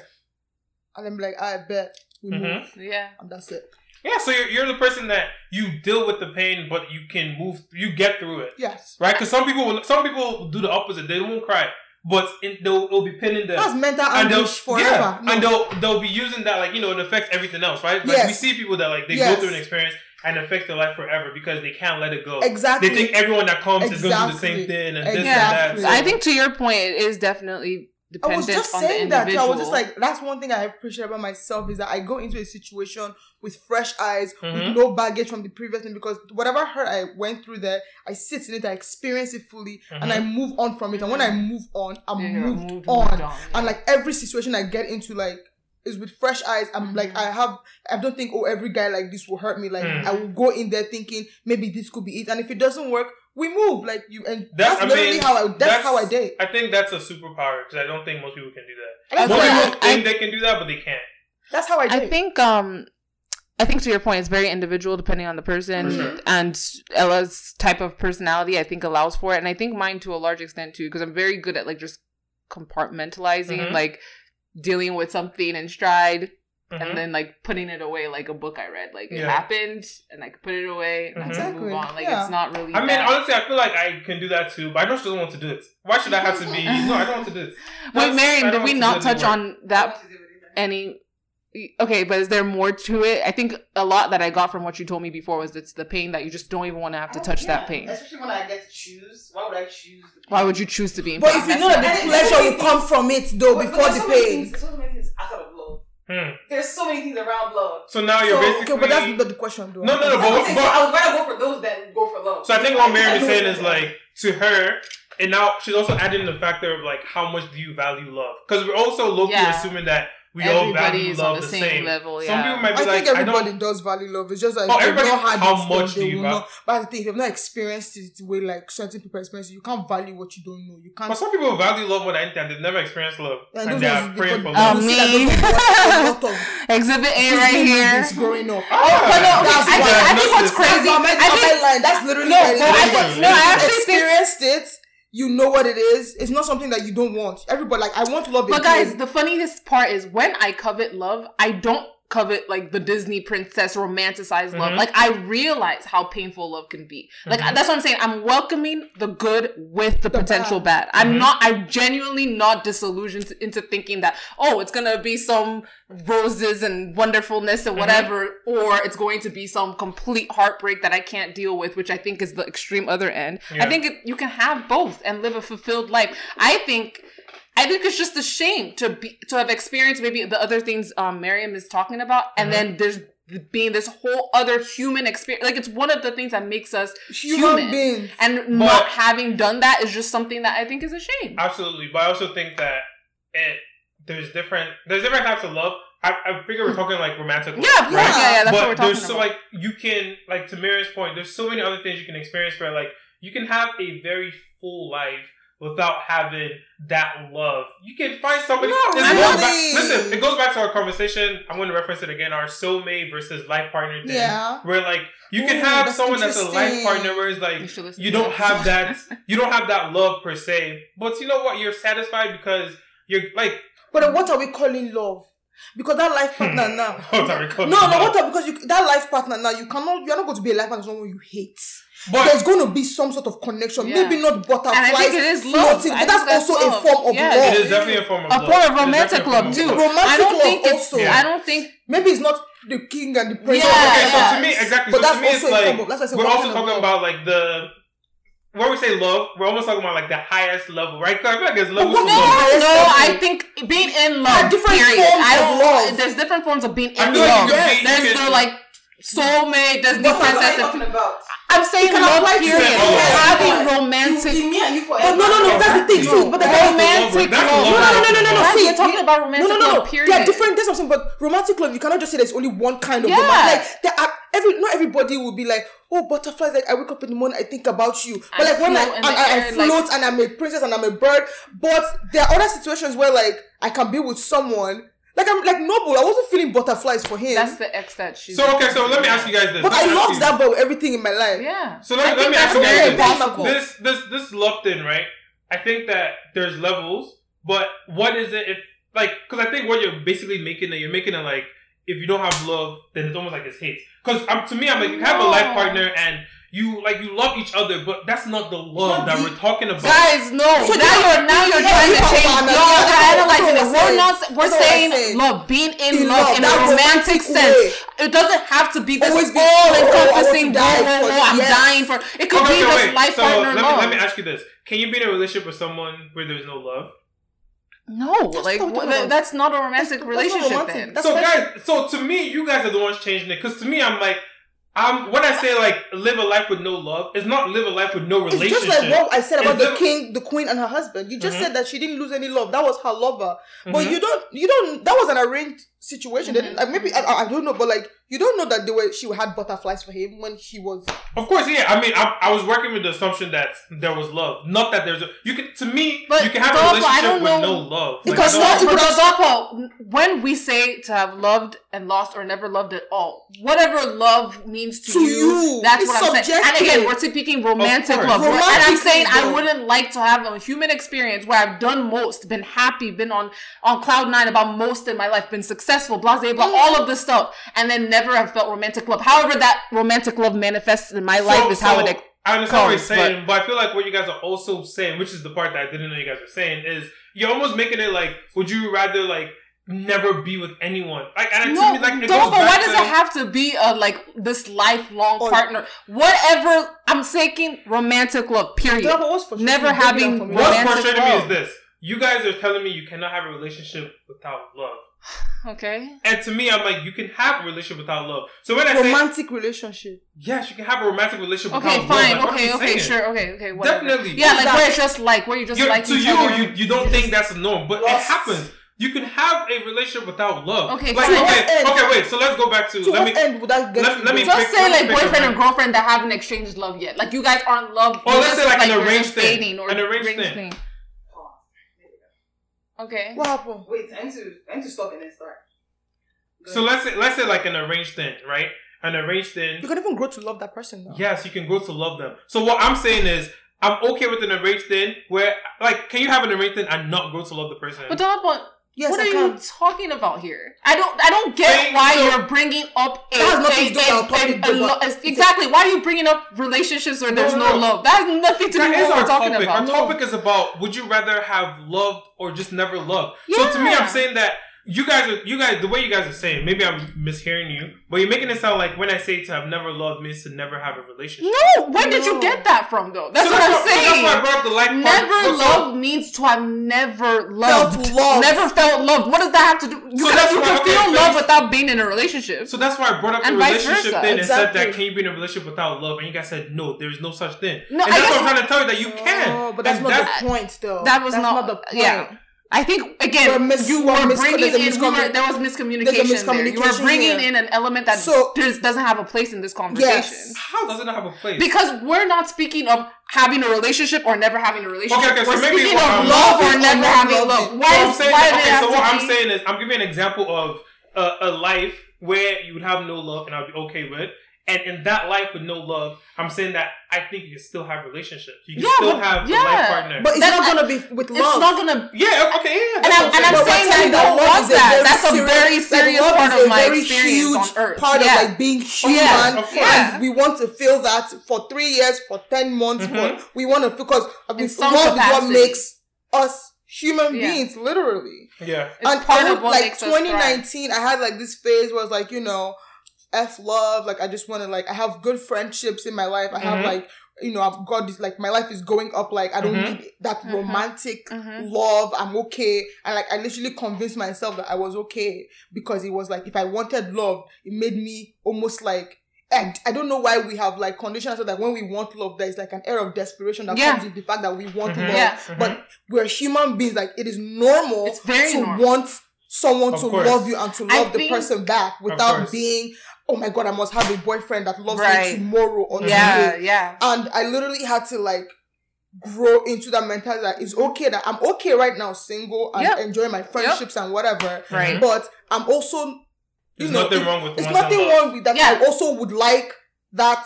Speaker 3: And I'm like, I bet we
Speaker 2: Mhm.
Speaker 3: move,
Speaker 1: yeah
Speaker 3: and that's it.
Speaker 2: yeah. So you're, you're the person that you deal with the pain, but you can move. You get through it.
Speaker 3: Yes,
Speaker 2: right? Because some people, will, some people will do the opposite. They won't cry, but it, they'll, it'll be pinning them.
Speaker 3: that's mental anguish forever.
Speaker 2: yeah,
Speaker 3: No.
Speaker 2: and they'll they'll be using that like you know it affects everything else, right? Like
Speaker 3: Yes.
Speaker 2: we see people that like they
Speaker 3: Yes.
Speaker 2: go through an experience and it affects their life forever because they can't let it go.
Speaker 3: Exactly.
Speaker 2: They think everyone that comes is going to do the
Speaker 3: Exactly.
Speaker 2: same thing and this and that.
Speaker 3: Exactly.
Speaker 1: So i think to your point it is definitely
Speaker 3: I
Speaker 1: dependent
Speaker 3: was just
Speaker 1: on the
Speaker 3: saying that. I
Speaker 1: individual.
Speaker 3: was just like, that's one thing I appreciate about myself is that I go into a situation with fresh eyes,
Speaker 2: Mhm.
Speaker 3: with no baggage from the previous thing, because whatever hurt I went through there, I sit in it, I experience it fully, and I move on from it. And when I move on, I'm
Speaker 1: Yeah, you're
Speaker 3: moved,
Speaker 1: moved-
Speaker 3: on.
Speaker 1: moved on, yeah.
Speaker 3: And like every situation I get into, like is with fresh eyes. I'm like, I have, I don't think, oh, every guy like this will hurt me. Like
Speaker 2: Mm.
Speaker 3: I will go in there thinking maybe this could be it, and if it doesn't work, we move. Like you, and
Speaker 2: That's-
Speaker 3: that's,
Speaker 2: I
Speaker 3: literally
Speaker 2: mean,
Speaker 3: how I. That's,
Speaker 2: that's-
Speaker 3: how I date.
Speaker 2: I think that's a superpower because I don't think most people can do that.
Speaker 3: That's,
Speaker 1: Well,
Speaker 2: Most
Speaker 3: how,
Speaker 1: I-
Speaker 2: people
Speaker 1: I-
Speaker 2: think they can do that, but they can't.
Speaker 3: that's how I date.
Speaker 1: I think um I think to your point, it's very individual depending on the person
Speaker 2: For sure.
Speaker 1: and Ella's type of personality. I think allows for it, and I think mine to a large extent too, because I'm very good at like just compartmentalizing,
Speaker 2: Mhm.
Speaker 1: like dealing with something in stride,
Speaker 2: Mhm.
Speaker 1: and then like putting it away, like a book I read. Like it
Speaker 2: Yeah. Mm-hmm.
Speaker 1: happened, and I could put it away, and I could
Speaker 3: Exactly.
Speaker 1: move on. Like
Speaker 3: Yeah.
Speaker 1: it's not really.
Speaker 2: I mean,
Speaker 1: that-
Speaker 2: honestly, I feel like I can do that too, but I just don't want to do it. Why should I have to be? No, I don't want to do it.
Speaker 1: wait,
Speaker 2: That's- I
Speaker 1: Marion,
Speaker 2: don't
Speaker 1: did
Speaker 2: want
Speaker 1: we
Speaker 2: to
Speaker 1: not
Speaker 2: do it
Speaker 1: touch
Speaker 2: anymore.
Speaker 1: on that any okay, but is there more to it? I think a lot that I got from what you told me before was it's the pain that you just don't even want to have to
Speaker 4: Oh,
Speaker 1: touch that pain.
Speaker 4: Especially when I get to choose. Why would I choose? the
Speaker 1: Why
Speaker 4: pain?
Speaker 1: would you choose to be in
Speaker 3: But
Speaker 1: pain?
Speaker 3: if you know that the pleasure will come from it though,
Speaker 4: But- but
Speaker 3: Oh, before
Speaker 4: there's
Speaker 3: the
Speaker 4: so many
Speaker 3: pain.
Speaker 4: things- There's so many things outside of love.
Speaker 2: Hmm.
Speaker 4: There's so many things around love.
Speaker 2: So now you're
Speaker 3: So,
Speaker 2: basically
Speaker 3: okay, but that's not the question though.
Speaker 2: no, no, no.
Speaker 4: I would
Speaker 2: But,
Speaker 4: say-
Speaker 2: but-
Speaker 4: I would rather go for those that go for love.
Speaker 2: so I think what Miriam is saying is like to her, and now she's also adding the factor of like how much do you value love? Because we're also low key
Speaker 1: Yeah.
Speaker 2: assuming that we all
Speaker 1: Everybody
Speaker 2: value
Speaker 1: is
Speaker 2: love
Speaker 1: on the same, level. Yeah.
Speaker 2: Some people might
Speaker 3: I
Speaker 2: be
Speaker 3: think
Speaker 2: like, I don't.
Speaker 3: everybody does value love. It's just like
Speaker 2: Oh,
Speaker 3: they've
Speaker 2: everybody-
Speaker 3: not had
Speaker 2: how
Speaker 3: it, then
Speaker 2: much
Speaker 3: they
Speaker 2: do you
Speaker 3: will
Speaker 2: value-
Speaker 3: not- But the thing, if you've not experienced it the way like certain people experience it, you can't value what you don't know. You can't.
Speaker 2: But some people value love more than anything. They've never experienced love,
Speaker 3: Yeah,
Speaker 2: and
Speaker 3: those
Speaker 2: they
Speaker 3: ones
Speaker 2: are
Speaker 3: because-
Speaker 2: praying for
Speaker 3: um,
Speaker 2: love.
Speaker 3: you see that
Speaker 1: me.
Speaker 3: those people watch a lot of
Speaker 1: Exhibit A right
Speaker 3: Disney
Speaker 1: here.
Speaker 3: movies growing up.
Speaker 2: Ah,
Speaker 1: But no, I,
Speaker 3: That's
Speaker 1: think, I think
Speaker 2: why-
Speaker 1: what's
Speaker 3: That's
Speaker 1: crazy.
Speaker 3: not meant-
Speaker 1: I
Speaker 3: not
Speaker 1: think
Speaker 3: meant line. That's literally
Speaker 1: No,
Speaker 3: what it
Speaker 1: but I
Speaker 3: is.
Speaker 1: think- no, I
Speaker 3: You've
Speaker 1: actually think-
Speaker 3: experienced it. You know what it is. It's not something that you don't want. Everybody like I want love.
Speaker 1: But
Speaker 3: again.
Speaker 1: guys, the funniest part is when I covet love, I don't covet like the Disney princess romanticized love.
Speaker 2: Mhm.
Speaker 1: Like I realize how painful love can be. Like
Speaker 2: Mhm.
Speaker 1: that's what I'm saying. I'm welcoming the good with the,
Speaker 3: The
Speaker 1: potential bad. I'm
Speaker 2: Mhm.
Speaker 1: not. I'm genuinely not disillusioned into thinking that oh, it's gonna be some roses and wonderfulness and
Speaker 2: Mhm.
Speaker 1: whatever, or it's going to be some complete heartbreak that I can't deal with, which I think is the extreme other end.
Speaker 2: Yeah.
Speaker 1: I think it, you can have both and live a fulfilled life. I think I think it's just a shame to be to have experienced maybe the other things um, Miriam is talking about, and
Speaker 2: Mhm.
Speaker 1: then there's being this whole other human experience. Like it's one of the things that makes us
Speaker 3: human,
Speaker 1: human.
Speaker 3: beings.
Speaker 1: and not having done that is just something that I think is a shame.
Speaker 2: Absolutely, but I also think that it there's different there's different types of love. I, I figure we're talking like romantic
Speaker 1: Hmm.
Speaker 2: love,
Speaker 1: yeah, of course.
Speaker 2: right?
Speaker 1: Yeah, yeah, that's
Speaker 2: but
Speaker 1: what we're talking
Speaker 2: there's so
Speaker 1: about.
Speaker 2: like you can like to Mira's point. There's so many other things you can experience where like you can have a very full life without having that love. You can find somebody.
Speaker 3: Not
Speaker 2: This goes back-
Speaker 3: really.
Speaker 2: listen, it goes back to our conversation. I'm going to reference it again. Our soulmate versus life partner thing.
Speaker 3: Yeah.
Speaker 2: Where like you can
Speaker 3: Ooh,
Speaker 2: have
Speaker 3: that's
Speaker 2: someone that's a life
Speaker 3: interesting.
Speaker 2: partner where it's like
Speaker 1: You should listen
Speaker 2: you
Speaker 1: to
Speaker 2: don't
Speaker 1: that.
Speaker 2: have that you don't have that love per se, but you know what? You're satisfied because you're like
Speaker 3: But then what are we calling love? Because that life partner now.
Speaker 2: What are we calling
Speaker 3: no,
Speaker 2: love?
Speaker 3: no, what are because you, that life partner now you cannot you're not going to be a life partner to someone you hate. There's
Speaker 2: but
Speaker 3: going to be some sort of connection.
Speaker 1: Yeah.
Speaker 3: Maybe not butterflies.
Speaker 1: And I think it is love.
Speaker 3: floating,
Speaker 1: I
Speaker 3: but
Speaker 1: think
Speaker 3: that's,
Speaker 1: that's
Speaker 3: also
Speaker 1: love.
Speaker 3: a form of
Speaker 1: Yeah,
Speaker 3: love.
Speaker 2: it is definitely a form of
Speaker 1: a
Speaker 2: love.
Speaker 1: form of
Speaker 2: It is
Speaker 1: romantic
Speaker 2: definitely a form
Speaker 1: love
Speaker 2: of
Speaker 1: too.
Speaker 3: Romantic
Speaker 1: I don't
Speaker 3: love
Speaker 1: think it's.
Speaker 3: also.
Speaker 1: I don't think.
Speaker 3: Maybe it's not the king and the prince.
Speaker 1: Yeah,
Speaker 2: okay, so
Speaker 1: yeah.
Speaker 2: to me, exactly.
Speaker 3: But
Speaker 2: so
Speaker 3: that's
Speaker 2: to me, it's
Speaker 3: also a
Speaker 2: like
Speaker 3: form of- that's why I said
Speaker 2: we're
Speaker 3: we're
Speaker 2: also
Speaker 3: talking
Speaker 2: talking about like the when we say love, we're almost talking about like the highest level, right? 'Cause I feel like there's levels
Speaker 3: what
Speaker 2: to
Speaker 3: is
Speaker 1: No,
Speaker 2: love.
Speaker 3: high- highest level.
Speaker 1: I think being in love.
Speaker 3: There are different
Speaker 1: period.
Speaker 3: forms
Speaker 1: I
Speaker 3: of
Speaker 1: don't,
Speaker 3: love.
Speaker 1: There's different forms of being in
Speaker 2: I
Speaker 1: love.
Speaker 2: feel like you
Speaker 3: Yes.
Speaker 2: can be you
Speaker 1: There's
Speaker 2: can-
Speaker 1: the like soulmate. There's the
Speaker 3: But
Speaker 4: What are
Speaker 1: princess.
Speaker 4: you talking
Speaker 1: and-
Speaker 4: about?
Speaker 1: I'm saying
Speaker 3: can
Speaker 1: love
Speaker 3: apply to
Speaker 1: period.
Speaker 2: all of
Speaker 1: Having
Speaker 4: us.
Speaker 1: romantic.
Speaker 4: You, me and you
Speaker 3: But
Speaker 4: forever.
Speaker 3: no, no, no, that's the thing.
Speaker 2: No,
Speaker 3: So, but the
Speaker 2: that's the
Speaker 1: romantic
Speaker 2: love word.
Speaker 1: love.
Speaker 2: That's love
Speaker 3: No, no, no,
Speaker 2: word.
Speaker 3: no, no, no.
Speaker 1: That's-
Speaker 3: See,
Speaker 1: we're talking about romantic
Speaker 3: no, no, no.
Speaker 1: love,
Speaker 3: There
Speaker 1: period.
Speaker 3: are different. That's what I'm saying. But romantic love, you cannot just say there's only one kind of
Speaker 1: Yeah.
Speaker 3: romantic. Like there are every not everybody will be like, oh, butterflies. Like I wake up in the morning, I think about you. But
Speaker 1: I
Speaker 3: like when I
Speaker 1: float in
Speaker 3: and
Speaker 1: the
Speaker 3: I, I
Speaker 1: air, like-
Speaker 3: float and I'm a princess and I'm a bird. But there are other situations where like I can be with someone. Like I'm like noble. I wasn't feeling butterflies for him.
Speaker 1: That's the ex that she's.
Speaker 2: So okay, so let me ask you guys this.
Speaker 3: but
Speaker 2: Let me
Speaker 3: I
Speaker 2: ask
Speaker 3: loved
Speaker 2: you-
Speaker 3: that boy with everything in my life.
Speaker 1: Yeah.
Speaker 2: So let,
Speaker 1: I
Speaker 2: let
Speaker 1: think
Speaker 2: me ask
Speaker 1: that's
Speaker 2: you
Speaker 1: very
Speaker 2: guys
Speaker 1: possible.
Speaker 2: this. This this this love thing, right? I think that there's levels, but what is it if like? Because I think what you're basically making it, you're making it like if you don't have love, then it's almost like it's hate. Because um, to me, I'm like you have a life
Speaker 1: No.
Speaker 2: partner and you like you love each other, but that's not the love
Speaker 3: Not
Speaker 2: that
Speaker 3: the-
Speaker 2: we're talking about.
Speaker 1: Guys, no.
Speaker 3: So
Speaker 1: now
Speaker 3: you-
Speaker 1: you're now you're
Speaker 3: you-
Speaker 1: trying
Speaker 3: you
Speaker 1: to
Speaker 3: are
Speaker 1: change.
Speaker 3: analyzing-
Speaker 1: Y'all are
Speaker 3: that's what
Speaker 1: analyzing it.
Speaker 3: I'm
Speaker 1: We're
Speaker 3: saying.
Speaker 1: not. We're
Speaker 3: That's what I'm
Speaker 1: saying,
Speaker 3: saying.
Speaker 1: love, being in
Speaker 3: In
Speaker 1: love
Speaker 3: love,
Speaker 1: in a
Speaker 3: that
Speaker 1: romantic
Speaker 3: romantic
Speaker 1: sense.
Speaker 3: way.
Speaker 1: It doesn't have to be this
Speaker 3: Always be,
Speaker 1: all-encompassing.
Speaker 3: oh, I want to die
Speaker 1: goal,
Speaker 3: for-
Speaker 1: I'm
Speaker 3: yes.
Speaker 1: dying for. It could
Speaker 2: Okay,
Speaker 1: be
Speaker 2: okay,
Speaker 1: this life
Speaker 2: so
Speaker 1: partner
Speaker 2: let me,
Speaker 1: love.
Speaker 2: let me ask you this: Can you be in a relationship with someone where there's no love?
Speaker 1: No, like
Speaker 3: what I'm
Speaker 1: wha-
Speaker 3: talking about.
Speaker 1: that's not a romantic
Speaker 3: That's- that's not
Speaker 1: relationship.
Speaker 3: romantic.
Speaker 1: Then
Speaker 3: That's
Speaker 2: so
Speaker 3: friendship.
Speaker 2: guys, so to me, you guys are the ones changing it. Because to me, I'm like, I'm when I say like live a life with no love, it's not live a life with no
Speaker 3: It's
Speaker 2: relationship.
Speaker 3: just like what I said about
Speaker 2: It's
Speaker 3: the
Speaker 2: the-
Speaker 3: king, the queen, and her husband. You just
Speaker 2: Mhm.
Speaker 3: said that she didn't lose any love. That was her lover. But
Speaker 2: Mhm.
Speaker 3: you don't, you don't. That was an arranged situation. They didn't,
Speaker 1: Mhm.
Speaker 3: like, maybe I- I, I don't know, but like you don't know that they were. She had butterflies for him when he was.
Speaker 2: Of course, yeah. I mean, I, I was working with the assumption that there was love, not that there's a. You can to me,
Speaker 1: But
Speaker 2: you can have
Speaker 1: Dolph,
Speaker 2: a
Speaker 1: I
Speaker 2: relationship
Speaker 1: don't
Speaker 2: with
Speaker 1: know-
Speaker 2: no love.
Speaker 3: Because
Speaker 2: no,
Speaker 3: that-
Speaker 1: But
Speaker 3: it would
Speaker 1: for
Speaker 3: have-
Speaker 1: example, when we say to have loved and lost or never loved at all, whatever love means to,
Speaker 3: To
Speaker 1: you,
Speaker 3: you.
Speaker 1: that's
Speaker 3: It's
Speaker 1: what I'm saying. And
Speaker 3: subjective.
Speaker 1: again, we're speaking romantic
Speaker 2: course.
Speaker 1: love. and I'm
Speaker 3: Romantic
Speaker 1: saying I
Speaker 3: love.
Speaker 1: wouldn't like to have a human experience where I've done most, been happy, been on, on cloud nine about most in my life, been successful, blah, blah, blah, all of this stuff, and then never have felt romantic love. However, that romantic love manifests in my life is how it.
Speaker 2: I understand what you're
Speaker 1: comes,
Speaker 2: saying, but I feel like what you guys are also saying, which is the part that I didn't know you guys were saying, is you're almost making it like, would you rather like never be with anyone. Like, and
Speaker 1: No,
Speaker 2: to me, like, it
Speaker 1: no,
Speaker 2: goes
Speaker 1: but why
Speaker 2: back
Speaker 1: does
Speaker 2: to-
Speaker 1: it have to be a like this lifelong
Speaker 3: Oh.
Speaker 1: partner? Whatever I'm saying, romantic love. Period.
Speaker 3: No, but what's frustrating-
Speaker 1: Never
Speaker 3: break it down
Speaker 1: having
Speaker 3: for me.
Speaker 2: What's
Speaker 1: romantic
Speaker 2: frustrating me
Speaker 1: love.
Speaker 2: is this: you guys are telling me you cannot have a relationship without love,
Speaker 1: Okay.
Speaker 2: and to me, I'm like, you can have a relationship without love. So when I say
Speaker 3: romantic relationship.
Speaker 2: yes, you can have a romantic relationship.
Speaker 1: Okay.
Speaker 2: without
Speaker 1: fine.
Speaker 2: Love, like, what
Speaker 1: okay.
Speaker 2: am I
Speaker 1: Okay.
Speaker 2: saying?
Speaker 1: Sure. Okay. Okay. Whatever.
Speaker 2: Definitely.
Speaker 1: Yeah. Like
Speaker 3: Exactly.
Speaker 1: where it's just like where you just
Speaker 2: You're-
Speaker 1: like
Speaker 2: to
Speaker 1: each
Speaker 2: you,
Speaker 1: other.
Speaker 2: you, you don't
Speaker 1: just-
Speaker 2: think that's a norm, but
Speaker 3: Yes.
Speaker 2: it happens. You can have a relationship without love.
Speaker 1: Okay,
Speaker 2: like,
Speaker 1: to
Speaker 2: okay,
Speaker 1: what
Speaker 3: end?
Speaker 2: okay, wait. So let's go back to.
Speaker 3: To
Speaker 2: let
Speaker 3: what
Speaker 2: me.
Speaker 3: end would that get
Speaker 2: let-
Speaker 3: you?
Speaker 2: let me-
Speaker 3: Just-
Speaker 1: Just
Speaker 2: pick-
Speaker 1: say
Speaker 2: let
Speaker 1: like
Speaker 2: me pick a
Speaker 1: boyfriend
Speaker 2: man.
Speaker 1: and girlfriend that haven't exchanged love yet. Like you guys aren't love.
Speaker 2: Or
Speaker 1: you're
Speaker 2: let's
Speaker 1: just,
Speaker 2: say, like, an
Speaker 1: you're
Speaker 2: arranged
Speaker 1: just
Speaker 2: thing.
Speaker 1: dating or
Speaker 2: An arranged thing.
Speaker 1: Okay.
Speaker 3: What happened?
Speaker 4: Wait, I need to I need to stop and then start. Go
Speaker 2: So
Speaker 4: ahead.
Speaker 2: let's say let's say like an arranged thing, right? An arranged thing.
Speaker 3: You can even grow to love that person now.
Speaker 2: Yes, you can grow to love them. So what I'm saying is, I'm okay with an arranged thing where, like, can you have an arranged thing and not grow to love the person?
Speaker 1: But Donald,
Speaker 3: Yes,
Speaker 1: what
Speaker 3: I
Speaker 1: are
Speaker 3: can.
Speaker 1: you talking about here? I don't. I don't get
Speaker 2: Saying
Speaker 1: why
Speaker 2: so-
Speaker 1: you're bringing up. A,
Speaker 3: That has nothing to do with
Speaker 1: a-
Speaker 3: our
Speaker 1: a-
Speaker 3: topic,
Speaker 1: a
Speaker 3: though,
Speaker 1: lo-
Speaker 3: but-
Speaker 1: a- exactly. Why are you bringing up relationships where there's
Speaker 2: No,
Speaker 1: no,
Speaker 2: no, no.
Speaker 1: love? That has nothing to
Speaker 2: that
Speaker 1: do
Speaker 2: is
Speaker 1: with what
Speaker 2: our
Speaker 1: we're talking
Speaker 2: topic. Our
Speaker 1: about.
Speaker 2: topic is about would you rather have loved or just never loved. So to me,
Speaker 1: Yeah.
Speaker 2: I'm saying that you guys are you guys the way you guys are saying. Maybe I'm mishearing you, but you're making it sound like when I say to have never loved means to never have a relationship.
Speaker 1: No, when did you
Speaker 3: No.
Speaker 1: get that from though? That's
Speaker 2: so
Speaker 1: what
Speaker 2: that's
Speaker 1: I'm
Speaker 2: why, so
Speaker 1: saying.
Speaker 2: that's why I brought up the life. part.
Speaker 1: Never
Speaker 2: But so-
Speaker 1: love means to have never loved.
Speaker 3: loved.
Speaker 1: Never felt loved. What does that have to do? You
Speaker 2: So
Speaker 1: can,
Speaker 2: that's
Speaker 1: you
Speaker 2: why-
Speaker 1: can
Speaker 2: okay,
Speaker 1: feel
Speaker 2: so
Speaker 1: love
Speaker 2: it's-
Speaker 1: without being in a relationship.
Speaker 2: So that's why I brought up
Speaker 1: And
Speaker 2: the
Speaker 1: vice
Speaker 2: relationship
Speaker 1: versa,
Speaker 2: thing and said that
Speaker 3: exactly.
Speaker 2: can you be in a relationship without love? And you guys said no, there is no such thing.
Speaker 1: No,
Speaker 2: and
Speaker 1: I
Speaker 2: that's what
Speaker 1: guess- Oh,
Speaker 2: I'm trying to tell you that you can.
Speaker 3: No, Oh, but that's
Speaker 2: And
Speaker 3: not the point, though.
Speaker 1: that was
Speaker 3: That's
Speaker 1: not,
Speaker 3: the point.
Speaker 1: Yeah. I think again
Speaker 3: We're mis-
Speaker 1: you
Speaker 3: we're
Speaker 1: were
Speaker 3: mis-
Speaker 1: bringing
Speaker 3: there's a
Speaker 1: in we were-
Speaker 3: miscommu-
Speaker 1: there was miscommunication, there. You were
Speaker 3: miscommunication
Speaker 1: bringing
Speaker 3: here.
Speaker 1: in an element that
Speaker 3: So-
Speaker 1: there's, doesn't have a place in this conversation.
Speaker 2: How does it not have a place?
Speaker 1: Because we're not speaking of having a relationship or never having a relationship.
Speaker 2: okay, so
Speaker 1: we're
Speaker 2: maybe
Speaker 1: speaking
Speaker 2: what
Speaker 1: of
Speaker 2: I'm-
Speaker 1: love or
Speaker 3: I'm
Speaker 1: never
Speaker 3: not
Speaker 1: having
Speaker 3: loving.
Speaker 1: love.
Speaker 2: So
Speaker 1: Why
Speaker 2: I'm
Speaker 1: is
Speaker 2: saying,
Speaker 1: why do they
Speaker 2: okay,
Speaker 1: have
Speaker 2: so
Speaker 1: to
Speaker 2: what I'm
Speaker 1: be-
Speaker 2: saying is, I'm giving an example of a, a life where you would have no love, and I'd be okay with. And in that life with no love, I'm saying that I think you can still have relationships. You can
Speaker 1: Yeah,
Speaker 2: still
Speaker 1: but-
Speaker 2: have
Speaker 1: yeah.
Speaker 2: a life partner.
Speaker 3: But it's
Speaker 1: That's-
Speaker 3: not gonna be with
Speaker 1: It's
Speaker 3: love.
Speaker 1: not gonna
Speaker 2: yeah, okay, yeah.
Speaker 1: and
Speaker 2: that's
Speaker 1: I'm,
Speaker 2: what
Speaker 1: and I'm
Speaker 3: But we're
Speaker 1: saying that
Speaker 3: telling
Speaker 1: I
Speaker 3: you that
Speaker 1: don't
Speaker 3: love
Speaker 1: want
Speaker 3: is a
Speaker 1: that.
Speaker 3: very
Speaker 1: That's a
Speaker 3: serious-
Speaker 1: very
Speaker 3: like,
Speaker 1: serious
Speaker 3: love
Speaker 1: part
Speaker 3: is
Speaker 1: of
Speaker 3: a
Speaker 1: my
Speaker 3: very
Speaker 1: experience on
Speaker 3: huge
Speaker 1: Earth.
Speaker 3: Part
Speaker 1: Yeah.
Speaker 3: of like being human,
Speaker 1: yeah,
Speaker 2: of course.
Speaker 3: and we want to feel that for three years, for ten months, for we want to feel because I mean,
Speaker 1: Mm-hmm. In some
Speaker 3: love is
Speaker 1: capacity.
Speaker 3: what makes us human
Speaker 1: Yeah.
Speaker 3: beings, literally.
Speaker 2: yeah.
Speaker 1: It's
Speaker 3: and
Speaker 1: part
Speaker 3: I would,
Speaker 1: of what
Speaker 3: like
Speaker 1: makes us thrive.
Speaker 3: 2019, I had like this phase where I was like, you know, f love. Like I just want to like I have good friendships in my life. I
Speaker 2: Mhm.
Speaker 3: have
Speaker 1: Mm-hmm.
Speaker 3: like you know I've got this like my life is going up. Like I don't
Speaker 2: Mhm.
Speaker 3: need that
Speaker 1: Mhm.
Speaker 3: romantic
Speaker 1: Mhm.
Speaker 3: love. I'm okay. And like I literally convinced myself that I was okay because it was like if I wanted love, it made me almost like. And I don't know why we have like conditions so that when we want love, there's like an air of desperation that
Speaker 1: Yeah.
Speaker 3: comes with the fact that we want
Speaker 2: Mhm.
Speaker 3: love.
Speaker 1: Yeah.
Speaker 3: But we're human beings. Like it is normal
Speaker 1: It's very
Speaker 3: to
Speaker 1: normal.
Speaker 3: want someone
Speaker 2: Of
Speaker 3: to
Speaker 2: course.
Speaker 3: love you and to
Speaker 1: I
Speaker 3: love the
Speaker 1: think-
Speaker 3: person back
Speaker 2: course.
Speaker 3: without being, oh my god, I must have a boyfriend that loves
Speaker 1: Right.
Speaker 3: me tomorrow or
Speaker 1: Yeah,
Speaker 3: today.
Speaker 1: yeah.
Speaker 3: And I literally had to like grow into that mentality that it's okay that I'm okay right now, single and
Speaker 1: Yep.
Speaker 3: enjoying my friendships and whatever.
Speaker 1: Right.
Speaker 3: But I'm also, you
Speaker 2: Mm-hmm. There's
Speaker 3: know,
Speaker 2: nothing
Speaker 3: it-
Speaker 2: wrong with
Speaker 3: it's
Speaker 2: one
Speaker 3: nothing wrong with that.
Speaker 1: Yeah.
Speaker 3: I also would like that.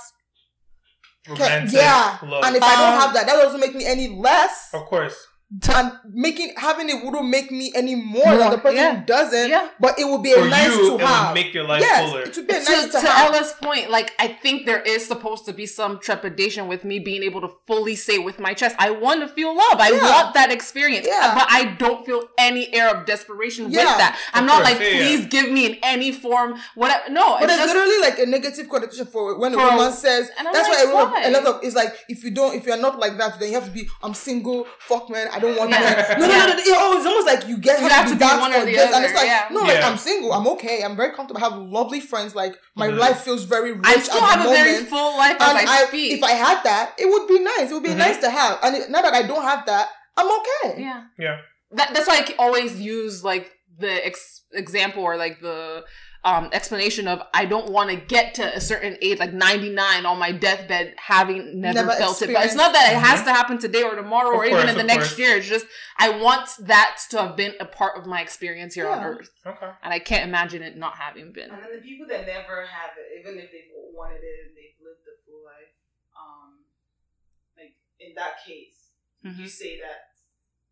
Speaker 2: romantic
Speaker 3: yeah.
Speaker 2: love.
Speaker 3: And if I
Speaker 1: Um,
Speaker 3: don't have that, that doesn't make me any less
Speaker 2: of course.
Speaker 3: and making having it wouldn't make me any more,
Speaker 1: More,
Speaker 3: than the person
Speaker 1: yeah.
Speaker 3: who doesn't.
Speaker 1: Yeah.
Speaker 3: But it would be a
Speaker 2: For
Speaker 3: nice
Speaker 2: you,
Speaker 3: to
Speaker 2: it
Speaker 3: have.
Speaker 2: would make your life
Speaker 3: yes,
Speaker 2: fuller.
Speaker 3: it would be a
Speaker 1: to,
Speaker 3: nice to,
Speaker 1: to
Speaker 3: have.
Speaker 1: Ella's point, like I think there is supposed to be some trepidation with me being able to fully say with my chest, I want to feel love. I
Speaker 3: Yeah.
Speaker 1: want that experience.
Speaker 3: Yeah.
Speaker 1: But I don't feel any air of desperation with
Speaker 3: Yeah.
Speaker 1: that. I'm
Speaker 2: Of
Speaker 1: not
Speaker 2: course,
Speaker 1: like,
Speaker 2: yeah, yeah.
Speaker 1: please give me in any form, whatever. No,
Speaker 3: but
Speaker 1: it's
Speaker 3: there's
Speaker 1: just,
Speaker 3: literally like a negative connotation for when a
Speaker 1: For a-
Speaker 3: woman says.
Speaker 1: and I'm
Speaker 3: That's
Speaker 1: like,
Speaker 3: why, a, lot
Speaker 1: why?
Speaker 3: of, a lot of it's like if you don't, if you're not like that, then you have to be. I'm single, fuck man, I don't want
Speaker 1: Yeah.
Speaker 3: that. No, no,
Speaker 1: Yeah.
Speaker 3: no, no, no. it- Oh, it's almost like you get
Speaker 1: You
Speaker 3: have to be that
Speaker 1: one or
Speaker 3: or
Speaker 1: the
Speaker 3: this, and
Speaker 1: other,
Speaker 3: it's like
Speaker 1: yeah.
Speaker 3: no, like
Speaker 2: Yeah.
Speaker 3: I'm single, I'm okay, I'm very comfortable, I have lovely friends, like my
Speaker 2: Mhm.
Speaker 3: life feels very rich.
Speaker 1: I still
Speaker 3: at
Speaker 1: have a
Speaker 3: the
Speaker 1: very
Speaker 3: moment.
Speaker 1: full life as
Speaker 3: and
Speaker 1: I,
Speaker 3: I,
Speaker 1: speak.
Speaker 3: if I had that, it would be nice. It would be
Speaker 2: Mhm.
Speaker 3: nice to have. And it, now that I don't have that, I'm okay.
Speaker 1: yeah.
Speaker 2: Yeah.
Speaker 1: That, that's why I always use like the ex- example or like the um, explanation of I don't want to get to a certain age, like 99 on my deathbed, having never,
Speaker 3: Never
Speaker 1: felt it. But it's not
Speaker 3: experienced-
Speaker 1: that it has to happen today or tomorrow
Speaker 2: Mm-hmm. Of
Speaker 1: or
Speaker 2: course,
Speaker 1: even in the
Speaker 2: of
Speaker 1: next
Speaker 2: course.
Speaker 1: year. It's just I want that to have been a part of my experience here on
Speaker 3: Yeah.
Speaker 1: earth.
Speaker 2: Okay.
Speaker 1: And I can't imagine it not having been.
Speaker 4: And then the people that never have it, even if they wanted it and they've lived a full life, um, like in that case, you
Speaker 1: Mhm.
Speaker 4: say that.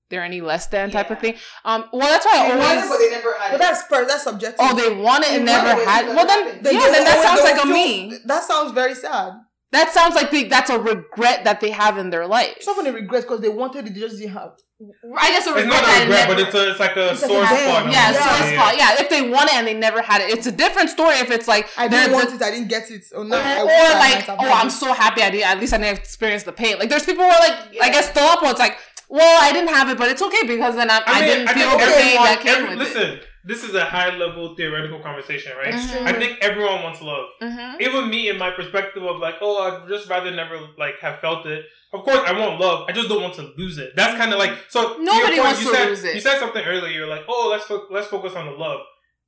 Speaker 1: They're any less than type of
Speaker 4: Yeah.
Speaker 1: thing. Um, well, that's why
Speaker 3: They
Speaker 1: I
Speaker 3: want
Speaker 1: always.
Speaker 3: it,
Speaker 4: but they never had
Speaker 3: But
Speaker 4: it.
Speaker 3: that's per, that's subjective.
Speaker 1: Oh, they want it and
Speaker 4: They want
Speaker 1: never
Speaker 4: it,
Speaker 1: had.
Speaker 4: but
Speaker 1: Well,
Speaker 4: they
Speaker 1: then,
Speaker 4: haven't.
Speaker 3: They-
Speaker 1: yeah,
Speaker 3: they
Speaker 1: then that
Speaker 3: always-
Speaker 1: sounds
Speaker 3: they
Speaker 1: like a
Speaker 3: feel-
Speaker 1: me.
Speaker 3: That sounds very sad.
Speaker 1: That sounds like they, that's a regret that they have in their life.
Speaker 3: It's not going to regret because they wanted it, they just didn't have.
Speaker 1: I guess a regret.
Speaker 2: It's not
Speaker 1: that
Speaker 2: a
Speaker 1: it
Speaker 2: regret, but
Speaker 1: never-
Speaker 2: it's, a, it's like a
Speaker 3: It's like
Speaker 2: sore
Speaker 3: a
Speaker 2: spot.
Speaker 3: damn.
Speaker 2: in
Speaker 1: yeah,
Speaker 2: the
Speaker 1: so
Speaker 2: life.
Speaker 1: it's called- yeah. If they want it and they never had it, it's a different story. If it's like
Speaker 3: I
Speaker 1: they're-
Speaker 3: didn't want
Speaker 1: they're-
Speaker 3: it, I didn't get it. Or,
Speaker 1: or,
Speaker 3: now I
Speaker 1: Uh-huh. or
Speaker 3: wish I
Speaker 1: like,
Speaker 3: might have
Speaker 1: oh,
Speaker 3: had
Speaker 1: I'm
Speaker 3: it.
Speaker 1: so happy I did. At least I didn't experience the pain. Like there's people who are like, I
Speaker 4: Yeah.
Speaker 1: guess still up. Where it's like, well, I didn't have it, but it's okay because then I, I,
Speaker 2: mean,
Speaker 1: didn't feel
Speaker 2: think
Speaker 1: the pain
Speaker 2: everyone-
Speaker 1: that came
Speaker 2: every-
Speaker 1: with
Speaker 2: listen, this is a high level theoretical conversation, right?
Speaker 1: It's
Speaker 2: I think everyone wants love.
Speaker 1: it. Mhm.
Speaker 2: Even me, in my perspective of like, oh, I'd just rather never like have felt it. Of course, I want love. I just don't want to lose it. That's kind of like so. your
Speaker 1: Nobody wants
Speaker 2: you
Speaker 1: to
Speaker 2: said,
Speaker 1: lose it.
Speaker 2: You said something earlier. You're like, oh, let's fo- let's focus on the love.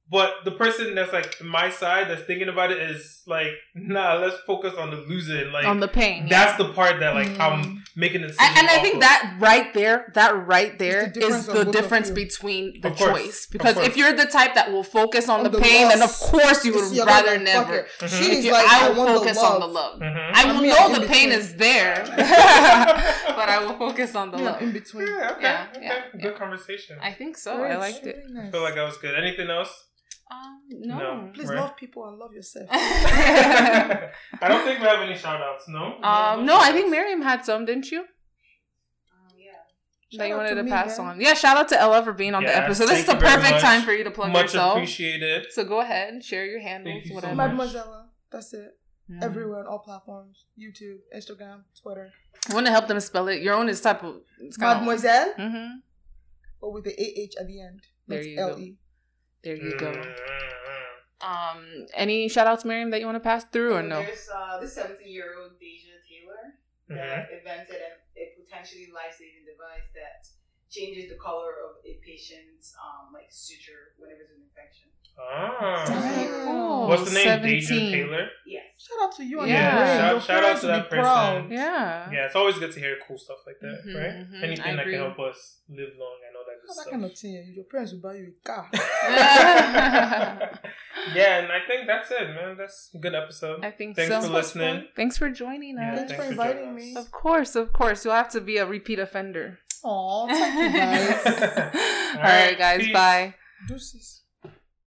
Speaker 2: But the person that's like my side that's thinking about it is like, nah, let's focus on the losing. Like
Speaker 1: on the pain. yeah.
Speaker 2: that's the part that like I'm making a decision.
Speaker 1: I, and I
Speaker 2: off
Speaker 1: think
Speaker 2: of.
Speaker 1: that right there, that right there
Speaker 3: It's the difference
Speaker 1: is
Speaker 3: of
Speaker 1: the
Speaker 3: both of
Speaker 1: difference
Speaker 3: you.
Speaker 1: between the
Speaker 2: Of course.
Speaker 1: choice.
Speaker 2: Of
Speaker 1: Because
Speaker 2: course.
Speaker 1: if you're the type that will focus on,
Speaker 3: On
Speaker 1: the,
Speaker 3: the
Speaker 1: pain, then of
Speaker 3: loss.
Speaker 1: course you
Speaker 3: It's
Speaker 1: would
Speaker 3: your
Speaker 1: rather
Speaker 3: other
Speaker 1: never. Mm-hmm.
Speaker 3: fucker.
Speaker 2: Mhm.
Speaker 3: She
Speaker 1: If
Speaker 3: is
Speaker 1: you-
Speaker 3: like,
Speaker 1: I
Speaker 3: I,
Speaker 1: will
Speaker 3: want
Speaker 1: focus
Speaker 3: the
Speaker 1: on
Speaker 3: love.
Speaker 1: the
Speaker 3: Mm-hmm.
Speaker 1: love.
Speaker 2: Mhm.
Speaker 1: I will
Speaker 3: mean, I'm
Speaker 1: know
Speaker 3: in
Speaker 1: the pain
Speaker 3: between.
Speaker 1: is there, but I will focus on the
Speaker 3: Me, I'm in
Speaker 1: love.
Speaker 3: between.
Speaker 2: Yeah, okay,
Speaker 1: Yeah,
Speaker 2: okay.
Speaker 1: yeah,
Speaker 2: Good
Speaker 1: yeah.
Speaker 2: conversation.
Speaker 1: I think so.
Speaker 3: Very
Speaker 1: I liked it.
Speaker 3: nice, very
Speaker 2: I feel
Speaker 3: nice.
Speaker 2: like that was good. Anything else?
Speaker 1: Um, no.
Speaker 2: No.
Speaker 3: Please
Speaker 2: Right.
Speaker 3: love people and love yourself.
Speaker 2: I don't think we have any shout outs, no?
Speaker 1: um, no, I think Miriam had some, didn't you?
Speaker 2: Oh,
Speaker 4: Um, yeah.
Speaker 1: that
Speaker 3: Shout
Speaker 1: you
Speaker 3: out
Speaker 1: wanted to,
Speaker 3: me,
Speaker 1: pass
Speaker 3: man.
Speaker 1: on. Yeah, shout out to Ella for being on
Speaker 2: Yes,
Speaker 1: the episode. This is
Speaker 2: thank
Speaker 1: the
Speaker 2: you very
Speaker 1: perfect
Speaker 2: much.
Speaker 1: time for you to plug
Speaker 2: Much
Speaker 1: yourself.
Speaker 2: appreciated.
Speaker 1: So go ahead and share your handles,
Speaker 2: Thank you so
Speaker 1: whatever.
Speaker 2: much.
Speaker 3: Mademoiselle, that's it.
Speaker 1: Mhm.
Speaker 3: Everywhere on all platforms YouTube, Instagram, Twitter.
Speaker 1: I want to help them spell it. Your own is type of. It's kind
Speaker 3: Mademoiselle,
Speaker 1: Of, mm-hmm.
Speaker 3: but with the AH at the end. E.
Speaker 1: There
Speaker 3: That's
Speaker 1: you go.
Speaker 3: LE.
Speaker 1: There you
Speaker 2: Mm,
Speaker 1: go.
Speaker 2: mm,
Speaker 1: Um, any shout outs, Miriam, that you want to pass through or no?
Speaker 4: There's uh, this 17 year old Deja Taylor
Speaker 2: mm.
Speaker 4: that invented a, a potentially life saving device that changes the color of a patient's um, like suture whenever there's an infection.
Speaker 2: Ah.
Speaker 3: Damn.
Speaker 1: Cool.
Speaker 2: What's the name?
Speaker 1: 17.
Speaker 2: Deja Taylor?
Speaker 4: Yes.
Speaker 3: Shout out to you and
Speaker 1: Yeah.
Speaker 3: your brain.
Speaker 2: Shout-
Speaker 3: your
Speaker 2: shout out
Speaker 3: parents
Speaker 2: to
Speaker 3: will be
Speaker 2: that person.
Speaker 3: proud.
Speaker 1: Yeah.
Speaker 2: Yeah, it's always good to hear cool stuff like that,
Speaker 1: Mhm,
Speaker 2: right?
Speaker 1: mhm,
Speaker 2: Anything
Speaker 1: I
Speaker 2: that
Speaker 1: agree.
Speaker 2: can help us live long and all that good
Speaker 3: All
Speaker 2: stuff.
Speaker 3: that kind of thing. Your parents will buy you a car.
Speaker 2: yeah, and I think that's it, man. That's a good episode.
Speaker 1: I think
Speaker 2: Thanks
Speaker 1: so.
Speaker 2: for listening.
Speaker 1: Thanks for joining
Speaker 2: Yeah,
Speaker 1: us.
Speaker 3: Thanks for
Speaker 2: joining
Speaker 3: inviting me.
Speaker 2: us.
Speaker 1: Of course, of course. You'll have to be a repeat offender.
Speaker 3: Aw, thank you guys.
Speaker 1: All right, guys.
Speaker 2: Peace.
Speaker 1: Bye.
Speaker 3: Deuces.